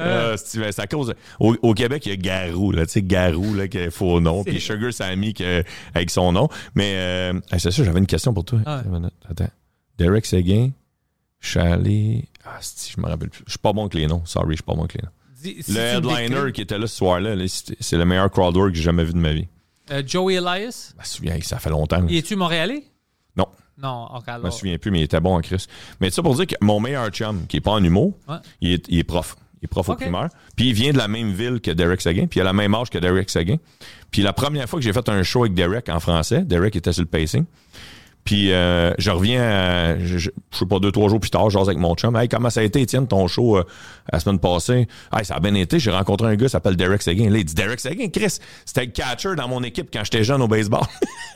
C: Euh, c'est ben, c'est à cause. Au, au Québec, il y a Garou, là, tu sais, Garou, là, qui a faux nom, puis Sugar Sammy qui a- avec son nom. Mais, euh, hey, c'est ça, j'avais une question pour toi.
B: Ah ouais.
C: Une minute, Attends. Derek Seguin, je suis allé. Ah, si, je me rappelle plus. Je suis pas bon avec les noms. Sorry, je suis pas bon avec les noms.
B: Dis- si
C: Le
B: tu me
C: headliner
B: décris-
C: qui était là ce soir-là, là, c'est c'est le meilleur crowdwork que j'ai jamais vu de ma vie.
B: Euh, Joey Elias,
C: Je me souviens, hey, ça fait longtemps. là.
B: y es-tu Montréalais?
C: Non.
B: Non, ok,
C: Je me
B: alors.
C: souviens plus, mais il était bon en Chris. Mais ça pour dire que mon meilleur chum, qui est pas en humour,
B: Ouais.
C: il, est, il est prof. Il est prof au
B: Ok.
C: primaire. Puis il vient de la même ville que Derek Seguin, puis il a la même âge que Derek Seguin. Puis la première fois que j'ai fait un show avec Derek en français, Derek était sur le pacing. Puis euh, je reviens, euh, je, je- je sais pas, deux, trois jours plus tard, je jase avec mon chum. Hey, comment ça a été, Étienne, ton show euh, la semaine passée? Hey, ça a bien été. J'ai rencontré un gars qui s'appelle Derek Seguin. Là, il dit Derek Seguin, Chris, c'était le catcher dans mon équipe quand j'étais jeune au baseball.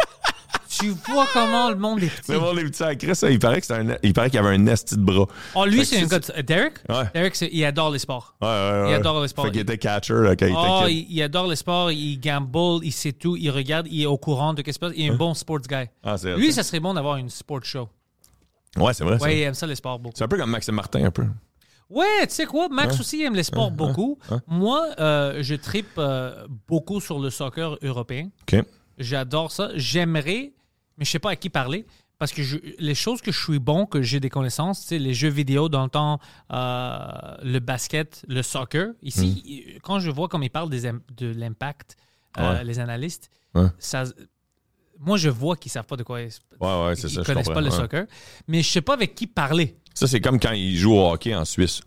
B: Tu vois comment le monde est petit.
C: C'est bon, les petits à Chris, ça, il paraît que c'est un- il paraît qu'il avait un esti de bras.
B: Oh,
C: Fait
B: lui,
C: que
B: c'est un gars. de- Derek?
C: Ouais.
B: Derek, c'est- il adore les sports.
C: Ouais, ouais, ouais.
B: Il adore le sport.
C: Fait qu'il était catcher là, quand
B: Oh,
C: il était kid.
B: il, il adore les sports, il gamble, il sait tout, il regarde, il est au courant de ce qui se passe. Il est un bon sports guy.
C: Hein? Ah, c'est
B: lui,
C: vrai.
B: ça serait bon d'avoir une sports show.
C: Ouais, c'est vrai. ça. Hein?
B: Ouais, il aime ça, les sports beaucoup.
C: C'est un peu comme Maxime Martin, un peu.
B: Ouais, tu sais quoi, Max aussi aime les sports beaucoup.
C: Hein?
B: Moi, euh, je tripe euh, beaucoup sur le soccer européen.
C: OK.
B: J'adore ça. J'aimerais, mais je sais pas à qui parler. Parce que je- les choses que je suis bon, que j'ai des connaissances, tu sais, les jeux vidéo dans le temps, euh, le basket, le soccer. Ici, il- quand je vois comme ils parlent des im- de l'impact, euh,
C: Hmm. Ouais.
B: les analystes,
C: Ouais.
B: ça, moi je vois qu'ils savent pas de quoi ils,
C: Ouais, ouais, c'est
B: ils
C: ça. je
B: connaissent
C: comprends,
B: pas le
C: ouais.
B: soccer, mais je sais pas avec qui parler.
C: Ça, c'est comme quand il joue au hockey en Suisse.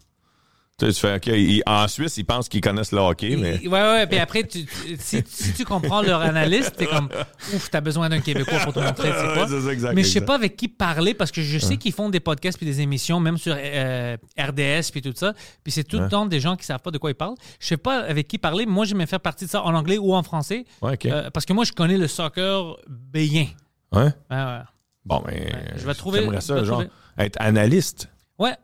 C: Tu sais, tu fais, OK, il- en Suisse, ils pensent qu'ils connaissent le hockey, mais.
B: Ouais, ouais, puis après, tu- tu- si, si tu comprends leur analyse, t'es comme, ouf, t'as besoin d'un Québécois pour te montrer, c'est quoi.
C: Ouais, c'est ça, exact,
B: Mais je sais
C: exact.
B: pas avec qui parler parce que je sais qu'ils font des podcasts puis des émissions, même sur euh, RDS puis tout ça. Puis c'est tout le temps des gens qui savent pas de quoi ils parlent. Je sais pas avec qui parler. Moi, j'aimais faire partie de ça en anglais ou en français.
C: Ouais, ok.
B: Euh, parce que moi, je connais le soccer bien.
C: Hein?
B: Ouais, ouais.
C: Bon, ben.
B: je vais trouver-
C: J'aimerais
B: je
C: ça,
B: vais
C: genre,
B: trouver.
C: être analyste.
B: Ouais.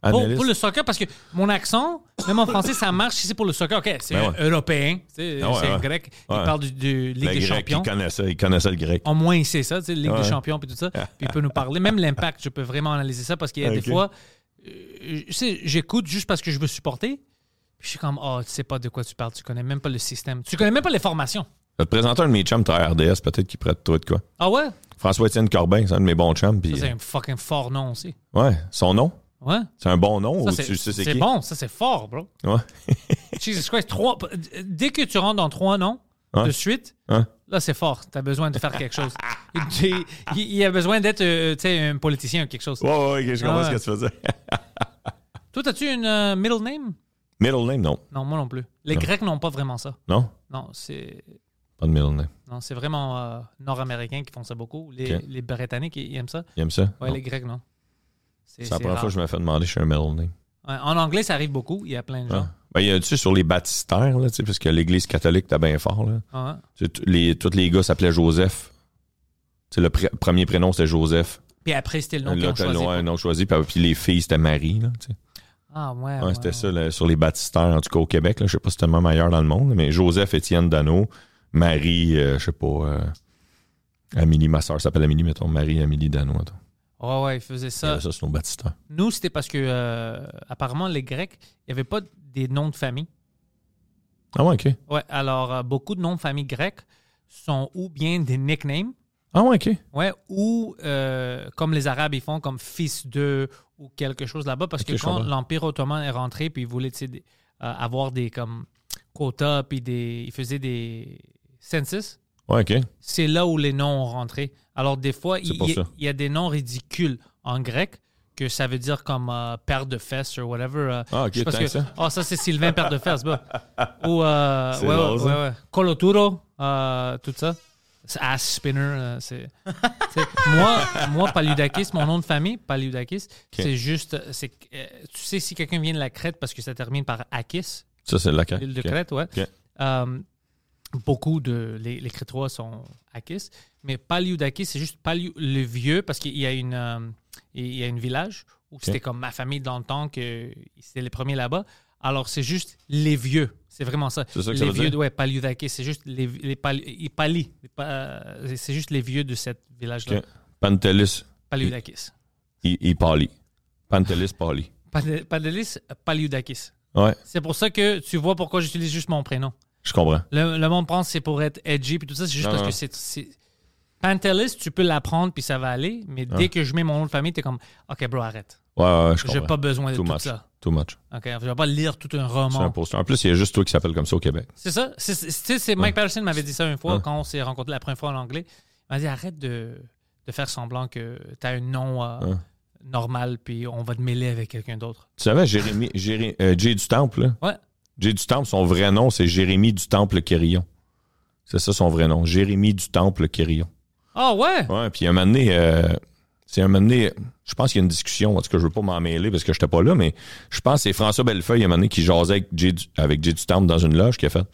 B: Pour,
C: Analyste.
B: pour le soccer, parce que mon accent, même en français, ça marche ici pour le soccer. OK, c'est
C: Ben ouais.
B: européen, c'est
C: Ah ouais,
B: c'est
C: ouais.
B: grec.
C: Ouais.
B: Il parle du, du Ligue
C: Le
B: des
C: Ben, grec,
B: Champions.
C: il connaissait, il connaissait le grec.
B: Au moins, il sait ça, tu sais, Ligue
C: Ouais.
B: des Champions, puis tout ça. Puis il peut nous parler. Même l'impact, je peux vraiment analyser ça parce qu'il y a
C: Ok.
B: des fois, euh, je sais, j'écoute juste parce que je veux supporter. Puis je suis comme, oh, tu sais pas de quoi tu parles, tu connais même pas le système, tu connais même pas les formations.
C: Je vais te présenter un de mes chums, t'as RDS, peut-être qu'il pourrait te trouver de quoi.
B: Ah ouais?
C: François-Étienne Corbin, c'est un de mes bons chums.
B: Ça,
C: Puis,
B: c'est un fucking fort nom aussi.
C: ouais, son nom,
B: Ouais?
C: c'est un bon
B: Ça,
C: nom ou tu sais
B: c'est
C: c'est
B: c'est
C: qui?
B: bon, ça, c'est fort, bro.
C: Ouais.
B: Jesus Christ, trois, dès que tu rentres dans trois noms
C: Ouais.
B: de suite,
C: Hein?
B: là, c'est fort. Tu as besoin de faire quelque chose. Il, il- il a besoin d'être euh, tu sais, un politicien ou quelque chose.
C: Ouais, ouais, ok, je comprends
B: Ouais.
C: ce que tu faisais.
B: Toi, as-tu une euh, middle name?
C: Middle name, non.
B: Non, moi non plus. Les
C: Non.
B: Grecs n'ont pas vraiment ça.
C: Non?
B: Non, c'est
C: Pas de middle name.
B: non, c'est vraiment euh, nord-américains qui font ça beaucoup. Les,
C: Ok.
B: les Britanniques, ils aiment ça.
C: Il aime ça?
B: Ouais,
C: Non.
B: les Grecs, non. C'est
C: C'est la
B: c'est
C: première
B: rare.
C: fois que je me fais demander si je suis un middle name.
B: Ouais, en anglais, ça arrive beaucoup. Il y a plein de gens.
C: Ah. Ben, il y a, tu sais, sur les baptistères, là, tu sais, parce que l'Église catholique, t'as bien fort, là.
B: Ah,
C: Tu sais, t- les, tous les gars s'appelaient Joseph. Tu sais, le pr- premier prénom, c'était Joseph.
B: Puis après, c'était le nom qu'ils
C: là,
B: ont choisi.
C: un nom choisi. Puis, puis les filles, c'était Marie. Là, tu sais.
B: Ah, ouais.
C: Ouais,
B: ouais,
C: c'était
B: ouais.
C: ça, là, sur les baptistères, en tout cas au Québec. Là, je sais pas si c'était même ailleurs dans le monde, mais Joseph Étienne Dano, Marie, euh, je sais pas, euh, Amélie, ma soeur s'appelle Amélie, mettons, Marie Amélie Dano. mettons.
B: Ouais, ouais, ils faisaient ça.
C: Ça, ça c'est nos baptistères.
B: Nous, c'était parce que, euh, apparemment, les Grecs, il n'y avait pas des noms de famille.
C: Ah ouais, OK.
B: Ouais, alors, euh, beaucoup de noms de famille grecs sont ou bien des nicknames,
C: Ah ouais, OK.
B: ouais, ou euh, comme les Arabes, ils font comme fils de ou quelque chose là-bas. Parce
C: Ok, je
B: que quand
C: comprends.
B: l'Empire ottoman est rentré, puis ils voulaient tu sais, des- euh, avoir des comme, quotas, puis des, ils faisaient des census.
C: Ouais, OK.
B: c'est là où les noms ont rentré. Alors, des fois, il
C: C'est pour
B: il y, a-
C: ça.
B: il y a des noms ridicules en grec que ça veut dire comme euh, père de fesses ou whatever. euh,
C: Ah, ok,
B: je sais pas ce
C: tant que ça.
B: Oh, ça, c'est Sylvain, père de fesses. bah. Ou, euh,
C: C'est
B: ouais, ouais,
C: drôle, ça.
B: ouais, ouais. Coloturo, euh, tout ça. C'est Ass Spinner, euh, c'est... c'est- moi, moi, Paludakis, mon nom de famille, Paludakis, c'est juste... euh, c'est euh, tu sais, si quelqu'un vient de la Crète, parce que ça termine par Akis,
C: Ça, c'est de la carte.
B: l'île de
C: OK.
B: Crète, ouais.
C: Ok.
B: Euh, beaucoup de. Les, les Crétois sont Akis. Mais Paliudakis, c'est juste Paliu, le vieux, parce qu'il y a une. euh, il y a une village où c'était comme ma famille dans le temps, que c'était les premiers là-bas. Alors, c'est juste les vieux. C'est vraiment ça.
C: C'est ça que
B: les
C: ça veut
B: vieux,
C: dire?
B: de- ouais, Paliudakis, c'est juste les, les Pali- ils palient. Les pa- euh, c'est juste les vieux de cette village-là.
C: OK. Pantelis,
B: Paliudakis.
C: il, il parle. Pantelis parle.
B: Pal- Padelis, Paliudakis.
C: Ouais,
B: C'est pour ça que tu vois pourquoi j'utilise juste mon prénom.
C: je comprends.
B: Le, le monde pense que c'est pour être edgy puis tout ça, c'est juste
C: Non,
B: parce
C: non.
B: que c'est. c'est- Pantelis, tu peux l'apprendre puis ça va aller, mais dès que je mets mon nom de famille, t'es comme, OK, bro, arrête.
C: Ouais, ouais, je
B: J'ai
C: comprends.
B: pas besoin de
C: Too
B: tout
C: much.
B: ça.
C: Too much.
B: OK, je vais pas lire tout un
C: C'est un
B: roman.
C: poster. En plus, il y a juste toi qui s'appelle comme ça au Québec.
B: C'est ça? C'est, c'est- c'est- c'est- Mike Patterson m'avait dit ça une fois quand on s'est rencontrés la première fois en anglais. Il m'a dit, arrête de, de faire semblant que t'as un nom euh,
C: Ouais.
B: normal puis on va te mêler avec quelqu'un d'autre.
C: Tu savais, Jérémy, Jéré- euh, Jay du Temple, là?
B: Ouais.
C: Jay du Temple, son vrai nom, c'est Jérémy du Temple Quérillon. C'est ça son vrai nom, Jérémy du Temple Quérillon.
B: Ah ouais?
C: Ouais, puis un moment donné, euh, c'est un moment donné, je pense qu'il y a une discussion, en tout cas, je veux pas m'en mêler parce que j'étais pas là, mais je pense que c'est François Bellefeuille, un moment donné, qui jasait avec Jay, du, avec Jay du Temple dans une loge, qui a fait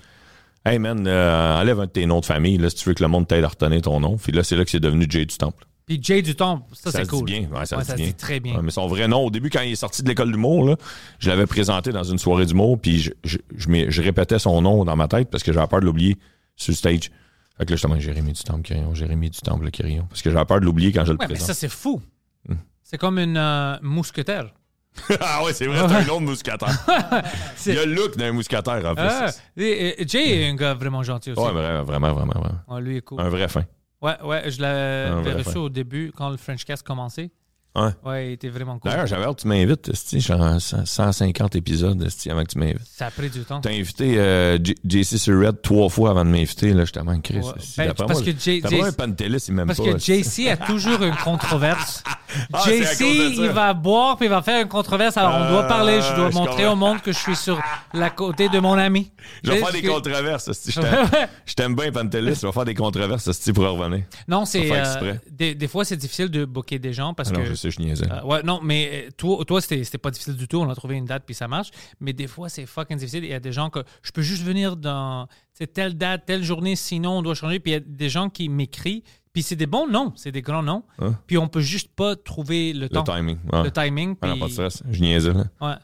C: Hey man, euh, enlève un de tes noms de famille, là, si tu veux que le monde t'aide à retenir ton nom. Puis là, c'est là que c'est devenu Jay du Temple.
B: Puis Jay du Temple, ça,
C: Ça
B: c'est
C: se
B: cool.
C: dit bien. Ouais, ça
B: Ouais,
C: se dit bien.
B: très bien.
C: Ouais, mais son vrai nom, au début, quand il est sorti de l'école d'humour, là, je l'avais présenté dans une soirée d'humour, puis je, je, je mets- je répétais son nom dans ma tête parce que j'avais peur de l'oublier sur le stage. Fait que là, justement, Jérémy du Temple Quérillon, Jérémy du Temple Quérillon. Parce que j'avais peur de l'oublier quand je le
B: Ouais, mais
C: présente.
B: ça, c'est fou.
C: Hmm.
B: C'est comme une euh, mousquetaire.
C: ah ouais, c'est vrai, c'est un nom de mousquetaire. il y a le look d'un mousquetaire, en plus.
B: Ah, et- et Jay est un gars vraiment gentil aussi.
C: ouais, vraiment, vraiment, vraiment, vraiment.
B: Ouais, lui est cool.
C: Un vrai fin.
B: Ouais, ouais, je l'avais
C: vrai
B: reçu
C: fan.
B: au début quand le Frenchcast commençait.
C: Ouais.
B: Ouais, il était vraiment cool.
C: D'ailleurs, j'avais hâte que tu m'invites, esti, genre 150 épisodes, esti, avant que tu m'invites.
B: Ça a pris du temps.
C: T'as invité euh, J- JC Surrette trois fois avant de m'inviter, là, justement, Chris.
B: Ouais.
C: Si,
B: Ben,
C: d'après
B: parce
C: moi,
B: que J-
C: d'après moi,
B: J-
C: Pantelis, il m'aime
B: Parce
C: pas.
B: que
C: si.
B: JC a toujours une controverse.
C: Ah, c'est à
B: JC,
C: cause de ça. Ah,
B: il va boire puis il va faire une controverse. Alors, on doit parler. Je dois
C: je
B: montrer
C: comprends.
B: au monde que je suis sur la côté de mon ami.
C: Je vais
B: Tu
C: faire
B: sais,
C: des
B: que-
C: controverses, si je t'aime- je t'aime bien, Pantelis. Je vais faire des controverses, si pour revenir.
B: Non, c'est.
C: faire
B: euh,
C: exprès.
B: des, des fois, c'est difficile de booker des gens parce
C: Ah non,
B: que.
C: je sais, je niaisais.
B: Euh, ouais, non, mais euh, toi, toi c'était c'était pas difficile du tout. On a trouvé une date, puis ça marche. Mais des fois, c'est fucking difficile. Il y a des gens que je peux juste venir dans tu sais, telle date, telle journée, sinon on doit changer. Puis il y a des gens qui m'écrivent, puis c'est des bons noms, c'est des grands noms. Puis on peut juste pas trouver le,
C: Hein? le
B: temps,
C: timing. ouais.
B: le timing.
C: Ah non,
B: puis-
C: pas de stress. Je niaisais. Là.
B: Ouais.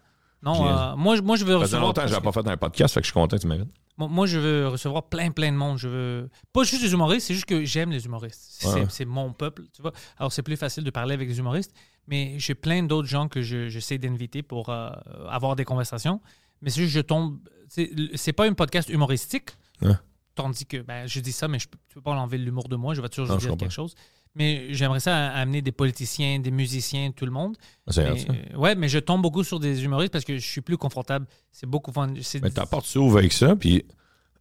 B: Non,
C: Génial.
B: euh, moi, je- moi, je veux
C: Ça faisait
B: recevoir.
C: longtemps que
B: parce
C: j'avais
B: que-
C: pas fait un podcast, fait que je suis content que tu m'invites.
B: moi, moi, je veux recevoir plein, plein de monde. Je veux. Pas juste des humoristes, c'est juste que j'aime les humoristes. C'est,
C: Ouais.
B: c'est mon peuple, tu vois. Alors, c'est plus facile de parler avec les humoristes, mais j'ai plein d'autres gens que je- j'essaie d'inviter pour euh, avoir des conversations. Mais c'est juste, je tombe. C'est, c'est pas un podcast humoristique.
C: Ouais.
B: Tandis que, ben, je dis ça, mais je, peux- tu peux pas enlever l'humour de moi. Je vais toujours
C: Non, je
B: dire
C: comprends.
B: quelque chose. Mais j'aimerais ça amener des politiciens, des musiciens, tout le monde.
C: Ah, C'est
B: Mais,
C: hâte, ça.
B: euh, ouais, mais je tombe beaucoup sur des humoristes parce que je suis plus confortable. C'est beaucoup fun. C'est-
C: Mais ta porte s'ouvre avec ça, puis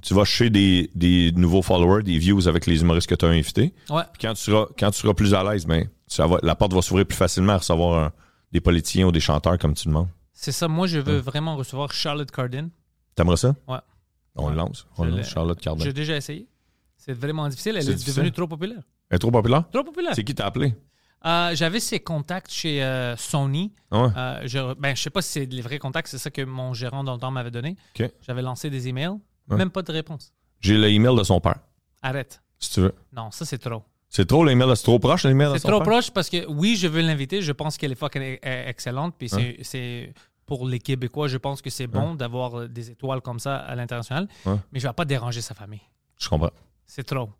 C: tu vas chercher des, des nouveaux followers, des views avec les humoristes que tu as invités.
B: Ouais.
C: Puis quand tu seras, quand tu seras plus à l'aise, ben, ça va- la porte va s'ouvrir plus facilement à recevoir un- des politiciens ou des chanteurs comme tu demandes.
B: C'est ça, moi, je veux
C: Ouais.
B: vraiment recevoir Charlotte Cardin.
C: T'aimerais ça?
B: Ouais.
C: On le lance. On
B: Je
C: le lance,
B: l'ai-
C: Charlotte Cardin.
B: J'ai déjà essayé. C'est vraiment difficile. Elle
C: Ah ben. C'est
B: est,
C: difficile.
B: devenue trop populaire.
C: Elle est trop populaire?
B: Trop populaire.
C: C'est qui t'a appelé?
B: Euh, J'avais ses contacts chez euh, Sony.
C: Ah Ouais.
B: Euh, je, ben, je sais pas si c'est les vrais contacts, c'est ça que mon gérant dans le temps m'avait donné.
C: OK.
B: J'avais lancé des emails,
C: Ouais.
B: même pas de réponse.
C: J'ai l'email de son père,
B: Arrête.
C: si tu veux.
B: Non, ça c'est trop.
C: C'est trop l'email, de- c'est trop proche l'email de
B: C'est
C: son
B: trop
C: père?
B: proche parce que oui, je veux l'inviter. Je pense qu'elle est fucking e- e- excellente. Puis c'est- c'est pour les Québécois, je pense que c'est bon d'avoir euh, des étoiles comme ça à l'international.
C: Ouais.
B: Mais je vais pas déranger sa famille.
C: Je comprends.
B: C'est trop.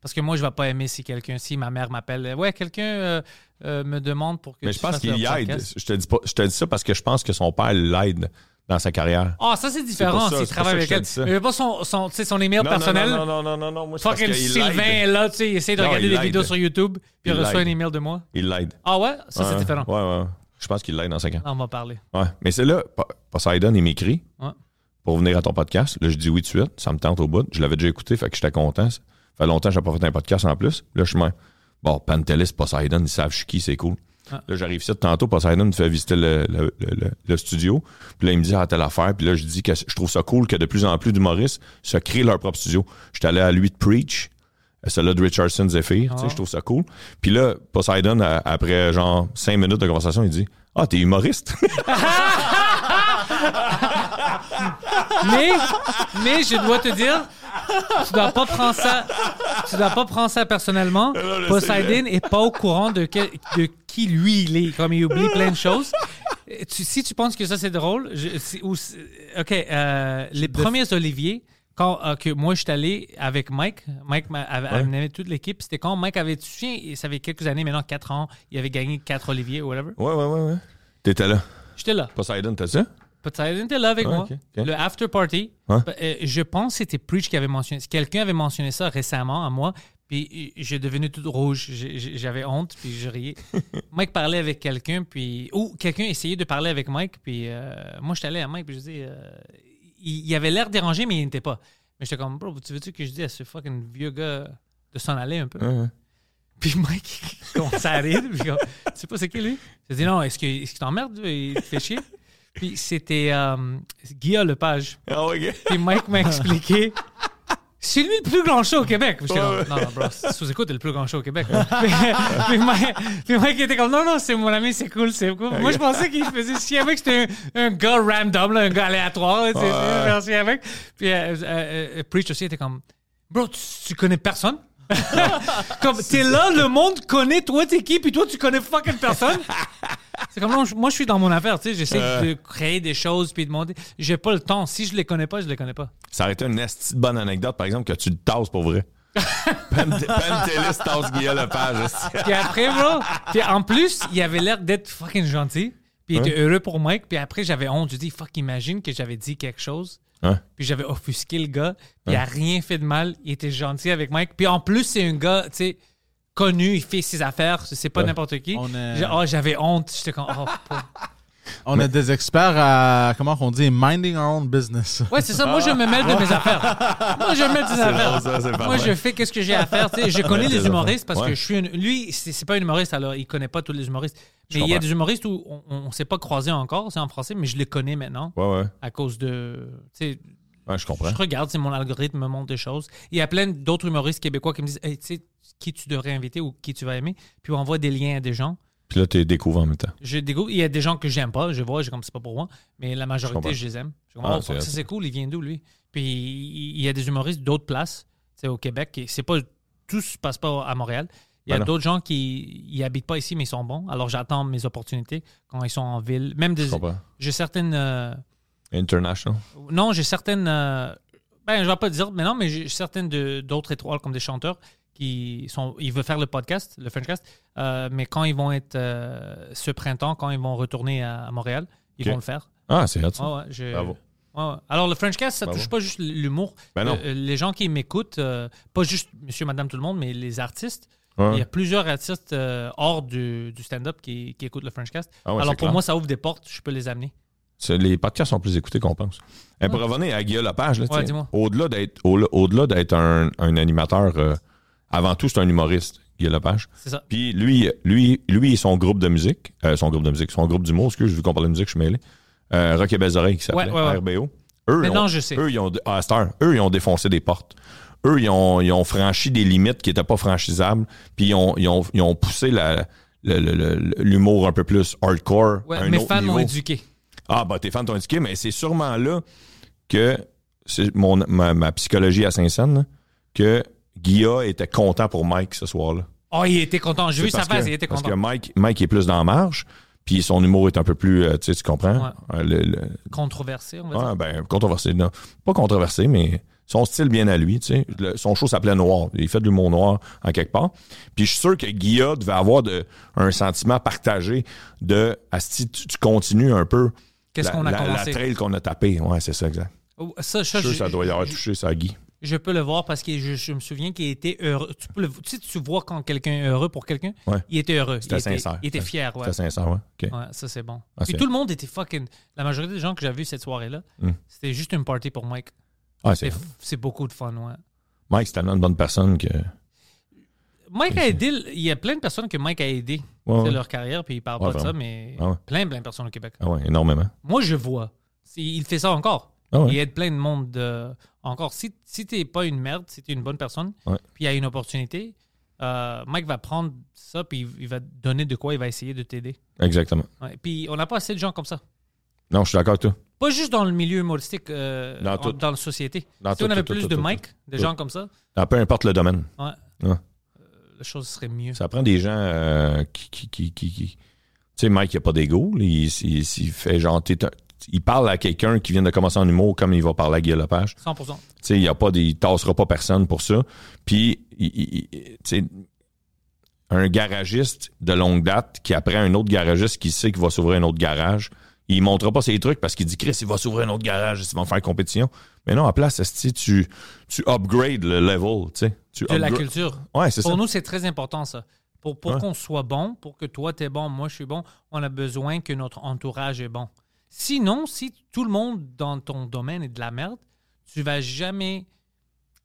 B: Parce que moi, je vais pas aimer si quelqu'un, si ma mère m'appelle, euh, ouais, quelqu'un euh, euh, me demande pour que
C: Mais
B: tu
C: je pense
B: fasses
C: qu'il
B: le
C: y aide.
B: podcast.
C: Je te, dis pas, je te dis ça parce que je pense que son père l'aide dans sa carrière.
B: Ah, ça c'est différent. S'il
C: ça, c'est pour ça
B: travaille
C: que je
B: avec
C: te
B: elle,
C: dis ça.
B: mais pas son, son, tu sais, son email
C: Non, non,
B: personnel.
C: Non, non, non, non, non, non. Moi, c'est parce
B: Fucking
C: qu'il
B: Sylvain
C: l'aide.
B: est là, tu sais, il essaie de
C: Non,
B: regarder
C: il
B: des
C: l'aide.
B: vidéos sur YouTube, puis il
C: Il
B: reçoit un
C: l'aide.
B: email de moi.
C: Il l'aide.
B: Ah ouais? Ça, c'est
C: Ouais,
B: différent. Ah,
C: Ouais, ouais. Je pense qu'il l'aide dans sa carrière.
B: On va parler.
C: Ouais. Mais c'est là, Po- Poseidon, il m'écrit
B: Ouais.
C: pour venir à ton podcast. Là, je dis oui tout de suite. Ça me tente au bout. Je l'avais déjà écouté, fait que j'étais content. Ça fait longtemps que je pas fait un podcast en plus. Là, je suis même. Bon, Pantelis, Poseidon, ils savent je suis qui, c'est cool.
B: Ah.
C: Là, j'arrive ici de tantôt, Poseidon me fait visiter le, le- le- le- le studio. Puis là, il me dit, ah, telle affaire. Puis là, je dis que je trouve ça cool que de plus en plus d'humoristes se créent leur propre studio. J'étais allé à lui de Preach, à celle-là de Richardson Zephyr. Tu sais, je trouve ça cool. Puis là, Poseidon, a- après genre cinq minutes de conversation, il dit, ah, t'es humoriste?
B: Mais, mais je dois te dire, tu dois pas prendre ça, tu dois pas prendre ça personnellement.
C: je sais,
B: Poseidon est pas au courant de, que- de qui lui il est, comme il oublie plein de choses. Euh, tu- si tu penses que ça c'est drôle, je- si- ou si- ok, euh, les premiers Olivier. Quand euh, que moi je suis allé avec Mike, Mike m'a- avait amené toute l'équipe. C'était quand Mike avait, tu te souviens, il- ça avait quelques années maintenant, 4 ans, il avait gagné 4 Olivier ou whatever.
C: Ouais, ouais, ouais, ouais. T'étais là.
B: J'étais là.
C: Poseidon, t'as ça?
B: Poseidon était là avec
C: Ah,
B: moi.
C: ok, ok.
B: Le after party,
C: Ouais.
B: euh, je pense que c'était Preach qui avait mentionné. Quelqu'un avait mentionné ça récemment à moi, puis euh, j'ai devenu tout rouge. J'ai- j'ai- J'avais honte, puis je riais. Mike parlait avec quelqu'un, puis ou quelqu'un essayait de parler avec Mike, puis euh, moi j'étais allé à Mike, puis je dis, euh, il, il avait l'air dérangé, mais il n'était pas. Mais j'étais comme, bro, tu veux-tu que je dise à ce fucking vieux gars de s'en aller un peu? Puis Mike il commence à rire. Puis comme, tu sais pas c'est qui lui? Je dis non, est-ce que- est-ce qu'il t'emmerde? lui? Il te fait chier? Puis c'était euh, Guillaume Lepage.
C: Ah, ok.
B: Puis Mike m'a expliqué. C'est lui le plus grand show au Québec. Puis j'étais comme, non, non, bro, sous-écoute est le plus grand show au Québec. hein. puis, puis Mike, puis Mike était comme, non, non, c'est mon ami, c'est cool, c'est cool. Moi, je pensais qu'il faisait chier avec, c'était un, un gars random, là, un gars aléatoire, là, tu sais,
C: Ouais.
B: faire chier avec. Puis euh, euh, euh, Preach aussi était comme, bro, tu, tu connais personne? comme, t'es là, le monde connaît, toi, t'es qui, puis toi, tu connais fucking personne? C'est comme, non, je- moi, je suis dans mon affaire, tu sais, j'essaie de créer des choses, puis de monter. J'ai pas le temps. Si je les connais pas, je les connais pas.
C: Ça aurait été une esti de bonne anecdote, par exemple, que tu le tasses pour vrai. Pante- Pantelis tasse Guillaume Lepage. esti.
B: Puis après, bro, puis en plus, il avait l'air d'être fucking gentil. Puis il était heureux pour Mike. Puis après, j'avais honte. Je dis, fuck, imagine que j'avais dit quelque chose.
C: Hein?
B: Puis j'avais offusqué le gars. Puis il a rien fait de mal. Il était gentil avec Mike. Puis en plus, c'est un gars, tu sais, connu. Il fait ses affaires. C'est pas n'importe qui.
D: On est-
B: J'ai- oh, j'avais honte. J'étais comme, oh, pauvre.
D: On est des experts à, comment on dit, minding our own business.
B: Ouais, c'est ça. Moi, je me mêle de mes affaires. Moi, je me mêle de mes affaires.
C: drôle, ça, c'est pas
B: Moi,
C: vrai.
B: je fais qu'est-ce que j'ai à faire. tu sais. Je connais
C: Ouais,
B: les
C: tes
B: humoristes parce
C: affaires.
B: que
C: Ouais.
B: je suis une... Lui, c'est c'est pas un humoriste, alors il connaît pas tous les humoristes. Mais il y a
C: comprends.
B: des humoristes où on, on- on s'est pas croisés encore, c'est en français, mais je les connais maintenant
C: Ouais, ouais.
B: à cause de. tu sais,
C: Ouais, je comprends.
B: Je regarde si mon algorithme me montre des choses. Il y a plein d'autres humoristes québécois qui me disent Hey, tu sais, qui tu devrais inviter ou qui tu vas aimer. Puis on envoie des liens à des gens.
C: Puis là, t'es découvert en même temps.
B: Je découvre, il y a des gens que j'aime pas, je vois, je comme c'est pas pour moi, mais la majorité,
C: comprends.
B: je les aime. Je comme,
C: Ah,
B: oh,
C: c'est
B: fuck, ça
C: hot.
B: c'est cool, il vient d'où lui Puis il y a des humoristes d'autres places, c'est au Québec, et c'est pas tout se passe pas à Montréal. Il y a
C: Ben non.
B: d'autres gens qui ils habitent pas ici mais ils sont bons. Alors j'attends mes opportunités quand ils sont en ville, même des
C: Je comprends.
B: j'ai certaines euh,
C: International.
B: non, j'ai certaines euh, ben je vais pas dire mais non, mais j'ai certaines de- d'autres étoiles comme des chanteurs qui sont ils veulent faire le podcast, le Funchcast, euh, mais quand ils vont être euh, ce printemps, quand ils vont retourner à, à Montréal, ils
C: Ok.
B: vont le faire.
C: Ah, c'est hot, ça.
B: Ouais, ouais, je-
C: Bravo.
B: Ouais, ouais. Alors, le Frenchcast, ça
C: Bravo.
B: touche pas juste l'humour.
C: Ben non.
B: Euh, euh, les gens qui m'écoutent, euh, pas juste monsieur, madame, tout le monde, mais les artistes.
C: Ouais.
B: Il y a plusieurs artistes euh, hors du, du stand-up qui, qui écoutent le Frenchcast.
C: Ah ouais,
B: Alors,
C: c'est
B: pour
C: clair.
B: moi, ça ouvre des portes, je peux les amener.
C: C'est- Les podcasts sont plus écoutés qu'on pense. Et pour revenir à Guillaume Lepage, là, tu
B: Ah. Ouais,
C: sais,
B: dis-moi.
C: au-delà d'être au- au-delà d'être un, un animateur, euh, avant tout, c'est un humoriste, Guillaume Lepage.
B: C'est ça.
C: Puis lui, lui, lui et son groupe de musique, euh, son groupe de musique, son groupe d'humour, excuse, je vous qu'on parle de musique, je suis mêlé. euh, Rock et Belles Oreilles qui s'appelait,
B: Ouais, ouais, ouais.
C: RBO. Eux,
B: Maintenant,
C: ils ont-
B: je sais.
C: Eux, ils ont, à cette heure, eux, ils ont défoncé des portes. Eux, ils ont, ils ont franchi des limites qui n'étaient pas franchissables, puis ils ont, ils ont, ils ont poussé la- le- le- le- l'humour un peu plus hardcore.
B: Ouais,
C: à un
B: mes
C: autre
B: fans m'ont
C: niveau.
B: éduqué.
C: Ah, bah, tes fans t'ont indiqué, mais c'est sûrement là que c'est mon, ma, ma psychologie à Saint-Saëns, là, que Guilla était content pour Mike ce soir-là.
B: Oh, il était content. J'ai vu sa
C: C'est parce
B: face,
C: que-
B: il était
C: Parce
B: content.
C: que Mike, Mike est plus dans la marge, puis son humour est un peu plus, euh, tu sais, tu comprends? Euh, le- le-
B: Controversé, on va dire.
C: ah, ben, controversé. non. Pas controversé, mais son style bien à lui, tu sais. Le- son show s'appelait Noir. Il fait de l'humour noir en quelque part. Puis je suis sûr que Guilla devait avoir de, un sentiment partagé de Asti, tu, tu continues un peu
B: Qu'est-ce
C: la-
B: qu'on a
C: la,
B: commencé?
C: la trail qu'on a tapée. Ouais, c'est ça, exact.
B: Oh, Ça,
C: Je
B: ça,
C: suis sûr
B: je,
C: que ça doit y avoir
B: je-
C: touché, ça, à Guy.
B: je peux le voir parce que je, je me souviens qu'il était heureux. Tu, peux le- tu sais, tu vois quand quelqu'un est heureux pour quelqu'un,
C: Ouais.
B: il était heureux.
C: C'était
B: il était,
C: sincère.
B: Il était fier, ouais.
C: C'était sincère, ouais. OK.
B: Ouais, ça c'est bon.
C: Ah,
B: Puis
C: c'est-
B: tout le monde était fucking. La majorité des gens que j'avais vu cette soirée-là,
C: Mm.
B: c'était juste une party pour Mike.
C: Ah,
B: C'est-
C: c'est,
B: C'est beaucoup de fun, ouais.
C: Mike, c'est tellement une bonne personne que.
B: Mike a aidé, il y a plein de personnes que Mike a aidé
C: Ouais,
B: dans
C: ouais.
B: leur carrière, puis il parle
C: Ouais,
B: pas de ça,
C: vraiment.
B: mais
C: Ah ouais.
B: plein, plein de personnes au Québec.
C: Ah ouais, énormément.
B: Moi, je vois. C'est- Il fait ça encore.
C: Ah ouais.
B: Il aide plein de monde euh, encore. Si, si t'es pas une merde, si t'es une bonne personne,
C: Ouais.
B: puis il y a une opportunité, euh, Mike va prendre ça, puis il, il va te donner de quoi, il va essayer de t'aider.
C: Exactement.
B: Ouais. Puis on n'a pas assez de gens comme ça.
C: Non, je suis d'accord avec toi.
B: Pas juste dans le milieu humoristique, euh,
C: Dans
B: en-
C: tout.
B: dans la société.
C: Dans
B: si
C: tout,
B: on avait
C: tout,
B: plus
C: tout,
B: de
C: tout,
B: Mike, de
C: Tout.
B: gens comme ça,
C: Ah, peu importe le domaine.
B: ouais, euh,
C: Ouais.
B: la chose serait mieux.
C: Ça prend des gens euh, qui, qui, qui, qui- qui- Tu sais, Mike, il n'a pas d'ego. là. Il, il- il fait genre. t'es un- Il parle à quelqu'un qui vient de commencer en humour comme il va parler à Guy Lepage.
B: 100%.
C: Tu sais, il y a pas des, il tassera pas personne pour ça. Puis, il- il- il- tu sais, un garagiste de longue date qui apprend à un autre garagiste qui sait qu'il va s'ouvrir un autre garage, il montrera pas ses trucs parce qu'il dit Chris, il va s'ouvrir un autre garage, il va me faire compétition. Mais non, à place, esti, tu, tu upgrades le level, tu sais. Tu
B: De la
C: upgra-
B: culture.
C: Ah, Ouais, c'est
B: Pour
C: ça.
B: nous, c'est très important, ça. Pour, pour
C: Ouais.
B: qu'on soit bon, pour que toi, tu es bon, moi, je suis bon, on a besoin que notre entourage est bon. Sinon, si tout le monde dans ton domaine est de la merde, tu vas jamais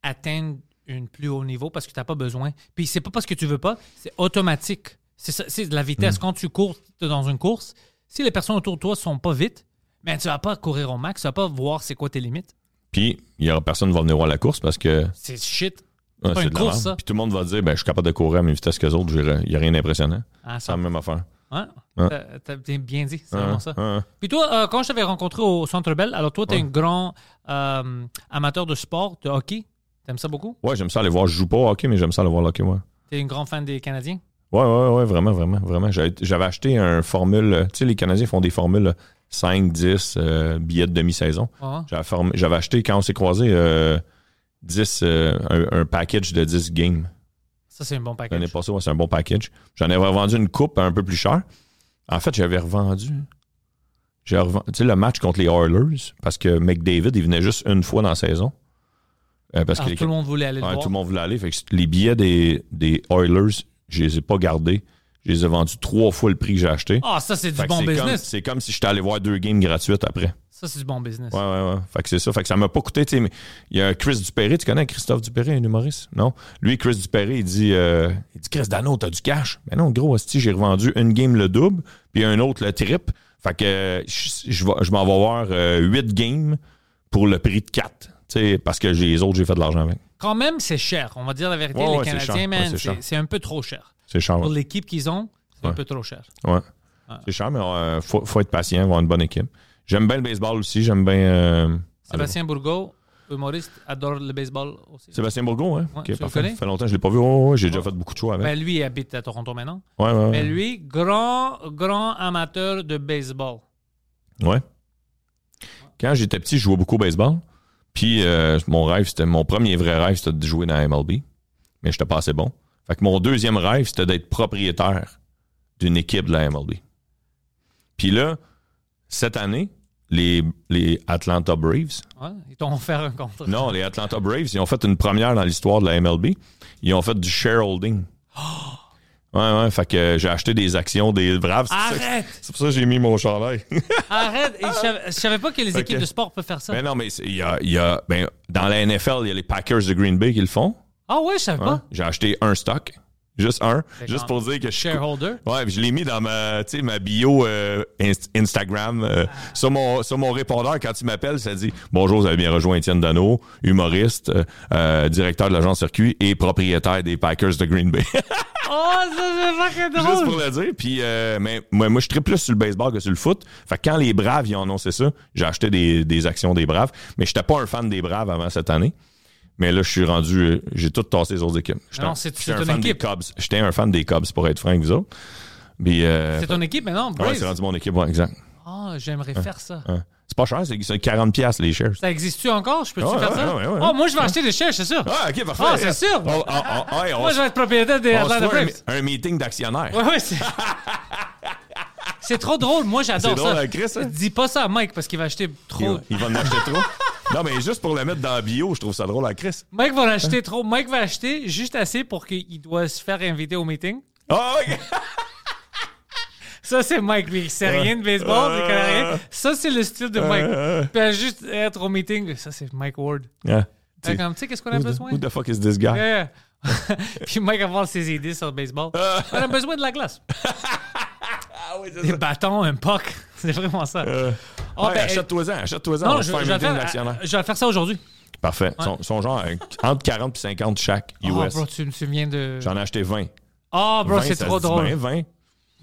B: atteindre un plus haut niveau parce que tu n'as pas besoin. Puis c'est pas parce que tu veux pas, c'est automatique. C'est ça- c'est de la
C: Mm.
B: vitesse. Quand tu cours t'es dans une course, si les personnes autour de toi sont pas vite, ben, tu vas pas courir au max, tu vas pas voir c'est quoi tes limites.
C: Puis, il y aura personne qui va venir voir la course parce que.
B: C'est shit.
C: Ouais,
B: pas
C: c'est
B: une
C: de la
B: course,
C: merde.
B: ça.
C: Puis tout le monde va dire, ben, je suis capable de courir à même vitesse que les autres, j'ai- il n'y a rien d'impressionnant.
B: Ah,
C: C'est
B: ça,
C: la même affaire.
B: ouais.
C: Ouais.
B: T'as- T'as bien bien dit, c'est
C: Hein,
B: vraiment ça.
C: hein.
B: Puis toi, euh, quand je t'avais rencontré au Centre Bell, alors toi, t'es un grand euh, amateur de sport, de hockey. T'aimes ça beaucoup?
C: Ouais, j'aime ça aller voir. Je joue pas au hockey, mais j'aime ça aller voir le hockey, ouais.
B: T'es une grande fan des Canadiens?
C: Ouais, ouais, ouais, vraiment, vraiment, vraiment. J'avais j'avais acheté un formule. euh, Tu sais, les Canadiens font des formules euh, 5, 10 euh, billets de demi-saison.
B: Ouais.
C: J'avais form- J'avais acheté, quand on s'est croisés, euh, 10, euh, un, un package de 10 games.
B: Ça, c'est un bon package.
C: L'année passée, ouais, c'est un bon package. J'en avais vendu une coupe un peu plus chère. En fait, j'avais revendu. J'ai reven- Tu sais, le match contre les Oilers, parce que McDavid, il venait juste une fois dans la saison. Euh, parce
B: Alors,
C: que les-
B: Ah, tout le monde voulait aller le
C: Ouais,
B: voir.
C: tout le monde voulait aller. Fait que les billets des, des Oilers, je les ai pas gardés. Je les ai vendus trois fois le prix que j'ai acheté.
B: Ah, ça, c'est
C: Fait
B: du
C: que
B: bon
C: c'est comme-
B: business.
C: C'est comme, si j'étais allé voir deux games gratuites après.
B: Ça, c'est du bon business.
C: Ouais, ouais, ouais. Fait que c'est ça. Fait que ça m'a pas coûté. tu sais, mais Il y a Chris Dupéré. Tu connais Christophe Dupéré, un humoriste? Non. Lui, Chris Dupéré, il dit, euh, il dit Chris Dano, t'as du cash. Mais non, gros, hostie, j'ai revendu une game le double, puis un autre le triple. Fait que euh, je je vais- je m'en vais voir euh, huit games pour le prix de quatre. Tu sais, parce que j'ai- les autres, j'ai fait de l'argent avec.
B: Quand même, c'est cher. On va dire la vérité.
C: Ouais,
B: les
C: ouais, c'est
B: Canadiens,
C: cher.
B: man,
C: Ouais, c'est
B: c'est-
C: cher.
B: c'est un peu trop cher.
C: C'est cher.
B: Pour
C: ouais.
B: l'équipe qu'ils ont, c'est un
C: Ouais.
B: peu trop cher.
C: Ouais.
B: Ah.
C: C'est cher, mais il faut, faut être patient, avoir une bonne équipe. J'aime bien le baseball aussi. J'aime bien. euh,
B: Sébastien Bourgault, humoriste, adore le baseball aussi.
C: Sébastien Bourgon, hein?
B: Ouais,
C: Ok,
B: tu le
C: parfait.
B: connais?
C: Ça fait longtemps que je l'ai pas vu. Ouais, ouais, j'ai déjà fait beaucoup de choix avec.
B: Ben, lui, il habite à Toronto maintenant.
C: Ouais, ouais, ouais.
B: Mais lui, grand, grand amateur de baseball.
C: Ouais. Quand j'étais petit, je jouais beaucoup au baseball. Puis euh, mon rêve, c'était mon premier vrai rêve, c'était de jouer dans la MLB. Mais j'étais pas assez bon. Fait que mon deuxième rêve, c'était d'être propriétaire d'une équipe de la MLB. Puis là, cette année, les, les Atlanta Braves,
B: Ouais, ils t'ont offert un contrat.
C: Non, les Atlanta Braves, ils ont fait une première dans l'histoire de la MLB. Ils ont fait du shareholding. Ouais, ouais, fait que j'ai acheté des actions des Braves. C'est pour ça que-
B: Arrête!
C: C'est pour ça que j'ai mis mon chandail.
B: Arrête! Et je, savais, je savais pas que les
C: Fait
B: équipes
C: que-
B: de sport peuvent faire ça.
C: mais Ben non, mais c'est- il y a, il y a- ben, dans la NFL, il y a les Packers de Green Bay qui le font.
B: Ah ouais, je savais
C: Ouais.
B: pas.
C: J'ai Hein? acheté un stock. Juste un.
B: Fait
C: Juste
B: qu'en-
C: pour dire que je suis.
B: Shareholder.
C: Ouais, puis je l'ai mis dans ma, tu sais, ma bio euh, Inst- Instagram.
B: Ah.
C: euh, sur, mon, sur mon répondeur, quand tu m'appelles, ça dit Bonjour, vous avez bien rejoint Étienne Dano, humoriste, euh, euh, directeur de l'agence Circuit et propriétaire des Packers de Green Bay.
B: Oh, ça, c'est fucking
C: Juste
B: drôle.
C: pour le dire. Puis, euh, mais moi, moi, je tripe plus sur le baseball que sur le foot. Fait que quand les Braves ils ont annoncé ça, j'ai acheté des, des actions des Braves. Mais j'étais pas un fan des Braves avant cette année. Mais là, je suis rendu. euh, J'ai tout tassé les autres équipes. J'étais
B: Non,
C: un-
B: c'est-
C: j'étais
B: c'est
C: un
B: une
C: fan
B: équipe.
C: des Cubs. J'étais un fan des Cubs, pour être franc avec vous autres. Puis, euh,
B: C'est ton équipe maintenant,
C: ouais,
B: Braves.
C: c'est rendu Hein. mon équipe, ouais, exact.
B: Ah, j'aimerais faire ça.
C: Ouais. C'est pas cher, c'est c'est 40$ les shares.
B: Ça existe-tu encore? Je peux-tu
C: Ouais,
B: faire
C: ouais,
B: ça?
C: ouais, ouais, ouais.
B: oh, moi, je vais acheter des shares, c'est sûr.
C: Ah, ok, parfait.
B: Ah, c'est sûr.
C: Oh, oh, oh, ouais, on
B: moi,
C: se-
B: je vais être propriétaire des
C: on se
B: Atlanta
C: fait un-
B: Braves.
C: un, meeting d'actionnaires.
B: Ouais, ouais, c'est... c'est trop drôle. Moi, j'adore
C: C'est drôle
B: ça.
C: à Chris, hein?
B: Dis pas ça à Mike parce qu'il va acheter trop.
C: Il, il va en acheter trop. Non, mais juste pour le mettre dans la bio, je trouve ça drôle à Chris.
B: Mike va l'acheter trop. Mike va acheter juste assez pour qu'il doit se faire inviter au meeting.
C: Ah, ok.
B: Ça, c'est Mike, lui. Il sait rien de baseball, il connaît rien. Ça, c'est le style de Mike. Puis à juste être au meeting, ça, c'est Mike Ward.
C: Yeah.
B: Fait comme, tu sais, qu'est-ce qu'on a
C: Who the,
B: besoin?
C: who the fuck is this guy?
B: Yeah, yeah. Puis Mike va avoir ses idées sur le baseball.
C: Ah.
B: On a besoin de la glace. Des bâtons, un puck. C'est vraiment ça. Ah,
C: Ouais,
B: ben,
C: achète-toi-en,
B: non,
C: achète-toi-en. Euh, on va
B: je,
C: se faire un
B: je vais
C: meeting
B: faire,
C: d'actionnaires.
B: je vais faire ça aujourd'hui.
C: Parfait. Son, son genre, euh, entre 40 et 50 chaque US.
B: Oh, bro, tu me souviens de.
C: J'en ai acheté 20.
B: Ah, bro,
C: 20,
B: c'est
C: ça
B: trop
C: se dit
B: drôle.
C: bien, 20.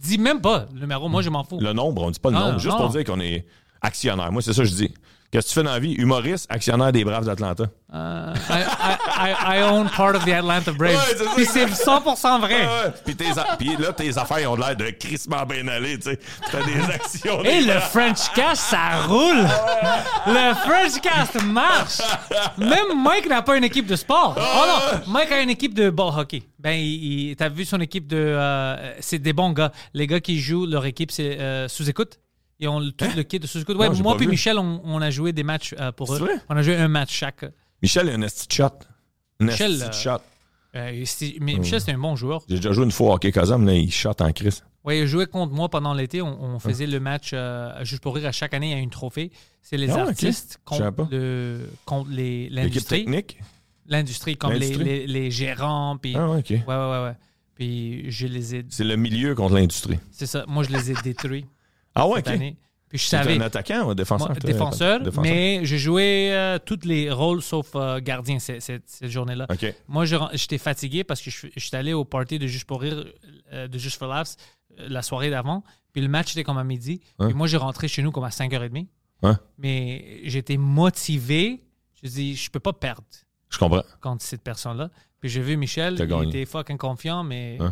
B: Dis même pas le numéro, moi, je m'en fous.
C: Le nombre, on dit pas le
B: Ah,
C: nombre, juste
B: non.
C: pour dire qu'on est actionnaire. Moi, c'est ça que je dis. Qu'est-ce que tu fais dans la vie? Humoriste, actionnaire des Braves d'Atlanta.
B: Euh, I, I- I- I own part of the Atlanta Braves.
C: Ouais, c'est ça.
B: Puis c'est 100% vrai.
C: Ah ouais. Puis, tes a- puis là, tes affaires ont l'air de crissement bien aller, tu sais. T'as des actions.
B: Et le French Cast, ça roule! Le French Cast marche! Même Mike n'a pas une équipe de sport. Oh non, Mike a une équipe de ball hockey. Ben, il, il- t'as vu son équipe de. euh, c'est des bons gars. Les gars qui jouent leur équipe, c'est euh, sous écoute. Et on tout le kit de sous écoute. Ouais,
C: Hein? Non, j'ai
B: moi
C: pas
B: puis
C: vu.
B: Michel, on, on a joué des matchs euh, pour eux.
C: C'est vrai?
B: On a joué un match chaque.
C: Michel a un esti de shot. Un
B: Michel,
C: esti de
B: euh,
C: shot.
B: Euh, c'est-
C: Oh.
B: mais Michel, c'est un bon joueur.
C: J'ai déjà joué une fois au hockey Kazam, là, il shot en crise.
B: Ouais, il jouait contre moi pendant l'été. On,
C: Ah.
B: on faisait le match euh, juste pour rire. À chaque année, il y a une trophée. C'est les
C: Ah, ok.
B: artistes
C: Je savais
B: contre,
C: pas.
B: le- contre les-
C: L'équipe
B: l'industrie.
C: technique?
B: L'industrie, comme les,
C: L'industrie?
B: les- les gérants. Puis,
C: Ah, ok.
B: Ouais, ouais, ouais, ouais. Puis je les ai.
C: C'est le milieu contre l'industrie.
B: C'est ça. Moi, je les ai détruits
C: Ah ouais,
B: cette
C: ok.
B: année. Puis je
C: T'es
B: savais.
C: un attaquant ou un défenseur?
B: moi,
C: T'es-
B: défenseur,
C: défenseur.
B: mais j'ai joué euh, tous les rôles sauf euh, gardien cette, cette- cette journée-là.
C: OK.
B: Moi, je- j'étais fatigué parce que je, suis- j'étais allé au party de Juste pour rire, euh, de Juste for Laughs, euh, la soirée d'avant. Puis le match était comme à midi.
C: Ouais.
B: Puis moi, j'ai rentré chez nous comme à 5h30.
C: Ouais.
B: Mais j'étais motivé. Je dis, je peux pas perdre
C: Je comprends.
B: contre cette personne-là. Puis j'ai vu Michel,
C: T'as
B: il
C: gagné. Hein?
B: était fucking confiant, mais...
C: Ouais.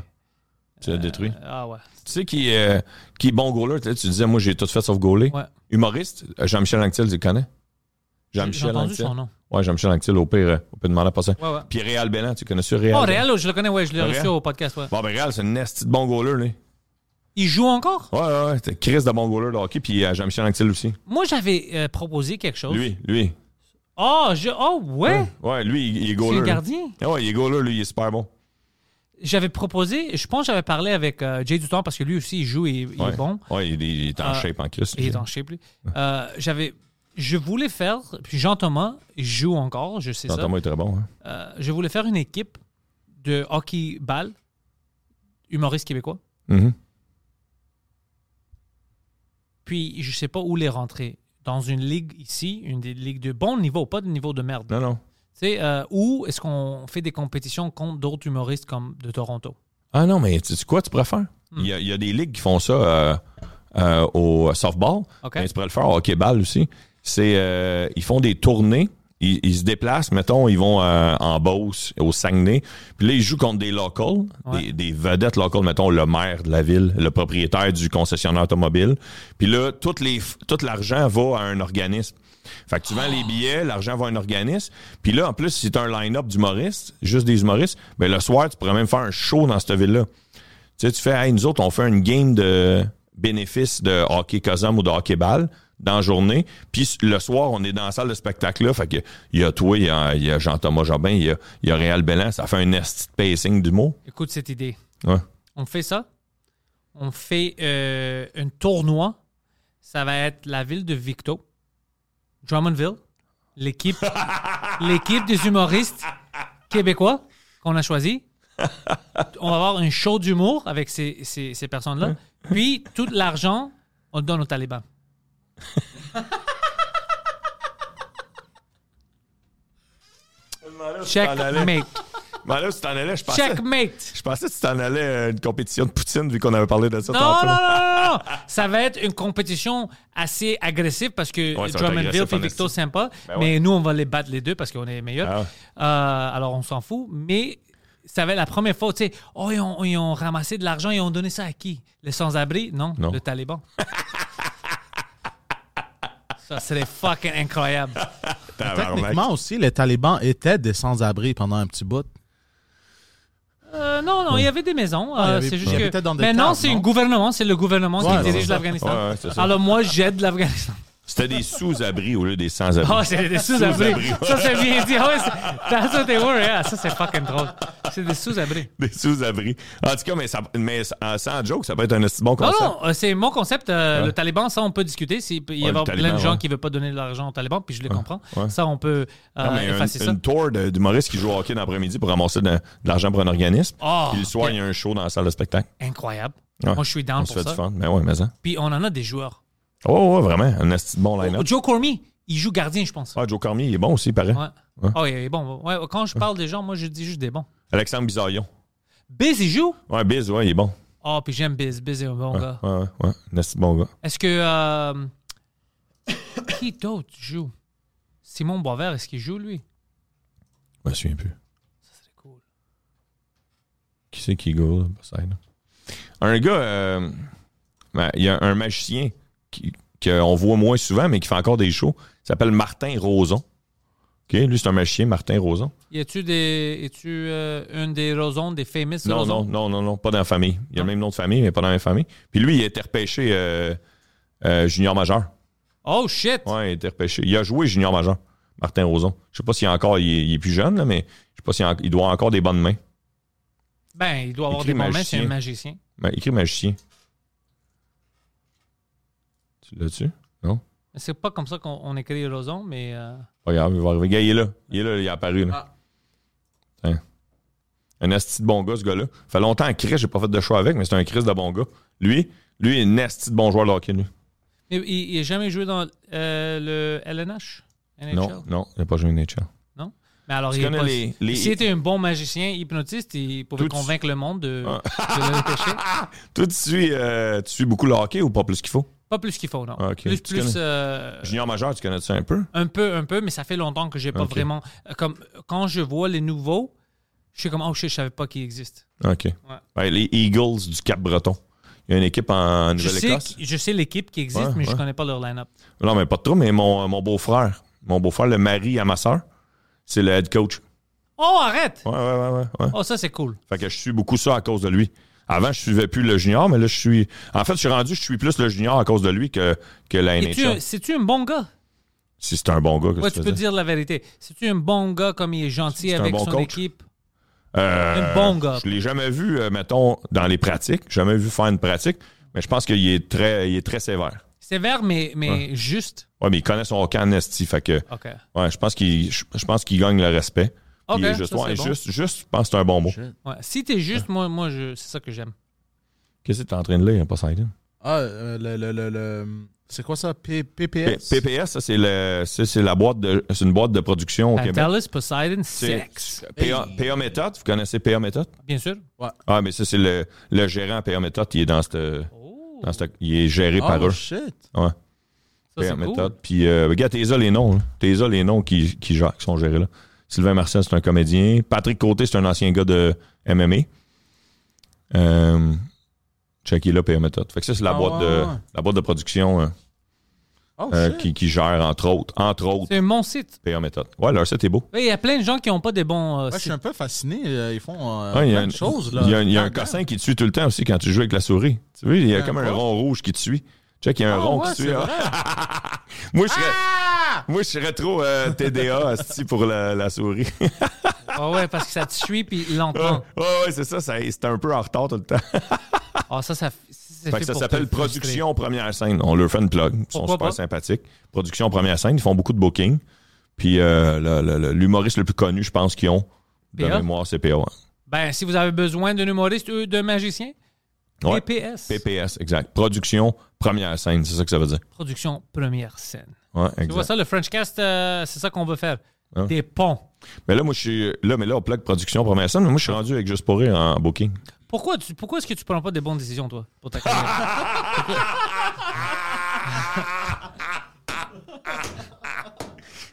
C: Tu l'as détruit.
B: Ah ouais.
C: Tu sais qui, euh, qui est bon goaler? Tu sais, tu disais, moi, j'ai tout fait sauf goaler.
B: Ouais.
C: Humoriste, euh, Jean-Michel Anctil, tu le connais?
B: J'ai
C: Jean-Michel
B: entendu
C: Anctil.
B: son nom.
C: Ouais, Jean-Michel Anctil, au pire, euh, au pire, demande à passer.
B: Ouais, ouais.
C: Puis Réal Bellan, tu connais ça, Réal?
B: Oh,
C: Bellan?
B: Réal, je le connais, ouais, je l'ai
C: Réal?
B: reçu au podcast, ouais.
C: Bon, ben Réal, c'est un esti de bon goaler, lui.
B: Il joue encore?
C: Ouais, ouais, ouais. C'est Chris de bon goaler de hockey, puis euh, Jean-Michel Anctil aussi.
B: Moi, j'avais euh, proposé quelque chose.
C: Lui, lui.
B: Oh, je... oh ouais?
C: Ouais, lui, il, il est
B: C'est
C: goaler.
B: le
C: lui.
B: gardien?
C: Ah ouais, il est goaler, lui, il est super bon.
B: J'avais proposé, je pense que j'avais parlé avec euh, Jay Duton parce que lui aussi, il joue et il
C: Ouais.
B: est bon.
C: Ouais, il, est- il est en
B: Ah.
C: shape en Chris.
B: Il est en shape, lui. Euh, j'avais... Je voulais faire... Puis Jean-Thomas il joue encore, je sais ça.
C: Jean-Thomas est très bon. Hein.
B: Euh, je voulais faire une équipe de hockey-ball, humoriste québécois.
C: Mhm.
B: Puis je sais pas où les rentrer. Dans une ligue ici, une des ligues de bon niveau, pas de niveau de merde.
C: Non, non.
B: Tu sais, euh, où est-ce qu'on fait des compétitions contre d'autres humoristes comme de Toronto?
C: Ah non, mais tu sais quoi, tu pourrais faire? Il, y a, il y a des ligues qui font ça euh, euh, au softball.
B: OK.
C: Mais tu pourrais le faire au hockey-ball aussi. C'est, euh, ils font des tournées. Ils, ils se déplacent, mettons, ils vont euh, en Beauce, au Saguenay. Puis là, ils jouent contre des locals,
B: Ouais.
C: des, des vedettes locales, mettons, le maire de la ville, le propriétaire du concessionnaire automobile. Puis là, toutes les, f- tout l'argent va à un organisme. Fait que tu vends les billets, l'argent va à un organisme. Puis là, en plus, si t'as un line-up d'humoristes, juste des humoristes, ben le soir, tu pourrais même faire un show dans cette ville-là. Tu sais, tu fais, hey, nous autres, on fait une game de bénéfice de hockey Cosum ou de hockey ball dans la journée. Puis le soir, on est dans la salle de spectacle-là. Fait que, il y a toi, il y a, il y a Jean-Thomas Jobin, il y a, il y a Réal Bellan. Ça fait un esti de pacing du mot.
B: Écoute cette idée.
C: Ouais.
B: On fait ça. On fait euh, un tournoi. Ça va être la ville de Victo, Drummondville, l'équipe, l'équipe des humoristes québécois qu'on a choisi. on va avoir un show d'humour avec ces, ces- ces personnes-là. Puis, tout l'argent, on le donne aux talibans. Checkmate.
C: Mais Ben là, si t'en allais, Ah, je pensais,
B: Checkmate.
C: je pensais que tu t'en allais à une compétition de Poutine, vu qu'on avait parlé de ça
B: Non,
C: tantôt.
B: non, non, non, non. Ça va être une compétition assez agressive parce que
C: Ouais, ça va être
B: Drummondville
C: agressif
B: et
C: en
B: Victor
C: esti.
B: sympa.
C: Ben ouais.
B: Mais nous, on va les battre les deux parce qu'on est les meilleurs.
C: Ah ouais.
B: Euh, alors, on s'en fout. Mais ça va être la première fois, tu sais, oh, ils ont, ils ont ramassé de l'argent, ils ont donné ça à qui? Les sans-abri? Non,
C: Non.
B: le Taliban. ça serait fucking incroyable.
C: Tabarnak.
D: Techniquement aussi, les talibans étaient des sans-abri pendant un petit bout.
B: Euh, non, non, il y avait des maisons.
D: Ah, il y
B: euh,
D: avait-
B: c'est juste
D: il y
B: que.
D: avait peut-être dans des
B: Maintenant,
D: caves,
B: c'est
D: non?
B: un gouvernement, c'est le gouvernement
D: Ouais,
B: qui dirige
D: c'est ça.
B: l'afghanistan.
C: Ouais, ouais, c'est ça.
B: Alors, moi, j'aide l'Afghanistan.
C: C'était des sous-abris au lieu des sans-abris.
B: Oh, c'est des sous-abris. ça, c'est bien dit. Ah ouais, c'est- that's what they were, yeah. Ça, c'est fucking drôle. C'est des sous-abris.
C: Des sous-abris. En tout cas, mais, ça, mais sans- sans joke, ça peut être un aussi bon
B: Non,
C: concept.
B: non, euh, c'est mon concept. euh,
C: Ouais.
B: Le Taliban, ça, on peut discuter. s'il peut- Il y
C: Ouais,
B: a
C: le
B: plein
C: Taliban,
B: de gens
C: ouais.
B: qui ne veulent pas donner de l'argent aux talibans, puis je les comprends.
C: ouais.
B: Ça, on peut euh,
C: Non, mais un-
B: effacer ça.
C: une tour de- d'humoristes qui joue au hockey dans l'après-midi pour ramasser de, de l'argent pour un organisme.
B: Oh,
C: Puis le soir,
B: ok.
C: il y a un show dans la salle de spectacle.
B: Incroyable.
C: Ouais.
B: Moi, je suis
C: On
B: down
C: se fait
B: pour ça.
C: du fun. Mais ouais, mais ça.
B: Puis on en a des joueurs.
C: Oh, ouais, vraiment. Un esti de
B: Oh,
C: bon line-up.
B: Joe Cormier, il joue gardien, je pense.
C: Ah, Joe Cormier, il est bon aussi, il paraît.
B: Ouais. Oh, il est bon. Ouais, quand je parle des gens, moi, je dis juste des bons.
C: Alexandre Bizarillon.
B: Biz, il joue.
C: Ouais, Biz, ouais, il est bon.
B: Oh, puis j'aime Biz. Biz est un bon
C: Ouais,
B: gars.
C: ouais, ouais. Un esti de bon gars.
B: Est-ce que. euh, qui d'autre joue Simon Boisvert, est-ce qu'il joue lui
C: Je me souviens plus.
B: Ça serait cool.
C: Qui c'est qui go, là, Poseidon? Un gars, euh, ben, il y a un magicien qui- qu'on voit moins souvent, mais qui fait encore des shows. Il s'appelle Martin Roson. OK? Lui, c'est un magicien, Martin Roson.
B: Y a-tu des. Es-tu euh, une des Rosons, des famous
C: Non,
B: Rosons?
C: non, non, non, non, pas dans la famille. Il
B: Ah.
C: a le même nom de famille, mais pas dans la même famille. Puis lui, il a été repêché euh, euh, junior majeur.
B: Oh shit
C: Ouais, il a été repêché. Il a joué junior majeur, Martin Roson. Je sais pas s'il est encore, il est, il est plus jeune, là, mais je sais pas s'il a- il doit encore des bonnes mains.
B: Ben, il doit avoir
C: Écrit
B: des moments, c'est
C: magicien.
B: un magicien.
C: Ben, écrit magicien. Tu l'as-tu? Non?
B: Mais C'est pas comme ça qu'on on écrit Roson, mais. euh,
C: Pas grave, il va arriver. Gars, il est là. Il est là, il est apparu. Là.
B: Ah.
C: Tiens. Un asti de bon gars, ce gars-là. Fait longtemps un Chris, j'ai pas fait de choix avec, mais c'est un Chris de bon gars. Lui, lui, il est un asti de bon joueur de hockey, lui.
B: mais il, il a jamais joué dans euh, le LNH NHL?
C: Non, non, il n'a pas joué une NHL.
B: Non? Mais alors,
C: Tu
B: il est
C: connais
B: pas-
C: les- les-
B: s'il était un bon magicien hypnotiste, il pouvait
C: Tout-
B: convaincre le monde de,
C: Ah.
B: de le repêcher.
C: Toi, tu suis, euh, tu suis beaucoup le hockey ou pas plus qu'il faut?
B: Pas plus qu'il faut, non.
C: Ah, ok.
B: Plus,
C: Tu
B: plus.
C: connais-
B: euh,
C: Junior majeur, tu connais ça un peu?
B: Un peu, un peu, mais ça fait longtemps que j'ai pas
C: Ok.
B: vraiment. euh, Comme euh, quand je vois les nouveaux, je suis comme oh shit, je savais pas qu'ils existent.
C: OK. Ouais, les Eagles du Cap-Breton. Il y a une équipe en
B: Je sais,
C: Nouvelle-Écosse.
B: qui- je sais l'équipe qui existe,
C: Ouais,
B: mais je
C: ouais.
B: connais pas leur line-up.
C: Non, mais pas trop, mais mon, mon beau-frère, mon beau-frère, le mari à ma soeur, c'est le head coach.
B: Oh arrête!
C: Ouais, ouais, ouais, ouais. ouais.
B: Oh ça c'est cool.
C: Fait que je suis beaucoup ça à cause de lui. Avant, je suivais plus le junior, mais là, je suis. En fait, je suis rendu, je suis plus le junior à cause de lui que, que la
B: Et tu,
C: NHL.
B: c'est tu un bon gars?
C: Si c'est un bon gars, que
B: Ouais,
C: tu
B: tu peux
C: faisais.
B: dire la vérité. C'est tu un bon gars comme il est gentil
C: C'est un
B: avec
C: bon
B: son
C: coach.
B: équipe.
C: Euh,
B: un bon gars.
C: Je l'ai jamais vu, euh, mettons, dans les pratiques. Jamais vu faire une pratique, mais je pense qu'il est très, il est très sévère.
B: Sévère mais mais juste.
C: Ouais, mais il connaît son hockey en esti, fait que.
B: Ok.
C: Ouais, je pense qu'il, je, je pense qu'il gagne le respect. Puis il est
B: Ok,
C: juste,
B: ça,
C: ouais,
B: c'est bon.
C: juste, juste, je pense que c'est un bon mot.
B: Ouais. Si t'es juste, moi moi je, c'est ça que j'aime.
C: Qu'est-ce que t'es en train de lire, hein, Poseidon?
D: Ah, euh, le, le, le, le- C'est quoi ça? P-
C: P-
D: PPS?
C: PPS, ça, c'est le, ça, c'est la boîte de, c'est une boîte de production au
B: Ah,
C: Québec.
B: Dallas Poseidon
C: C'est
B: sex.
C: PA, PA Méthode, vous connaissez PA Méthode?
B: Bien sûr.
C: Ah, mais ça, c'est le, le gérant PA Méthode, il est dans cette. dans cette- il est géré par
D: Oh
C: eux.
D: shit!
C: Ouais,
B: Ça c'est
C: PA Méthode.
B: cool.
C: Puis, euh, regarde, t'es là les noms. là. T'es là les noms qui, qui, gèrent- qui sont gérés là. Sylvain Marcel, c'est un comédien. Patrick Côté, c'est un ancien gars de MMA. Euh, checké là, PA Méthode. Fait que ça, c'est la,
D: Ah,
C: boîte
D: ouais,
C: de,
D: ouais.
C: la boîte de production euh,
D: Oh
C: euh,
D: shit!
C: qui, qui gère, entre autres, entre autres,
B: C'est un bon site.
C: PA Méthode. Ouais, leur site est beau.
B: Ouais, Il y a plein de gens qui n'ont pas des bons euh,
D: Ouais, je suis
B: sites.
D: un peu fasciné. euh, Ils font euh,
C: Ouais, Ah, il y a
D: plein de
C: un-
D: choses. là.
C: Il y a, un- il y a un
D: Dedans.
C: cossin qui te suit tout le temps aussi quand tu joues avec la souris. Tu vois, il y a
D: Un
C: comme un
D: Ah, quoi?
C: rond rouge qui te suit. Check, il y a un
D: Ah,
C: rond
D: ouais,
C: qui te
D: c'est
C: suit.
D: vrai. Ah!
C: moi, je serais,
B: Ah!
C: moi, je serais trop euh, TDA asti, pour la, la souris.
B: Ah ouais, parce que ça te suit puis
C: ouais,
D: Ah.
B: lentement.
C: ouais, c'est ça, ça- C'est un peu en retard tout le temps.
B: Ah ça, ça, c'est
C: Fait
B: fait
C: que ça
B: pour
C: s'appelle
B: te frustrer.
C: Production Première Scène. On leur fait une plug. Ils sont
B: Pourquoi
C: super
B: pas?
C: sympathiques. Production Première Scène, ils font beaucoup de booking. Puis euh, le- le- le- l'humoriste le, plus connu, je pense, qu'ils ont de
B: PA?
C: mémoire, c'est PA. ouais.
B: Ben, si vous avez besoin d'un humoriste ou d'un magicien,
C: Ouais.
B: PPS.
C: PPS, exact. Production, première scène, c'est ça que ça veut dire.
B: Production première scène.
C: Ouais,
B: Tu vois
C: exact. Ah.
B: ça, le Frenchcast, euh, c'est ça qu'on veut faire.
C: Ouais.
B: Des ponts.
C: Mais là, moi, je suis. Là, mais là, on plug production, première scène, mais moi, je suis rendu avec Juste pour rire en booking.
B: Pourquoi, tu- pourquoi est-ce que tu prends pas des bonnes décisions, toi, pour ta carrière?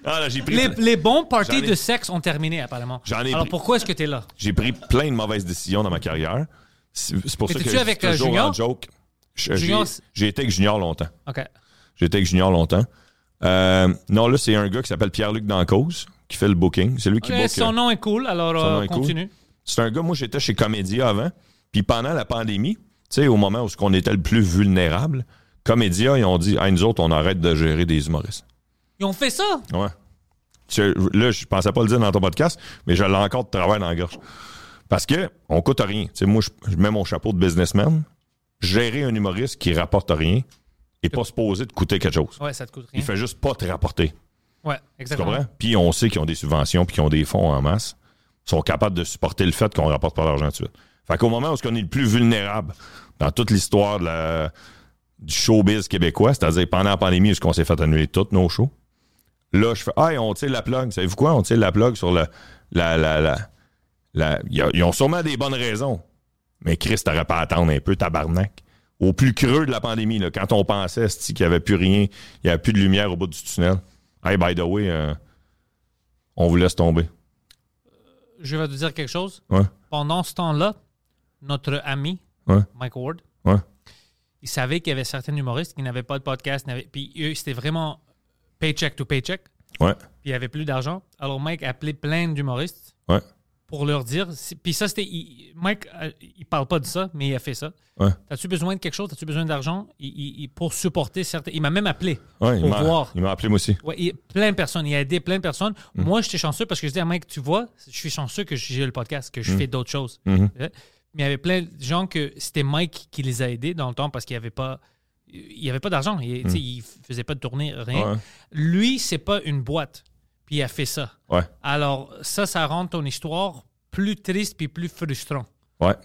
C: Ah là, j'ai pris.
B: les, les bons parties
C: J'en ai-
B: de sexe ont terminé, apparemment.
C: J'en ai
B: Alors
C: pris.
B: pourquoi est-ce que tu es là?
C: J'ai pris plein de mauvaises décisions dans ma carrière. C'est c'est pour
B: Mais
C: ça que
B: t'es-tu
C: je
B: avec,
C: dis
B: euh,
C: toujours
B: Junior?
C: en joke. Je- j'ai-
B: Junior, c'est-
C: J'ai été avec Junior longtemps.
B: OK.
C: J'ai été avec Junior longtemps. Euh, non, là, c'est un gars qui s'appelle Pierre-Luc Dancause qui fait le booking. C'est lui qui
B: Ok,
C: book.
B: son
C: euh,
B: nom est cool, alors
C: Son nom
B: euh,
C: est cool.
B: continue.
C: C'est un gars, moi, j'étais chez Comédia avant. Puis pendant la pandémie, tu sais, au moment où on était le plus vulnérable, Comédia, ils ont dit, hey, nous autres, on arrête de gérer des humoristes.
B: Ils ont fait ça?
C: Ouais. Je- là, je pensais pas le dire dans ton podcast, mais je l'ai encore de travail dans la gorge. Parce que on coûte rien. Tu sais, moi, je, je mets mon chapeau de businessman. Gérer un humoriste qui rapporte rien et pas supposé de coûter quelque chose.
B: Ouais, ça te coûte rien.
C: Il fait juste pas te rapporter.
B: Ouais,
C: Tu
B: exactement.
C: comprends? Puis on sait qu'ils ont des subventions puis qu'ils ont des fonds en masse. Ils sont capables de supporter le fait qu'on rapporte pas d'argent tout de suite. Fait qu'au moment où on est le plus vulnérable dans toute l'histoire de la- du showbiz québécois, c'est-à-dire pendant la pandémie, où on s'est fait annuler tous nos shows, là, je fais Hey, on tire la plug. Savez-vous quoi? On tire la plug sur le- la. la, la, la- y a- ils ont sûrement des bonnes raisons. Mais Chris, t'aurais pas à attendre un peu, tabarnak. Au plus creux de la pandémie, là, quand on pensait esti, qu'il n'y avait plus rien, il n'y avait plus de lumière au bout du tunnel. Hey, by the way, euh, on vous laisse tomber.
B: Je vais te dire quelque chose.
C: Ouais,
B: Pendant ce temps-là, notre ami,
C: ouais,
B: Mike Ward,
C: ouais.
B: il savait qu'il y avait certains humoristes qui n'avaient pas de podcast, n'avaient- puis eux, c'était vraiment paycheck to paycheck, puis
C: Ouais,
B: il n'y avait plus d'argent. Alors Mike a appelé plein d'humoristes
C: ouais,
B: pour leur dire. si- Puis ça, c'était. il- Mike, euh, il parle pas de ça, mais il a fait ça.
C: ouais.
B: T'as-tu besoin de quelque chose? T'as-tu besoin d'argent? Il- il- il- pour supporter certains. Il m'a même appelé
C: ouais il
B: pour
C: m'a
B: voir.
C: il m'a appelé moi aussi.
B: Ouais, il- plein de personnes. Il a aidé plein de personnes.
C: Mm.
B: Moi, j'étais chanceux parce que je dis à Mike, tu vois, je suis chanceux que j'ai le podcast, que je
C: Mm.
B: fais d'autres choses.
C: Mm-hmm.
B: Ouais. Mais il y avait plein de gens que c'était Mike qui les a aidés dans le temps parce qu'il n'y avait pas. Il y avait pas d'argent. Il, tu sais, il faisait pas de tournée, rien.
C: Mm. Ouais.
B: Lui, c'est pas une boîte. Puis il a fait ça.
C: Ouais,
B: Alors, ça, ça rend ton histoire plus triste puis plus frustrant.
C: ouais.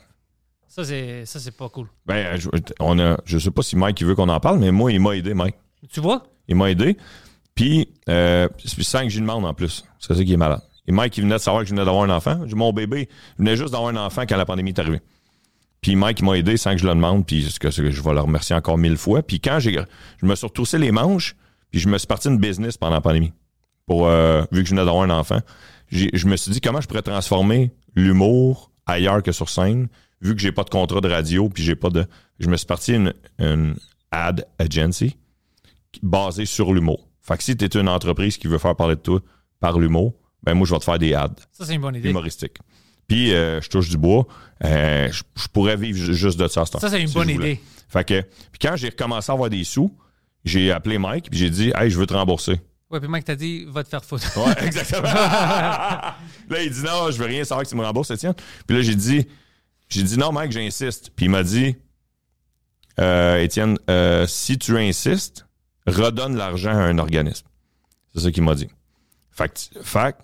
B: Ça, c'est ça, c'est pas cool.
C: Ben, euh, je, on a, je sais pas si Mike il veut qu'on en parle, mais moi, il m'a aidé, Mike.
B: Tu vois?
C: Il m'a aidé. Puis, euh, c'est ça que j'y demande en plus. C'est ça qui est malade. Et Mike, il venait de savoir que je venais d'avoir un enfant. J'ai dit, Mon bébé, il venait juste d'avoir un enfant quand la pandémie est arrivée. Puis Mike, il m'a aidé sans que je le demande. Puis ce que, ce que je vais le remercier encore mille fois. Puis quand j'ai, je me suis retroussé les manches, puis je me suis parti une business pendant la pandémie. Pour, euh, vu que je venais d'avoir un enfant, j'ai- je me suis dit comment je pourrais transformer l'humour ailleurs que sur scène, vu que j'ai pas de contrat de radio, puis j'ai pas de. Je me suis parti une, une ad agency basé sur l'humour. Fait que si tu es une entreprise qui veut faire parler de toi par l'humour, ben moi, je vais te faire des ads
B: Ça, c'est une bonne idée.
C: humoristiques. Puis, euh, je touche du bois. Euh, je, je pourrais vivre ju- juste de ça. à cette
B: Ça, c'est
C: heure,
B: une
C: si
B: bonne
C: je voulais.
B: idée.
C: Fait que, puis quand j'ai recommencé à avoir des sous, j'ai appelé Mike, puis j'ai dit, hey, je veux te rembourser.
B: Ouais, puis Mike t'a dit, va te faire foutre.
C: Ouais, exactement. là, il dit non, je veux rien savoir que tu me rembourses, Étienne. Puis là, j'ai dit, j'ai dit non, Mike, j'insiste. Puis il m'a dit, euh, Étienne, euh, si tu insistes, redonne l'argent à un organisme. C'est ça qu'il m'a dit. Fait que, fait que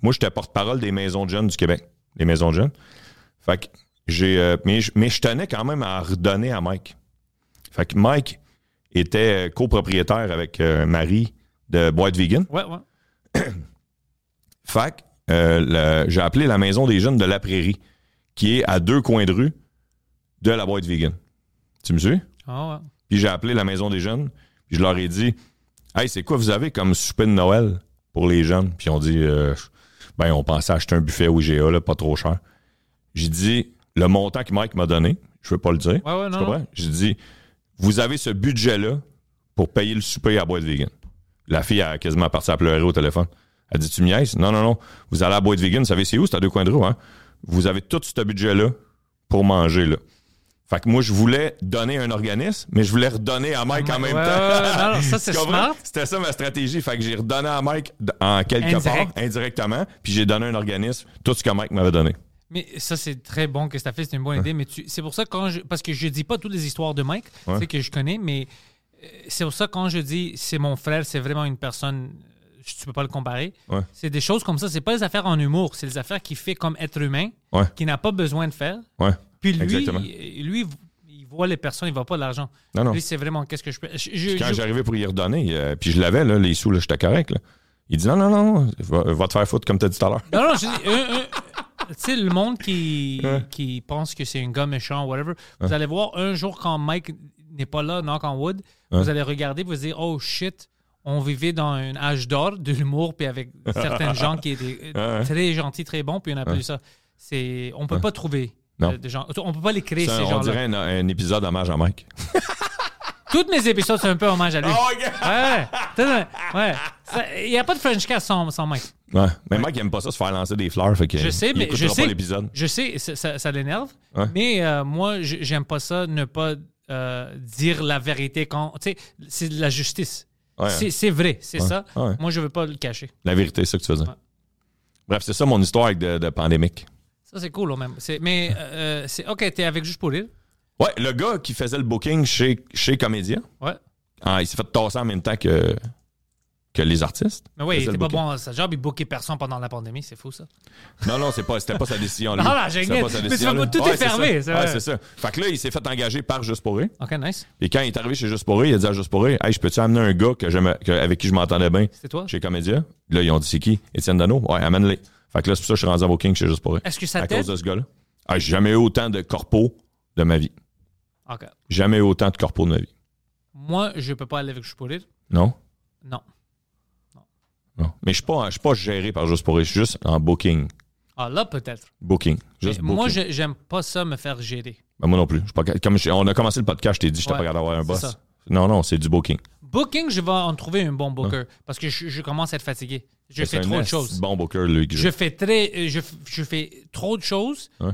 C: moi, j'étais porte-parole des maisons de jeunes du Québec. Les maisons de jeunes. Fait que j'ai, euh, mais, je- mais je tenais quand même à redonner à Mike. Fait que Mike était euh, copropriétaire avec euh, Marie de Boîte Vegan.
B: Ouais, ouais.
C: Fac, euh, le- j'ai appelé la maison des jeunes de la Prairie, qui est à deux coins de rue de la boîte vegan. Tu me suis?
B: Ah ouais.
C: Puis j'ai appelé la maison des jeunes, puis je leur ai dit Hey, c'est quoi vous avez comme souper de Noël pour les jeunes? Puis on dit euh, Ben, on pensait acheter un buffet au IGA, là, pas trop cher. J'ai dit Le montant que Mike m'a donné, je veux pas le dire.
B: Ouais, ouais,
C: Tu
B: non,
C: comprends?
B: non.
C: J'ai dit Vous avez ce budget-là pour payer le souper à la boîte vegan. La fille a quasiment parti à pleurer au téléphone. Elle dit Tu me niaises? Non, non, non. Vous allez à la boîte vegan, vous savez c'est où? C'est à deux coins de rue, hein? Vous avez tout ce budget-là pour manger, là. Fait que moi, je voulais donner à un organisme, mais je voulais redonner à Mike en même
B: Ouais,
C: temps.
B: ouais, ouais. Non, non, ça, c'est
C: Tu comprends?
B: smart.
C: C'était ça ma stratégie. Fait que j'ai redonné à Mike d- en quelque
B: Indirect.
C: part, indirectement, puis j'ai donné à un organisme tout ce que Mike m'avait donné.
B: Mais ça, c'est très bon que ça fait, c'est une bonne idée. Mais tu- c'est pour ça, quand je, parce que je dis pas toutes les histoires de Mike, c'est que je connais, mais euh, c'est pour ça, quand je dis c'est mon frère, c'est vraiment une personne, euh, tu peux pas le comparer.
C: Ouais.
B: C'est des choses comme ça. C'est pas les affaires en humour. C'est les affaires qu'il fait comme être humain,
C: Ouais.
B: qu'il n'a pas besoin de faire.
C: Ouais.
B: Puis lui,
C: Exactement.
B: il- lui, il voit les personnes, il voit pas l'argent.
C: Non, non.
B: Lui, c'est vraiment qu'est-ce que je peux. je- je-
C: Quand
B: je-
C: j'arrivais pour y redonner, euh, puis je l'avais, là, les sous, là, j'étais correct. là. Il dit non, non, non, va, va te faire foutre comme t'as dit tout à l'heure.
B: Non, non, je dis, un- un- tu sais, le monde qui, qui pense que c'est un gars méchant, whatever, vous allez voir un jour quand Mike n'est pas là, knock on wood, vous allez regarder, vous allez dire, oh shit, on vivait dans un âge d'or de l'humour, puis avec certains gens qui étaient euh, très gentils, très bons, puis on a plus ça. C'est, on peut pas trouver.
C: Non.
B: euh, de gens. On peut pas les créer,
C: C'est un-
B: ces
C: on
B: gens-là.
C: dirait un, un épisode hommage à Mike.
B: Toutes mes épisodes, c'est un peu hommage à lui.
C: Oh, yeah.
B: Ouais, ouais. ouais. Ça- Il n'y a pas de French cast sans, sans Mike.
C: Ouais. Mais Mike, il aime pas ça se faire lancer des fleurs. Fait que
B: Je sais,
C: il
B: mais je
C: écoutera
B: sais,
C: pas l'épisode.
B: je sais, ça, ça- ça l'énerve.
C: Ouais.
B: Mais euh, moi, j- j'aime pas ça, ne pas euh, dire la vérité quand, tu sais, c'est de la justice.
C: Ouais.
B: C'est- C'est vrai, c'est
C: Ouais.
B: ça.
C: Ouais.
B: Moi, je veux pas le cacher.
C: La vérité, c'est ça que tu faisais.
B: Ouais.
C: Bref, c'est ça mon histoire avec de, de pandémique.
B: Ça, c'est cool, là, même. C'est- Mais euh, c'est OK, t'es avec Juste pour rire.
C: Ouais, le gars qui faisait le booking chez, chez Comédia,
B: Ouais.
C: ah, il s'est fait tasser en même temps que, que les artistes.
B: Mais oui,
C: Faisait
B: il était
C: le
B: pas
C: booking.
B: bon à sa job, il bookait personne pendant la pandémie, c'est fou, ça.
C: Non, non, c'est pas, c'était pas sa décision. Lui.
B: Non, non, j'ai
C: C'était
B: rien.
C: pas sa
B: Mais
C: décision,
B: tu vois,
C: lui.
B: tout est
C: Ouais, c'est
B: fermé,
C: ça.
B: c'est
C: Ouais,
B: vrai.
C: c'est ça. Fait que là, il s'est fait engager par Juste pour rire.
B: OK, nice.
C: Et quand il est arrivé chez Juste pour rire, il a dit à Juste pour rire Hey, je peux-tu amener un gars que j'aimais- que- avec qui je m'entendais bien
B: C'est toi.
C: chez Comédia Là, ils ont dit C'est qui Étienne Dano Ouais, amène-les. Fait que là, c'est pour ça que je suis rendu en booking chez Juste pour rire.
B: Est-ce que ça
C: À cause
B: t'aide?
C: de ce gars-là. Ah, j'ai jamais eu autant de corpos de ma vie.
B: OK.
C: Jamais eu autant de corpos de ma vie.
B: Moi, je peux pas aller avec Juste pour rire.
C: Non
B: Non.
C: Non. Mais je suis pas, je suis pas géré par Juste pour rire. Je suis juste en booking.
B: Ah, là, peut-être.
C: Booking.
B: Mais
C: Juste booking.
B: Moi, je- j'aime pas ça me faire gérer.
C: Ben, moi non plus. Je suis pas- comme je- on a commencé le podcast, je t'ai dit, je t'ai
B: Ouais,
C: pas regardé avoir un
B: c'est
C: boss.
B: ça.
C: Non, non, c'est du booking.
B: Booking, je vais en trouver un bon booker parce que je, je commence à être fatigué. Je
C: Hein? C'est
B: fais
C: un
B: trop de
C: esti
B: choses.
C: Bon booker, lui. que
B: Je fais très, euh, je, f- je fais trop de choses.
C: Ouais.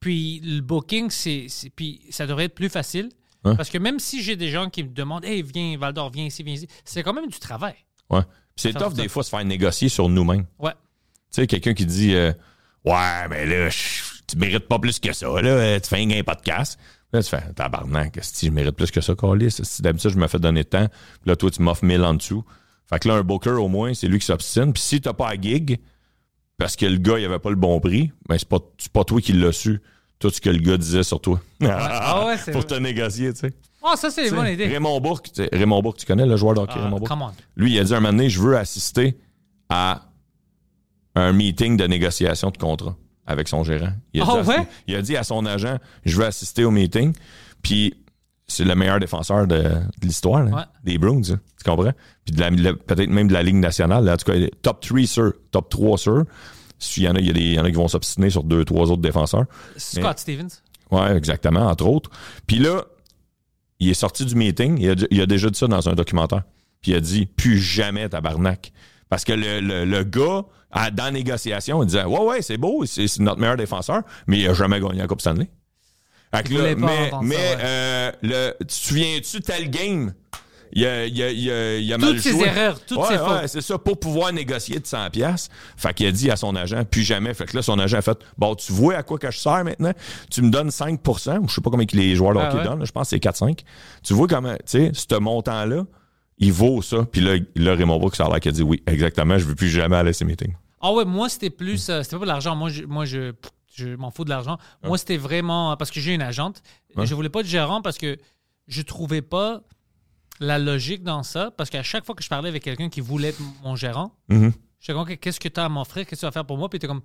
B: Puis le booking, c'est, c'est- puis ça devrait être plus facile
C: Ouais.
B: parce que même si j'ai des gens qui me demandent, hey, viens Valdor, viens ici, viens ici, c'est quand même du travail.
C: Ouais. C'est tough des fois se faire négocier sur nous-mêmes.
B: Ouais.
C: Tu sais, quelqu'un qui dit euh, Ouais, mais là, je- tu mérites pas plus que ça, là, euh, tu fais un gain podcast. Là, tu fais Tabarnak, si je mérite plus que ça, Carlis. Si d'habitude, je me fais donner tant, Puis là, toi, tu m'offres 1000 en dessous. Fait que là, un booker, au moins, c'est lui qui s'obstine. Puis si t'as pas à gig, parce que le gars, il avait pas le bon prix, ben, c'est pas, c'est pas toi qui l'as su. Tout ce que le gars disait sur toi.
B: Ah ouais, c'est
C: Pour
B: vrai.
C: te négocier, tu sais.
B: Oh, ça c'est une bonne idée.
C: Raymond Bourque, tu sais, Raymond Bourque, tu connais le joueur de hockey,
B: Ah,
C: Raymond Bourque?
B: come on.
C: Lui, il a dit un moment donné, je veux assister à un meeting de négociation de contrat avec son gérant. Il a,
B: Ah
C: dit, à son-
B: ouais?
C: il a dit à son agent, je veux assister au meeting. Puis c'est le meilleur défenseur de, de l'histoire, là,
B: Ouais.
C: des Bruins, hein, tu comprends? Puis de la- de la- peut-être même de la Ligue nationale. là. en tout cas, il est top 3 sur, top 3 sur. S'il y en a, il y, a des- il y en a qui vont s'obstiner sur deux, trois autres défenseurs.
B: Scott Stevens.
C: Ouais, exactement, entre autres. Puis là, il est sorti du meeting, il a, il a déjà dit ça dans un documentaire. Puis il a dit plus jamais tabarnak. Parce que le, le- le gars, à- dans la négociation, il disait Ouais, ouais, c'est beau, c'est c'est notre meilleur défenseur, mais il a jamais gagné la Coupe Stanley. Fait que
B: Il
C: là,
B: voulait pas
C: mais
B: entendre
C: mais
B: ça, ouais.
C: euh, le, tu te souviens-tu tel game? Il a, il a- il a- il a mal
B: Toutes ses
C: joué.
B: erreurs, toutes
C: Ouais,
B: ses
C: ouais,
B: fautes.
C: c'est ça, pour pouvoir négocier de 100 pièces. Fait qu'il a dit à son agent, plus jamais. Fait que là, son agent a fait, bon, tu vois à quoi que je sers maintenant? Tu me donnes 5 ou je sais pas combien que les joueurs de
B: Ah
C: hockey
B: ouais.
C: donnent, là, je pense que c'est 4-5. Tu vois comment, tu sais, ce montant-là, il vaut ça. Puis là, là Raymond Brooks, ça a l'air qu'il a dit, oui, exactement, je veux plus jamais aller à ces meetings.
B: Ah ouais, moi c'était plus, euh, c'était pas pour l'argent. Moi, je, moi je, je m'en fous de l'argent.
C: Ah.
B: Moi c'était vraiment parce que j'ai une agente. Je voulais pas de gérant parce que je trouvais pas la logique dans ça. Parce qu'à chaque fois que je parlais avec quelqu'un qui voulait être mon gérant,
C: Mm-hmm.
B: je suis comme Ok, qu'est-ce que tu as à m'offrir, qu'est-ce que tu vas faire pour moi, puis t'es comme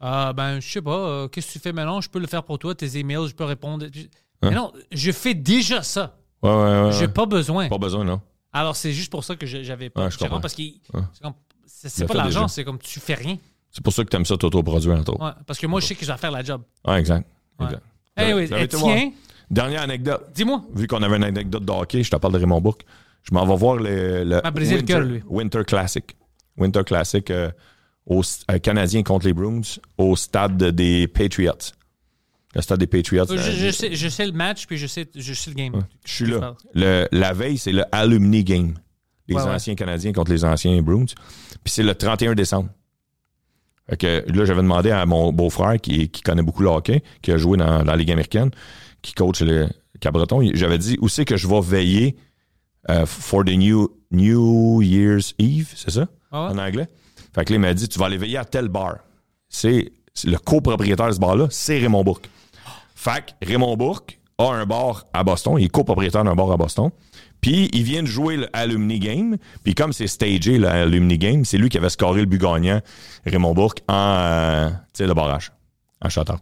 B: Ah, ben je sais pas, euh, qu'est-ce que tu fais maintenant, je peux le faire pour toi, tes emails, je peux répondre. Puis- Mais non, je fais déjà ça.
C: Ouais, ouais, ouais.
B: J'ai pas besoin.
C: Pas besoin, non?
B: Alors c'est juste pour ça que je- j'avais pas
C: Ouais,
B: de
C: je
B: gérant
C: comprends.
B: parce que c'est comme- c'est-
C: Le
B: c'est pas
C: fait
B: l'argent,
C: déjà.
B: c'est comme tu fais rien.
C: C'est pour ça que t'aimes ça t'autoproduire, en tout.
B: Ouais, parce que moi, je sais que je vais faire la job.
C: Ouais, exact.
B: Ouais.
C: exact.
B: Eh oui,
C: Vous avez tout
B: Étienne,
C: voir. Dernière anecdote.
B: dis-moi.
C: vu qu'on avait une anecdote de hockey, je te parle de Raymond Bourque. Je m'en vais voir le, le
B: m'a brisé le
C: Winter,
B: cœur, Ah, lui.
C: Winter Classic. Winter Classic euh, aux euh, Canadiens contre les Bruins au stade des Patriots. Le stade des Patriots.
B: Je,
C: euh,
B: je sais, je sais le match, puis je sais, je sais le game.
C: je suis là. Le- la veille, c'est le Alumni Game. Les
B: Ouais, ouais.
C: anciens Canadiens contre les anciens Bruins. Puis c'est le 31 décembre. Fait que là, j'avais demandé à mon beau-frère qui, qui connaît beaucoup le hockey, qui a joué dans, dans la Ligue américaine, qui coach le Cabreton. il- J'avais dit où c'est que je vais veiller euh, for the new, new Year's Eve, c'est ça?
B: Ah ouais.
C: En anglais. Fait que là, il m'a dit, tu vas aller veiller à tel bar. C'est c'est le copropriétaire de ce bar-là, c'est Raymond Bourque. Fait que Raymond Bourque a un bar à Boston. Il est copropriétaire d'un bar à Boston. Puis, il vient de jouer le Alumni Game. Puis, comme c'est stagé, le Alumni Game, c'est lui qui avait scoré le but gagnant, Raymond Bourque, en, euh, tu sais, le barrage, en chantant.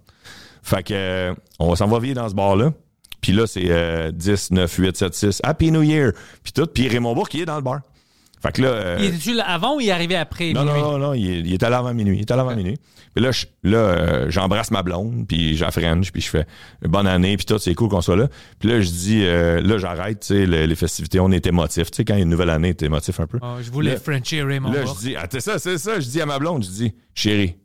C: Fait que, euh, on va s'en va vivre dans ce bar-là. Puis là, c'est euh, 10, 9, 8, 7, 6. Happy New Year! Puis tout. Puis Raymond Bourque, il est dans le bar. Fait que là... euh,
B: Il était-tu là avant ou il est arrivé après?
C: non, non,
B: minuit?
C: non, non, il est, il est allé avant minuit. Il est allé avant minuit. Puis là, je- là euh, j'embrasse ma blonde, puis j'affrenche, puis je fais bonne année, puis tout, c'est cool qu'on soit là. Puis là, je dis, euh, là, j'arrête, tu sais, les, les festivités, on est émotif. Tu sais, quand il y a une nouvelle année, t'es émotif un peu.
B: Ah, je voulais
C: Là-
B: Frenchie Raymond.
C: Là,
B: Bourque.
C: je dis, ah, c'est ça, c'est ça. Je dis à ma blonde, je dis, chérie,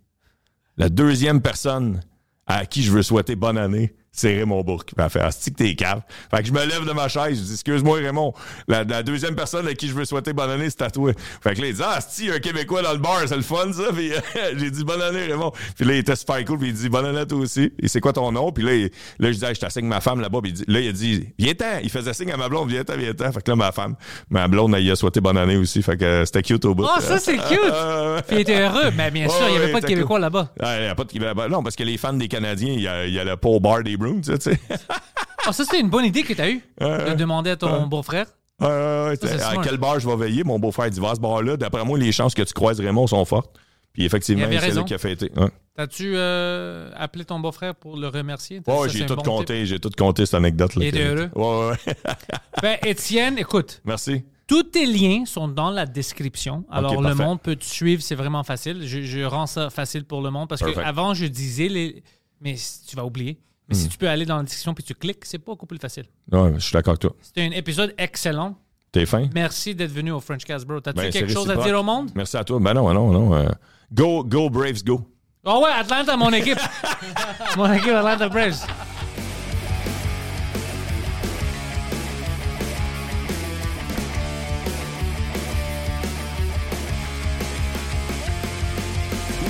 C: la deuxième personne à qui je veux souhaiter bonne année, c'est Raymond Bourque. Puis Elle fait, ah, c'est-tu que t'es cave. Fait que je me lève de ma chaise, je dis, excuse-moi, Raymond, la, la deuxième personne à qui je veux souhaiter bonne année, c'est à toi. Fait que là, il dit, ah, c'est-tu, il y a un Québécois dans le bar, c'est le fun, ça. Puis euh, j'ai dit, bonne année, Raymond. Puis là, il était super cool, puis il dit, bonne année à toi aussi. Et c'est quoi ton nom? Puis là, il- là je dis, ah, je t'assigne ma femme là-bas. Puis il dit- là, il a dit, viens-t'en. Il faisait signe à ma blonde, viens-t'en, viens-t'en. Fait que là, ma femme, ma blonde, elle, il a souhaité bonne année aussi. Fait que euh, c'était cute au bout.
B: Ah, ça, c'est cute!
C: Euh,
B: Puis il était heureux, mais bien
C: Ouais,
B: sûr, il n'y avait
C: ouais,
B: pas de
C: t'as
B: Québécois
C: cool.
B: là-bas.
C: Ah, il y a pas de Québec là-bas. Non, parce que les fans des Canadiens, il y a, il y a le Paul Bar des Bruins, tu sais, tu sais.
B: Ah, ça, c'était une bonne idée que tu as eue de demander à ton beau-frère.
C: Ouais, ouais, ouais, tu sais,
B: c'est
C: à
B: smart.
C: quel bar je vais veiller, mon beau-frère dit, va à ce bar-là. D'après moi, les chances que tu croises Raymond sont fortes. Puis
B: Il
C: effectivement,
B: avait
C: c'est
B: raison.
C: là qu'il a fêté. Ouais,
B: T'as-tu euh, appelé ton beau-frère pour le remercier? T'as dit,
C: Ouais,
B: ça,
C: j'ai
B: c'est un
C: tout
B: bon
C: compté, j'ai tout compté cette anecdote-là.
B: Il était heureux.
C: Ouais, ouais, ouais.
B: tip. Ben, Étienne, écoute,
C: Merci.
B: tous tes liens sont dans la description. Alors, le
C: parfait.
B: monde peut te suivre, c'est vraiment facile. Je, je rends ça facile pour le monde parce que
C: Perfect.
B: avant je disais, les... mais si- tu vas oublier. Mais
C: Hmm.
B: si tu peux aller dans la description puis tu cliques, c'est beaucoup plus facile.
C: Ouais, je suis d'accord avec toi.
B: C'était un épisode excellent.
C: T'es fin?
B: Merci d'être venu au French Cast, bro. T'as-tu
C: Ben, c'est
B: quelque chose à
C: réciproque.
B: dire au monde?
C: Merci à toi. Ben non, non, non. euh, go, go, Braves, go.
B: Oh ouais, Atlanta, mon équipe. mon équipe, Atlanta Braves.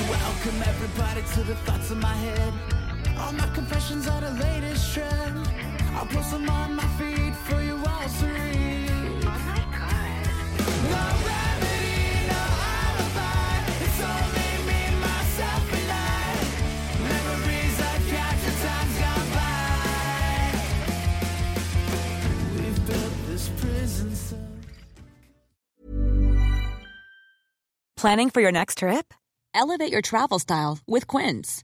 A: Welcome everybody to the thoughts in my head. All my confessions are the latest trend. I'll post them on my feed for you all to read. Oh my god. No remedy, no alibi. It's only me, myself, and I. Memories I capture, times gone by. We've built this prison cell.
E: Planning for your next trip? Elevate your travel style with Quince.